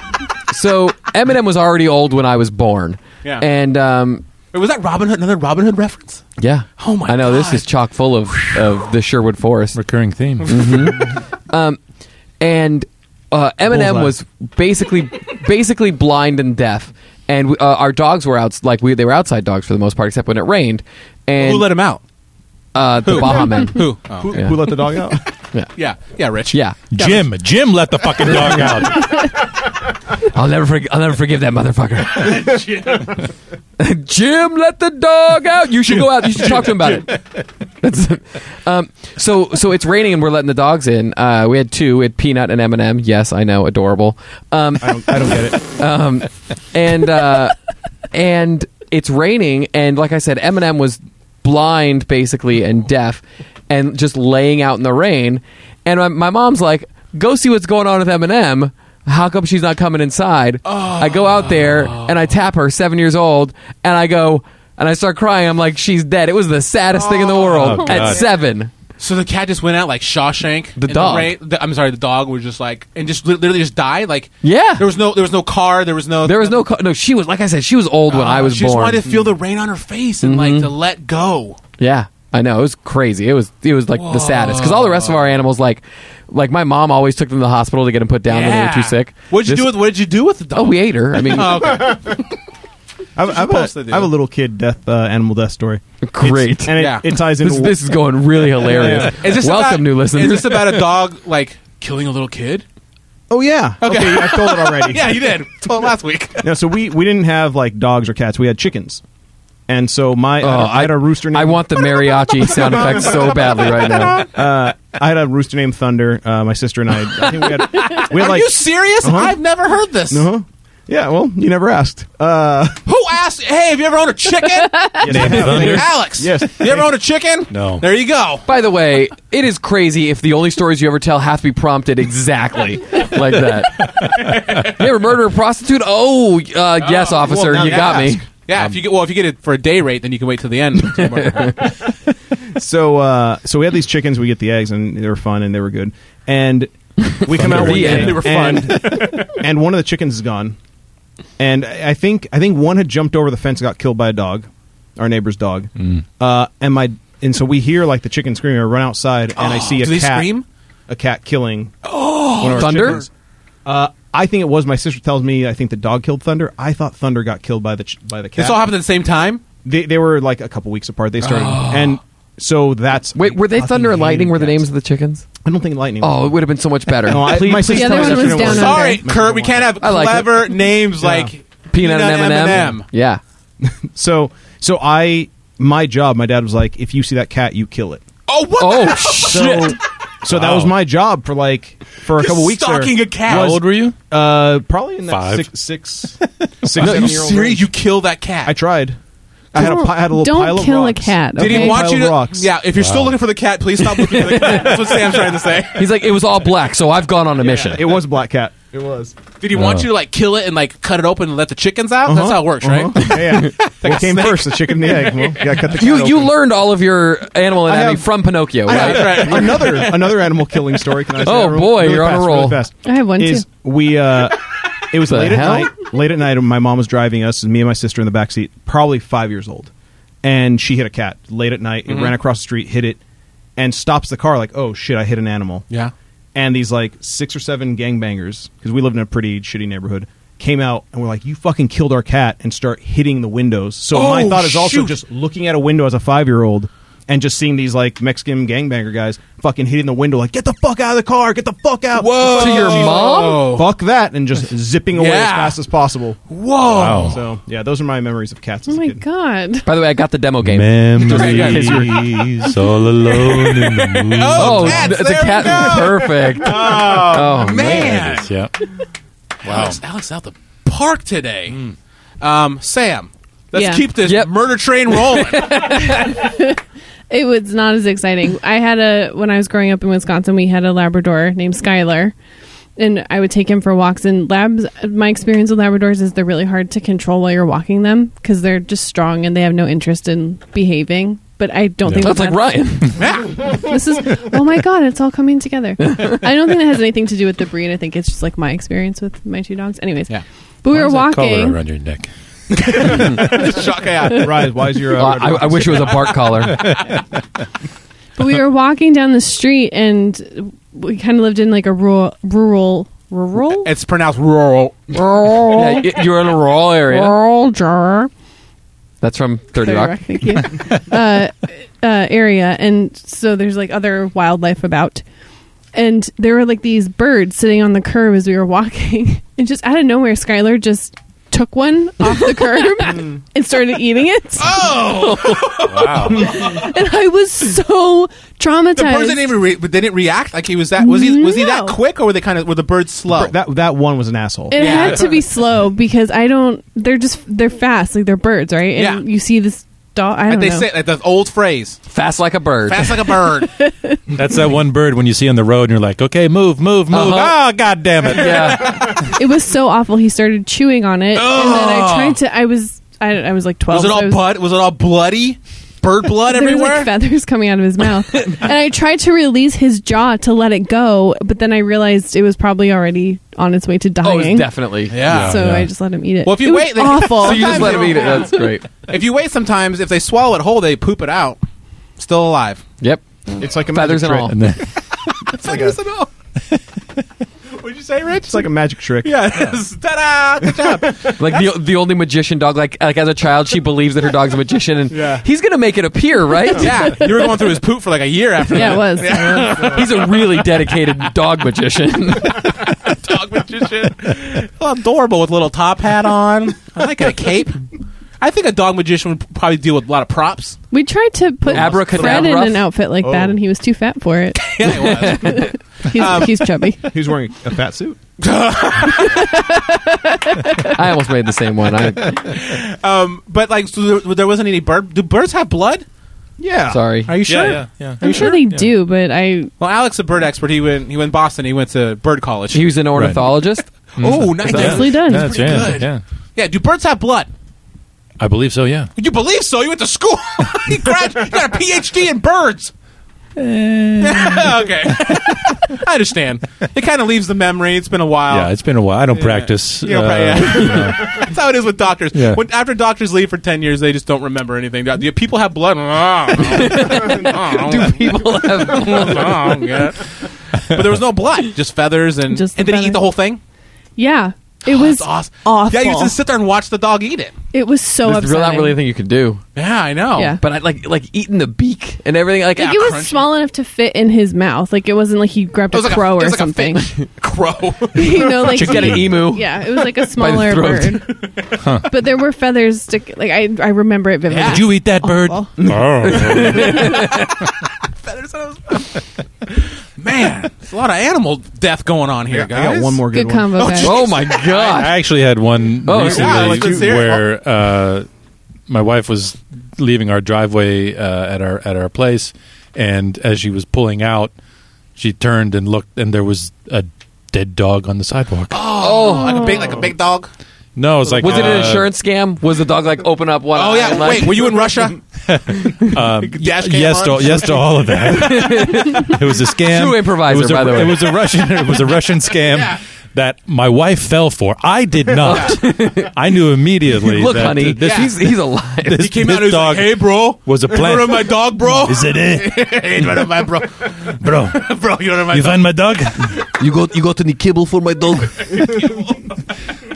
B: so Eminem was already old when I was born.
A: Yeah.
B: and um,
A: Wait, was that Robin Hood? Another Robin Hood reference?
B: yeah.
A: Oh my
B: I know this
A: God.
B: is chock full of of the Sherwood Forest.
E: [laughs] Recurring theme.
B: and uh, Eminem was basically basically blind and deaf, and we, uh, our dogs were out like we they were outside dogs for the most part, except when it rained. And
A: Who let him out?
B: uh, the
A: [laughs]
B: Bahaman?
A: Who? Oh,
C: Who,
B: Yeah.
C: who let the
B: [laughs]
C: dog out?
A: Yeah, yeah, Rich.
B: Yeah,
E: [laughs] Jim. Jim let the fucking dog out.
B: I'll never forg- I'll never forgive that motherfucker. [laughs] Jim, let the dog out. You should go out. You should talk to him about it. That's, um, so so it's raining and we're letting the dogs in. Uh, we had two. We had Peanut and Eminem. Yes, I know, adorable. Um,
C: I don't, I don't get it.
B: um, and uh, [laughs] and it's raining, and like I said, Eminem was blind basically and deaf, and just laying out in the rain. And my, my mom's like, "Go see what's going on with Eminem." How come she's not coming inside? I go out there and I tap her, seven years old, and I go and I start crying. I'm like, "She's dead." It was the saddest thing in the world
E: Oh,
B: at
E: God.
B: seven.
A: So the cat just went out like Shawshank.
B: The
A: and
B: dog.
A: rain- the- I'm sorry, the dog was just like and just li- literally just died. Like
B: Yeah.
A: there was no there was no car. There was no Uh,
B: There was no co- no. She was like I said, she was old when I
E: Uh,
B: was
A: she
B: born. Mm-hmm.
A: just wanted to feel the rain on her face and like to let go.
B: Yeah, I know. It was crazy. It was it was like the saddest because all the rest of our animals, like like my mom, always took them to the hospital to get them put down when they were too sick.
A: What'd you
B: This-
A: do with What did you do with the dog?
B: Oh, we ate her. I mean,
A: [laughs] Oh, okay.
C: I have, I have
A: supposed to do.
C: a, I have a little kid death uh, animal death story.
B: Great.
C: It's- and it,
A: Yeah.
C: it ties into
B: this, this is going really hilarious.
A: Is this
B: Welcome,
A: about,
B: new listeners.
A: Is this about a dog like killing a little kid?
C: Oh yeah. Okay, I've told it
B: [laughs]
C: already.
A: Yeah, you did. Told last week.
C: No, so we we didn't have like dogs or cats. We had chickens, and so my I, had a- I had a rooster. Named,
B: Oh, I want the mariachi sound effects so badly right now.
C: Uh, I had a rooster named Thunder. Uh, my sister and I. I think we had. We had
A: Are
C: like.
A: you serious? I've never heard this.
C: uh-huh. Yeah. Well, you never asked. Uh,
A: Who asked? Hey, have you ever owned a chicken? Alex.
C: Yes.
A: You ever owned a chicken?
E: No.
A: There you go.
B: By the way, it is crazy if the only stories you ever tell have to be prompted exactly like that. [laughs] you ever murder a prostitute? Oh, uh, yes, officer,
C: well, now
B: you
C: you
B: got me.
C: ask.
A: Yeah, if you get well, if you get it for a day rate, then you can wait till the end.
C: so uh, so we had these chickens. We get the eggs, and they were fun, and they were good. And we come out
B: The
C: one day,
B: end. They were
A: fun.
C: And, and one of the chickens is gone. And I I think I think one had jumped over the fence, and got killed by a dog, our neighbor's dog. Uh, and my and so we hear like the chicken screaming. I run
A: [gasps]
C: outside, and I see a
A: do they [gasps]
C: cat.
A: scream?
C: A cat killing. Oh,
B: Thunder?
C: I think it was my sister tells me I think the dog killed Thunder. I thought Thunder got killed by the ch- by the cat.
A: This all happened at the same time.
C: They, they were like a couple weeks apart. They started and so that's
B: Wait, were they
C: fucking
B: Thunder and Lightning?
C: hated
B: Were the
C: cats.
B: names of the chickens?
C: I don't think lightning.
B: Oh, it would have been so much better.
C: No, I-
B: Please-
C: my
B: please
C: sister
B: tell me
D: other one
B: that's
D: was
B: what it
D: down under.
A: Sorry, Kurt, we can't have
B: I like it.
A: clever names like
B: Peanut and M&M.
A: M&M.
B: Yeah.
C: so so I my job. My dad was like, if you see that cat, you kill it.
A: Oh, what? the- [laughs]
B: Oh shit!
C: So that was my job for like for a couple weeks. there.
A: Stalking a cat.
E: How
C: Was-
E: old were you?
C: Uh, probably in that
E: Five.
C: six six six seven
A: Are you
C: year old.
A: serious? You kill that cat.
C: I tried. I had a, pi- I had a little
D: Don't
C: pile of
D: kill a
C: rocks.
D: cat.
A: Did
D: okay?
A: he want
C: Pile
A: you
C: of
A: to?
C: rocks.
A: Yeah, if you're still looking for the cat, please stop looking for the cat. That's what Sam's trying to say.
B: He's like, it was all black, so I've gone on a mission.
C: It was a black cat. It was.
A: [laughs] Did he want you to like kill it and like cut it open and let the chickens out? That's how it works, right?
C: Uh-huh.
A: [laughs]
C: Yeah. yeah. what came first, the chicken and the egg? Well, yeah, cut the cat
B: you you
C: open.
B: learned all of your animal anatomy
C: have-
B: from Pinocchio,
C: I
B: right?
C: have [laughs] another another animal killing story. Can I say
B: Oh,
C: that real-
B: boy,
C: really
B: you're on a
C: fast,
B: roll.
C: Really fast.
D: I have one,
C: is
D: too.
B: [laughs]
C: We uh, it was
B: The
C: late at
B: hell?
C: night. Late at night, my mom was driving us, and me and my sister in the back seat, probably five years old, and she hit a cat late at night.
B: Mm-hmm.
C: It ran across the street, hit it, and stops the car like, oh shit, I hit an animal.
A: Yeah.
C: and these like six or seven gangbangers because we lived in a pretty shitty neighborhood came out and were like you fucking killed our cat and start hitting the windows so my
A: Oh,
C: thought is also
A: shoot.
C: just looking at a window as a five year old and just seeing these like mexican gangbanger guys fucking hitting the window like get the fuck out of the car get the fuck out
A: Whoa.
B: To your mom?
A: Fuck.
C: fuck that
A: [laughs]
C: and just zipping away as
A: Yeah.
C: fast as possible
A: Whoa.
C: so yeah those are my memories of cats
D: Oh
C: as a
D: my
C: kid.
D: god!
B: By the way, I got the demo game.
E: Memories all alone in the moonlight.
B: Oh,
A: Cats,
B: it's a
A: there we
B: cat.
A: go.
B: Perfect. Oh,
A: Man.
E: Yeah.
A: Alex, Alex out the park today. Um, Sam, let's
D: Yeah.
A: keep this
B: Yep.
A: murder train rolling.
D: It was not
B: [laughs]
D: as exciting. I had a when I was growing up in Wisconsin, we had a Labrador named Skylar, and I would take him for walks. And labs, my experience with Labradors is they're really hard to control while you're walking them because they're just strong and they have no interest in behaving. But I don't think
B: That's like Ryan.
D: this is oh my god it's all
B: [laughs]
D: coming together i don't think that has anything to do with the breed i think it's just like my experience with my two dogs anyways
A: Yeah.
D: but we were
E: Collar
D: walking
E: around your neck.
A: Shock out.
C: Rise, why is your uh,
B: I, I wish it was a bark collar.
D: but we were walking down the street and we kind of lived in like a rural rural rural
A: It's pronounced rural.
D: rural
B: Yeah, y- you're in a rural area.
D: rural jar
B: That's from Thirty Rock. [laughs]
D: Thank you. uh, uh, area, and so there's like other wildlife about, and there were like these birds sitting on the curb as we were walking, [laughs] and just out of nowhere, Skylar just took one off
A: [laughs]
D: the
A: Hmm.
D: curb and started eating it,
E: Wow.
D: [laughs] and I was so traumatized.
A: Oh! The person didn't even re- but they didn't react like he was that. Was he was he that
D: No.
A: quick or were they kind of were the birds slow?
C: that, that one was an asshole
D: it
A: Yeah.
D: had
A: [laughs]
D: to be slow because I don't. They're just they're fast, like they're birds, right? And
A: Yeah.
D: you see this dog. I don't
A: like they
D: know.
A: say like the old phrase,
B: Fast like a bird.
A: fast like a
D: [laughs]
A: bird.
E: That's that one bird when you see on the road and you're like, okay, move, move, move.
B: Uh-huh.
E: Ah, god damn it.
B: Yeah.
D: it was so awful. He started chewing on it, and then I tried to. I was. I, I was like twelve.
A: Oh. was it
D: so I
A: all
D: was,
A: blood? Was it all bloody? Bird blood
D: [laughs] There was
A: everywhere.
D: like feathers coming out of
A: [laughs]
D: his mouth. and I tried to release his jaw to let it go, but then I realized it was probably already on its way
B: Oh,
D: to
B: it
D: dying.
B: was definitely.
A: yeah.
D: so
E: yeah.
D: I just let him eat it.
A: Well, if you
D: it
A: [laughs]
D: was
A: wait, they-
D: awful.
B: So you just let him eat it. That's great.
A: if you wait, sometimes if they swallow it whole, they poop it out. Still alive.
B: Yep.
C: it's like a magic
B: Feathers and
C: trick.
B: all.
E: And then,
A: It's like at all. [laughs] What'd you say, Rich?
C: it's like a magic trick
A: yeah. [laughs] Ta-da! Good [laughs] job.
B: Like the the only magician dog. Like like as a child, she believes that her dog's a magician, and
C: Yeah.
B: he's gonna make it appear, right?
A: yeah, you were going through his poop for like a year after
D: [laughs] yeah,
A: that.
D: it was.
B: [laughs] He's a really dedicated dog magician. [laughs]
A: dog magician. So adorable with a little top hat on. I like a cape. [laughs] I think a dog magician would probably deal with a lot of props.
D: We tried to put Fred in
B: Abracadabra.
D: an outfit like that,
C: Oh.
D: and he was too fat for it.
A: Yeah, it was.
D: [laughs] He's, he's chubby.
C: who's wearing a fat suit
B: I almost made the same one. I,
A: um, but like, so there, there wasn't any bird. Do birds have blood?
C: yeah
B: sorry.
A: Are you sure?
E: yeah, yeah.
D: I'm sure they do, but I
A: Well, Alex, a bird expert, he went. He went to Boston. He went to bird college.
B: He was an ornithologist.
A: oh, nice.
D: nicely done.
E: That's
A: pretty
E: yeah,
A: good.
E: yeah.
A: Yeah. Do birds have blood?
E: I believe so, yeah.
A: You believe so? You went to school. [laughs] you, grad- you got a PhD in birds.
D: Eh.
A: [laughs] okay, I understand. It kind of leaves the memory. It's been a while.
E: Yeah, it's been a while. I don't practice.
A: You know,
E: uh,
A: probably- yeah.
E: [laughs]
D: [laughs]
A: That's how it is with doctors.
E: Yeah.
A: When after doctors leave for ten years, they just don't remember anything. Do people have blood? [laughs] Oh,
D: [laughs]
A: I don't know. I don't know.
B: Do people have blood?
A: I don't get it. But there was no blood, just feathers and
D: Just the
A: and did he eat
D: feathers.
A: the whole thing?
D: Yeah. It was
A: Oh, awesome.
D: awful.
A: Yeah, you just sit there and watch the dog eat it.
D: it was so
B: There's really- not
D: upsetting.
B: really a thing you could do.
A: Yeah, I know.
D: Yeah.
B: But I like like eating the beak and everything. Like,
D: like
B: ah,
D: it was
A: crunchy.
D: small enough to fit in his mouth. Like it wasn't like he grabbed
A: It was
D: a
A: like a-
D: crow
A: it
D: or
A: was like a
D: something.
A: [laughs] Crow.
D: [laughs] you know, like
B: you ah, get an emu.
D: Yeah, it was like a smaller
B: throat.
D: bird. But there were feathers. Stick- like I, I remember it vividly.
E: Did you eat that bird? Oh.
A: Man, there's a lot of animal death going on here,
C: I
A: guys.
C: got one more good,
D: Good
C: one.
D: combo. guys.
B: oh my god!
E: [laughs] I actually had one
B: Oh, yeah,
E: recently
A: let's hear it.
E: where uh, my wife was leaving our driveway uh, at our at our place, and as she was pulling out, she turned and looked, and there was a dead dog on the sidewalk.
B: [gasps]
A: Oh, like a big, like a big dog.
E: No, it was like
B: was it an
E: uh,
B: insurance scam? Was the dog like open up one?
A: Oh
B: eye
A: yeah.
B: and, like,
A: Wait, were you in [laughs] Russia?
E: Um,
A: Dash cam
E: yes,
A: on?
E: to all, yes to all
B: [laughs]
E: of that. it was a scam.
B: True improviser,
E: It was a-
B: by the way.
E: It was a Russian. It was a Russian scam that my wife fell for. I
B: [laughs]
E: did not. I knew immediately.
B: Look,
E: that
B: honey,
E: This,
B: he's he's alive.
E: [laughs] this,
A: He came
E: this
A: out and he was
E: dog
A: like, "Hey, bro,
E: was a
A: You
E: plant."
A: rid of my dog, bro.
E: [laughs] Is it eh?
A: [laughs] Hey, rid of my bro, [laughs]
E: bro?
A: bro. You rid of my
E: You
A: dog.
E: find my dog?
B: you got you got any kibble for my dog?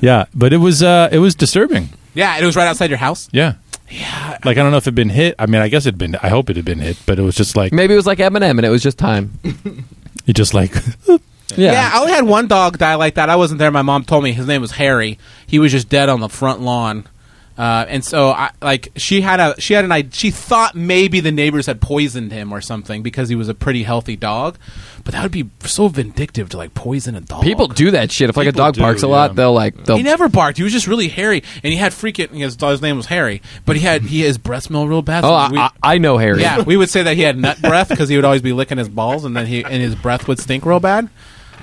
E: yeah, but it was uh, it was disturbing.
A: Yeah, and it was right outside your house.
E: Yeah, yeah. Like I don't know if it had been hit. I mean, I guess it'd been. I hope it had been hit, but it was just like
B: Maybe it was like Eminem, and it was just time.
E: you just like [laughs]
B: Yeah.
A: Yeah, I only had one dog die like that. I wasn't there. My mom told me his name was Harry. He was just dead on the front lawn. Uh, and so, I, like, she had a she had an idea. She thought maybe the neighbors had poisoned him or something because he was a pretty healthy dog. But that would be so vindictive to like poison a dog.
B: People do that shit. If like a
E: People
B: dog
E: do,
B: barks a
E: yeah.
B: lot, they'll like they'll
A: He never barked. He was just really hairy, and he had freaking his dog's name was Harry. But he had he his breath smelled real bad. so
B: Oh, I,
A: we-
B: I, I know Harry. [laughs]
A: yeah, we would say that he had nut breath because he would always be licking his balls, and then he and his breath would stink real bad.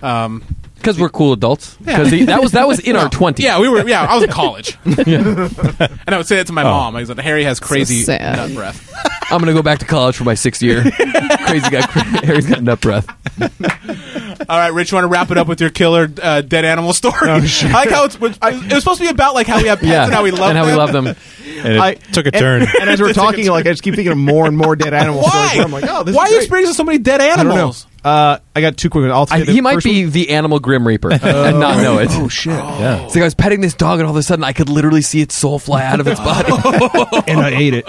A: Um,
B: because we're cool adults. Because that was that was in our twenties.
A: [laughs] Yeah, we were. Yeah, I was in college, and I would say that to my mom. I was like, "Harry has crazy
D: So sad.
A: nut breath."
B: I'm gonna go back to college for my sixth year. Crazy guy, Harry's got nut breath.
A: All right, Rich, you want to wrap it up with your killer uh, dead animal story? [laughs] I like how it's, it was supposed to be about like how we have pets
B: Yeah,
A: and how we love
B: and how
A: them.
B: we love them.
E: and it
C: I-
E: took a turn.
C: [laughs] And
E: [laughs]
C: as we're talking, like I just keep thinking of more and more dead animal
A: Why?
C: stories. where I'm like, oh, this
A: Why
C: is
A: are you
C: great.
A: experiencing so many dead
C: I don't know.
A: animals?
C: Uh, I got two quick ones. I'll
B: I,
C: say the
B: he might
C: first
B: be the animal Grim Reaper and not [laughs] know it.
C: one. Oh shit!
E: yeah.
B: It's like I was petting this dog, and all of a sudden, I could literally see its soul fly out of its body.
C: [laughs]
B: Uh,
C: and I ate it.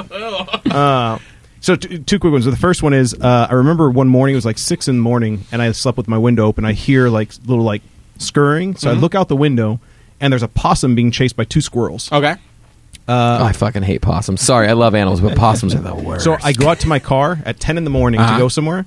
C: Uh, so t- two quick ones. The first one is uh, I remember one morning it was like six in the morning, and I slept with my window open. I hear like little like scurrying,
E: Mm-hmm.
C: so I look out the window, and there's a possum being chased by two squirrels.
A: Okay,
B: Oh, I fucking hate possums. Sorry, I love animals, but possums are the worst.
C: So I go out to my car at ten in the morning
A: Uh-huh.
C: to go somewhere,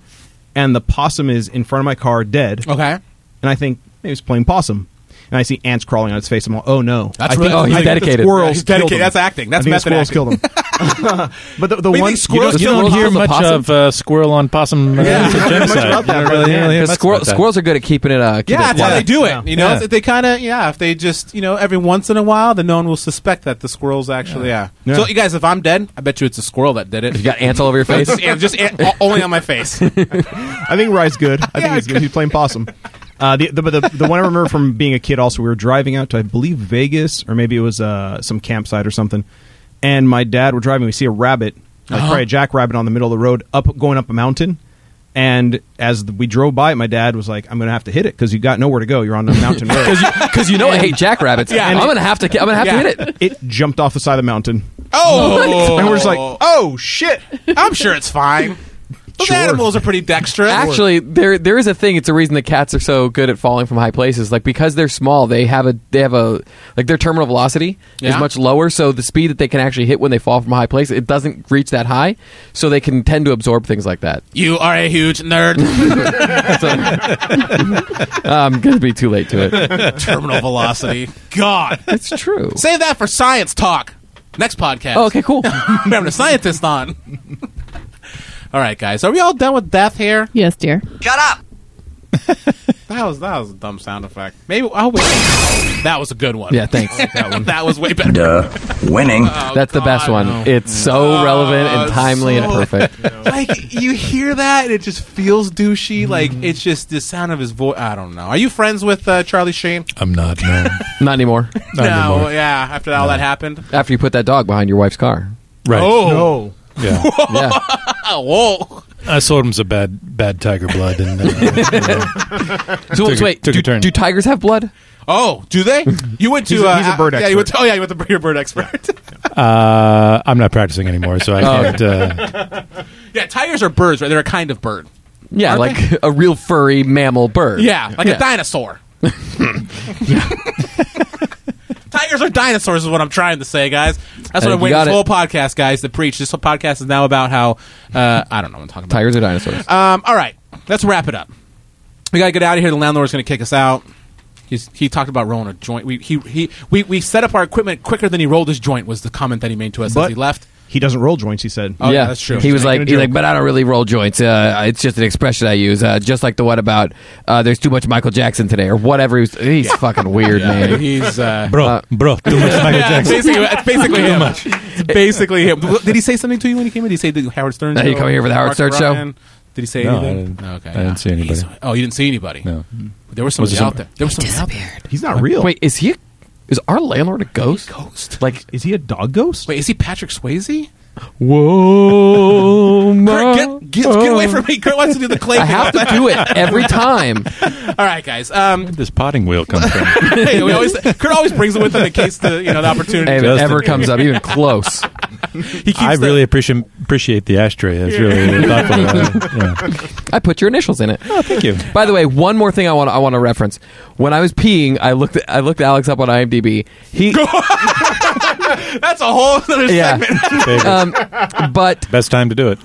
C: and the possum is in front of my car dead.
A: okay.
C: and I think maybe it's playing possum. And I see ants crawling on its face. I'm like, oh no!
A: That's
C: I
A: really-
C: think-
A: oh, he's
C: I think the
B: dedicated.
C: Squirrels
A: Yeah, he's
C: killed
A: dedicated.
C: them.
A: That's acting. That's
C: I think the
A: method
C: squirrels killed
A: [laughs]
C: them. but the, the
A: you
C: one
A: think squirrels
C: the
E: You
C: film
E: don't
C: here-
E: hear much
B: possum?
E: of uh, squirrel on possum uh, [laughs]
C: Yeah.
E: genocide.
C: Much about that,
E: You
C: but
E: don't really- you don't hear
B: because
E: much
B: squirrel,
E: about that.
B: squirrels are good at keeping it. Uh, keeping
A: Yeah,
B: it
A: that's how they
B: quiet.
A: do it.
C: Yeah.
A: You know,
E: Yeah.
A: If they kind of yeah. If they just you know every once in a while, then no one will suspect that the squirrels actually yeah.
C: Yeah.
A: So you guys, if I'm dead, I bet you it's a squirrel that did
B: You
A: it.
B: got ants all over your face.
A: Just, ant- just ant- only on my face.
C: I think Rye's
A: [laughs]
C: good. I think he's good. He's playing possum. Uh, the, the, but the, the one I remember from being a kid also, we were driving out to, I believe, Vegas, or maybe it was uh, some campsite or something. And my dad, we're driving, we see a rabbit, like
A: Uh-huh.
C: probably a jackrabbit on the middle of the road, up going up a mountain. And as we drove by it, my dad was like, I'm going to have to hit it because you got nowhere to go. You're on the mountain
A: [laughs]
C: road.
B: Because you know I hate jackrabbits.
A: Yeah.
B: I'm gonna have to. I'm gonna have
A: Yeah.
B: to hit it.
C: it jumped off the side of the mountain.
A: Oh,
C: And we're just like, oh, shit.
A: I'm sure it's fine. Those
C: Sure.
A: animals are pretty dexterous.
B: Actually, there there is a thing. It's a reason that cats are so good at falling from high places. Like because they're small, they have a they have a like their terminal velocity
A: Yeah.
B: is much lower, so the speed that they can actually hit when they fall from a high place it doesn't reach that high, so they can tend to absorb things like that.
A: you are a huge nerd.
B: [laughs] I'm gonna be too late to it.
A: Terminal velocity. God,
B: It's
A: [laughs]
B: true.
A: save that for science talk. Next podcast.
B: Oh, okay, cool.
A: we're having a scientist on. [laughs] all right, guys, are we all done with death here?
D: yes, dear.
G: Shut up!
A: That was that was a dumb sound effect. Maybe I hope we- that was a good one.
B: Yeah,
A: [laughs]
B: thanks.
A: that, one. that was way better.
F: Duh. Winning.
B: That's the best
A: Oh, God,
B: one.
A: no.
B: It's so relevant and
A: it's
B: timely and
A: so-
B: perfect.
A: Like you hear that, and it just feels douchey. Like it's just the sound of his voice. I don't know. Are you friends with uh, Charlie Sheen?
E: I'm not. No.
A: [laughs]
B: Not anymore.
E: Not anymore.
A: yeah. After all that happened.
B: After you put that dog behind your wife's car.
E: Right.
A: Oh,
E: Yeah.
B: Yeah.
A: [laughs] oh, whoa.
E: I sold him some bad, bad tiger blood, and uh,
B: So
E: Took a-
B: wait,
E: took a
B: do,
E: turn.
B: do tigers have blood?
A: Oh, do they? You went to
E: He's a-
A: uh,
E: he's a bird
A: Yeah, you went to,
E: expert.
A: oh yeah, you went to your bird expert. [laughs]
E: Uh, I'm not practicing anymore, so I
B: Oh.
E: can't. Uh,
A: yeah, tigers are birds, right? They're a kind of bird.
B: Yeah,
A: Aren't
B: like a real furry mammal bird.
A: Yeah, like
B: Yeah.
A: a [laughs] dinosaur. Tigers are dinosaurs is what I'm trying to say, guys. That's
B: I
A: what
B: think
A: I'm
B: you
A: waiting
B: got
A: this
B: it.
A: whole podcast, guys, to preach. This whole podcast is now about how uh, I don't know what I'm talking about.
B: Tigers are dinosaurs.
A: Um, all right, let's wrap it up. We gotta get out of here. The landlord's gonna kick us out. He's, he talked about rolling a joint. We he, he we, we set up our equipment quicker than he rolled his joint was the comment that he made to us as
C: But-
A: he
E: [laughs]
A: left.
C: He doesn't roll joints. He said,
A: Oh, yeah, that's true.
B: He was
A: He's
B: like,
C: making a
B: he's like,
C: joke.
B: but I don't really roll joints. Uh, it's just an expression I use, uh, just like the one about uh, there's too much Michael Jackson today or whatever. He was, he's fucking weird, man.
A: He's
E: [laughs]
A: uh,
E: bro, bro, too much Michael
A: yeah, it's
E: Jackson.
A: basically, it's basically him. It's basically him. Did he say something to you when he came in? Did he say the Howard Stern?
B: Hey, you
A: show?
B: coming here for the Howard Stern show?
A: Ryan? Did he say
E: No, I
A: anything?
E: didn't-
A: No, okay,
E: I didn't see anybody.
A: He's- oh, you didn't see anybody.
E: No.
A: There was somebody
E: Was there
A: out there. There was somebody out there.
C: "He's not real.
B: Wait, is he? Is our landlord a ghost?
A: Ghost.
B: Like,
C: is he a dog ghost?"
A: Wait, is he Patrick Swayze?
B: whoa,
A: Kurt, get, get,
E: Uh,
A: get away from me. Kurt wants
E: [laughs]
A: to do the clay.
B: I have to do it every time.
A: All right, guys. Um, [laughs]
E: Where'd this potting wheel come from?
A: hey, we always, Kurt always brings it with him in case the you know the opportunity.
B: If it
E: Justin.
B: ever comes up, even close.
A: he keeps
E: I
A: the-
E: really appreciate appreciate the ashtray. It's really thoughtful.
B: [laughs]
E: Uh, yeah.
B: I put your initials in it.
E: Thank you.
B: By the way, one more thing I want I want to reference. When I was peeing, I looked I looked Alex up on IMDb. He
A: That's a whole other
B: yeah.
A: segment.
E: Favorite.
B: Um, but
E: Best time to do it.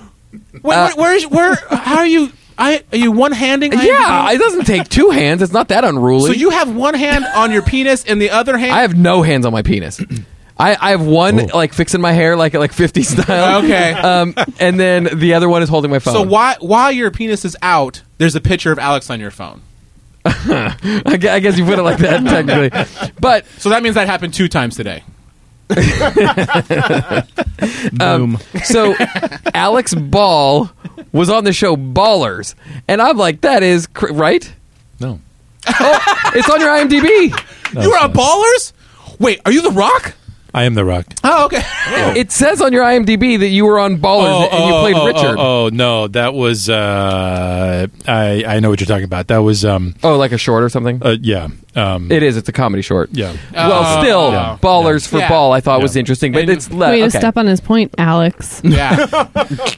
A: Where,
B: Uh,
A: where, where is where? How are you? I are you one handing?
B: yeah, it doesn't take two hands. It's not that unruly.
A: So you have one hand on your penis and the other hand.
B: I have no hands on my penis. I, I have one like fixing my hair like like 50
A: [laughs]
B: style.
A: Okay.
B: [laughs] Um, and then the other one is holding my phone.
A: so why while your penis is out, there's a picture of Alex on your phone.
B: I gue- I guess you put it like that technically. But
A: So that means that happened two times today.
C: Boom.
B: So Alex Ball was on the show Ballers, and I'm like, that is cr- right.
E: No.
B: Oh, it's on your IMDb.
A: you were on Ballers. Wait, are you The Rock?
E: I am the rock.
A: Oh, okay.
B: It says on your IMDb that you were on Ballers and you played
E: oh,
B: Richard. Oh,
E: Oh, oh, no, that was uh, I I know what you're talking about. That was um
B: Oh, like a short or something.
E: uh, yeah um
B: it is. It's a comedy short.
E: yeah. Uh,
B: Well,
A: Oh.
B: still, [laughs]
A: Yeah.
B: Ballers for
A: Yeah.
B: Ball I thought
E: Yeah.
B: was interesting, but
A: And-
B: it's le-
D: Way to
B: Uh, okay.
D: step on his point, Alex.
A: yeah,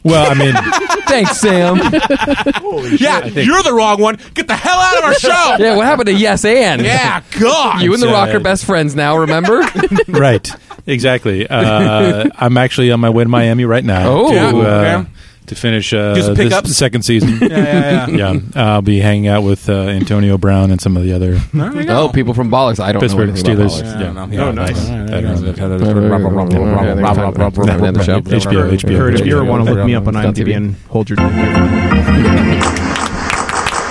E: Well, I mean, [laughs]
B: Thanks, Sam.
A: yeah. You're the wrong one. Get the hell out of our
B: [laughs]
A: show. yeah.
B: yeah, what happened to Yes and?
A: God.
B: [laughs] You and the
E: It's, uh,
B: Rock are best friends now,
E: [laughs]
B: remember?
E: right, exactly. Uh, I'm actually on my way to Miami right now.
B: Oh.
E: to,
B: Yeah,
E: uh,
A: okay.
E: to finish uh,
A: Do some
E: this
A: pickups?
E: second
B: [laughs]
E: season. yeah,
A: yeah,
E: I'll be hanging out with uh, Antonio Brown and some of the other
B: oh, people from Ballers. I don't
E: Pittsburgh
B: know anything about
E: Steelers.
B: Ballers.
E: Yeah,
C: Oh, [laughs] nice.
E: I don't know.
A: HBO,
E: HBO, HBO.
C: Kurt, if you ever
E: Yeah.
C: want to look me up on
B: Don't
C: IMDb
B: you-
C: and hold your dick.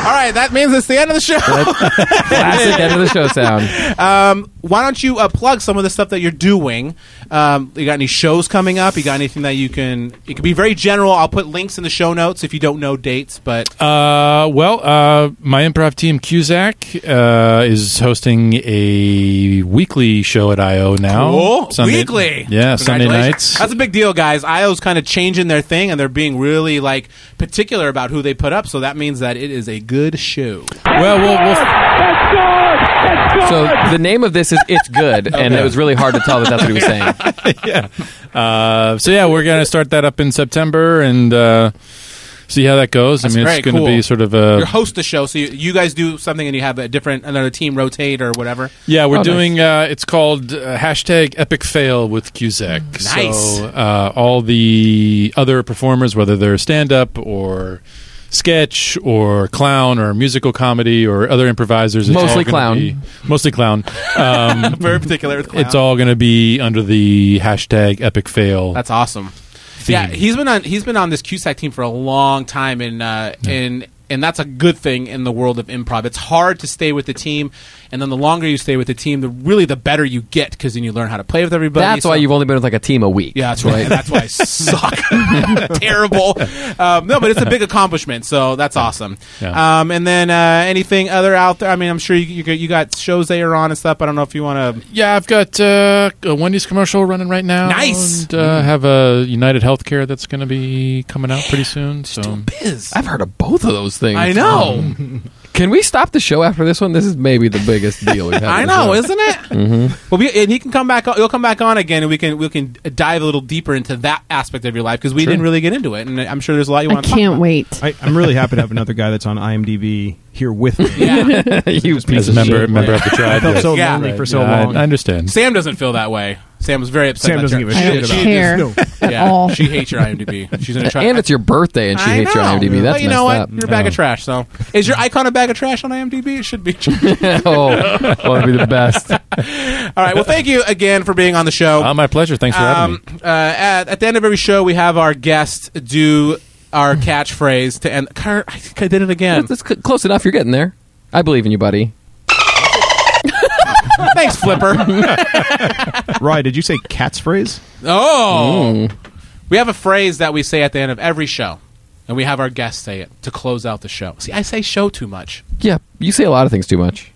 A: All right, that means it's the end of the show.
B: Classic end of the show sound.
A: Um, why don't you uh, plug some of the stuff that you're doing? Um, you got any shows coming up? You got anything that you can? It can be very general. I'll put links in the show notes if you don't know dates. But
E: Uh, well, uh, my improv team Cusack uh, is hosting a weekly show at IO now.
A: Cool.
E: Oh, Sunday-
A: weekly,
E: yeah, Sunday
A: Congratulations.
E: nights.
A: That's a big deal, guys. IO's kind of changing their thing, and they're being really like particular about who they put up. So that means that it is a good show.
E: well, we'll, we'll
B: So the name of this is It's
E: [laughs]
B: Good, and it was really hard to tell that that's what he was saying.
E: Uh, so yeah, we're gonna start that up in September and uh, see how that goes. I mean,
A: very
E: it's gonna
A: cool.
E: be sort of a
A: you host the show, so you, you guys do something, and you have a different another team rotate or
E: [laughs]
A: whatever.
E: yeah. We're
B: Oh, nice.
E: doing uh, it's called uh, hashtag Epic Fail with Cusack.
B: Mm.
A: Nice.
E: So uh, all the other performers, whether they're stand up or sketch or clown or musical comedy or other improvisers, it's all
B: Mostly
E: gonna
B: clown.
E: be-
B: [laughs]
E: mostly clown. Um,
A: Very particular. With
E: it's
A: clown.
E: all going to be under the hashtag Epic Fail.
A: That's awesome.
E: Theme.
A: Yeah, he's been on he's been on this CUSAC team for a long time, and uh, and and that's a good thing in the world of improv. It's hard to stay with the team, and then the longer you stay with the team, the really the better you get because then you learn how to play with everybody.
B: That's why
A: So-
B: you've only been with like a team a week.
A: yeah, that's right. That's why I suck. [laughs] Terrible. Um, no, but it's a big accomplishment, so that's awesome.
E: Yeah.
A: Um, and then uh, anything other out there? I mean, I'm sure you, you, got- you got shows that you're on and stuff. I don't know if you want to.
E: Yeah, I've got uh, a Wendy's commercial running right now.
A: Nice.
E: And, uh,
B: Mm.
E: have a United Healthcare that's going to be coming out pretty soon. So
A: Biz.
B: I've heard of both of those things.
A: I know.
B: Can we stop the show after this one? This is maybe the biggest deal we've
A: [laughs]
B: had.
A: I
B: on
A: know,
B: the show.
A: isn't
B: [laughs]
A: it? Mm-hmm. Well, we, and he can come back. on- He'll come back on again, and we can we can dive a little deeper into that aspect of your life because we
B: Sure.
A: didn't really get into it, and I'm sure there's a lot you
D: I
A: want. to
D: can't wait.
C: I, I'm really happy to have another guy that's on IMDb here with me.
D: [laughs]
A: Yeah,
B: [laughs] you piece
E: As a
B: of
E: member,
B: shit.
E: member of the
B: [laughs]
E: tribe.
C: I felt
E: yes.
C: so
A: Yeah.
C: lonely for so
E: Yeah, I-
C: long.
E: I, understand.
A: Sam doesn't feel that way. Sam was very upset.
C: Sam
A: about
C: doesn't
A: your-
C: give a
D: I
A: she-
C: shit
D: don't
A: she
C: about
D: care
C: this. No.
A: Just, yeah,
D: all.
A: she hates your IMDb. She's gonna try.
B: And it's your birthday, and she
A: I
B: hates your
A: know.
B: IMDb. That's
A: but you know what?
B: messed
A: You're a bag of trash. So is your icon a bag of trash on IMDb? It should be. [laughs]
B: [laughs] up. oh, well, that'd be the best.
A: All right. Well, thank you again for being on the show.
E: Oh, my pleasure. Thanks for having me.
A: Um, uh, at, at the end of every show, we have our guest do
B: [laughs]
A: our catchphrase to end. Car- I think I did it again.
B: That's c- close enough. You're getting there. I believe in you, buddy.
A: Thanks, Flipper.
C: Roy, did you say cat's phrase?
A: [laughs] oh, we have a phrase that we say at the end of every show, and we have our guest say it to close out the show. See, I say show too much.
B: Yeah, you say a lot of things too much.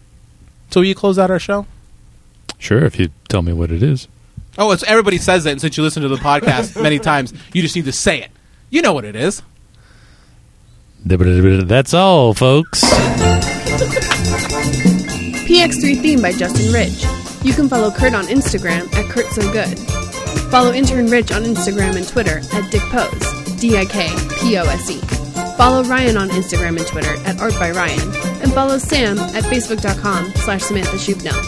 A: So will you close out our show?
E: Sure, if you tell me what it is.
A: Oh, it's everybody says it, and since you listen to the [laughs] podcast many times, you just need to say it. You know what it is.
E: That's all, folks.
D: PX3 theme by Justin Ridge. You can follow Kurt on Instagram at Kurt So Good. Follow intern Rich on Instagram and Twitter at Dick Pose, D I K P O S E. Follow Ryan on Instagram and Twitter at Art by Ryan, and follow Sam at Facebook.com slash Samantha Shubnell.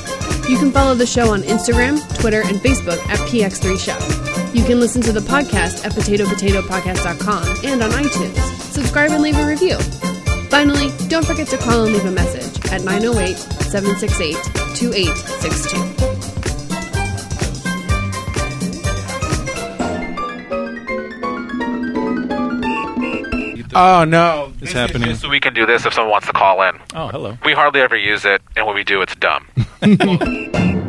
D: You can follow the show on Instagram, Twitter, and Facebook at PX3 Show. You can listen to the podcast at PotatoPotatoPodcast.com and on iTunes. Subscribe and leave a review. Finally, don't forget to call and leave a message at 908 768 2862.
A: Oh no,
E: It's happening.
K: So we can do this if someone wants to call in.
E: Oh, hello.
K: We hardly ever use it, and when we do, it's dumb.
L: The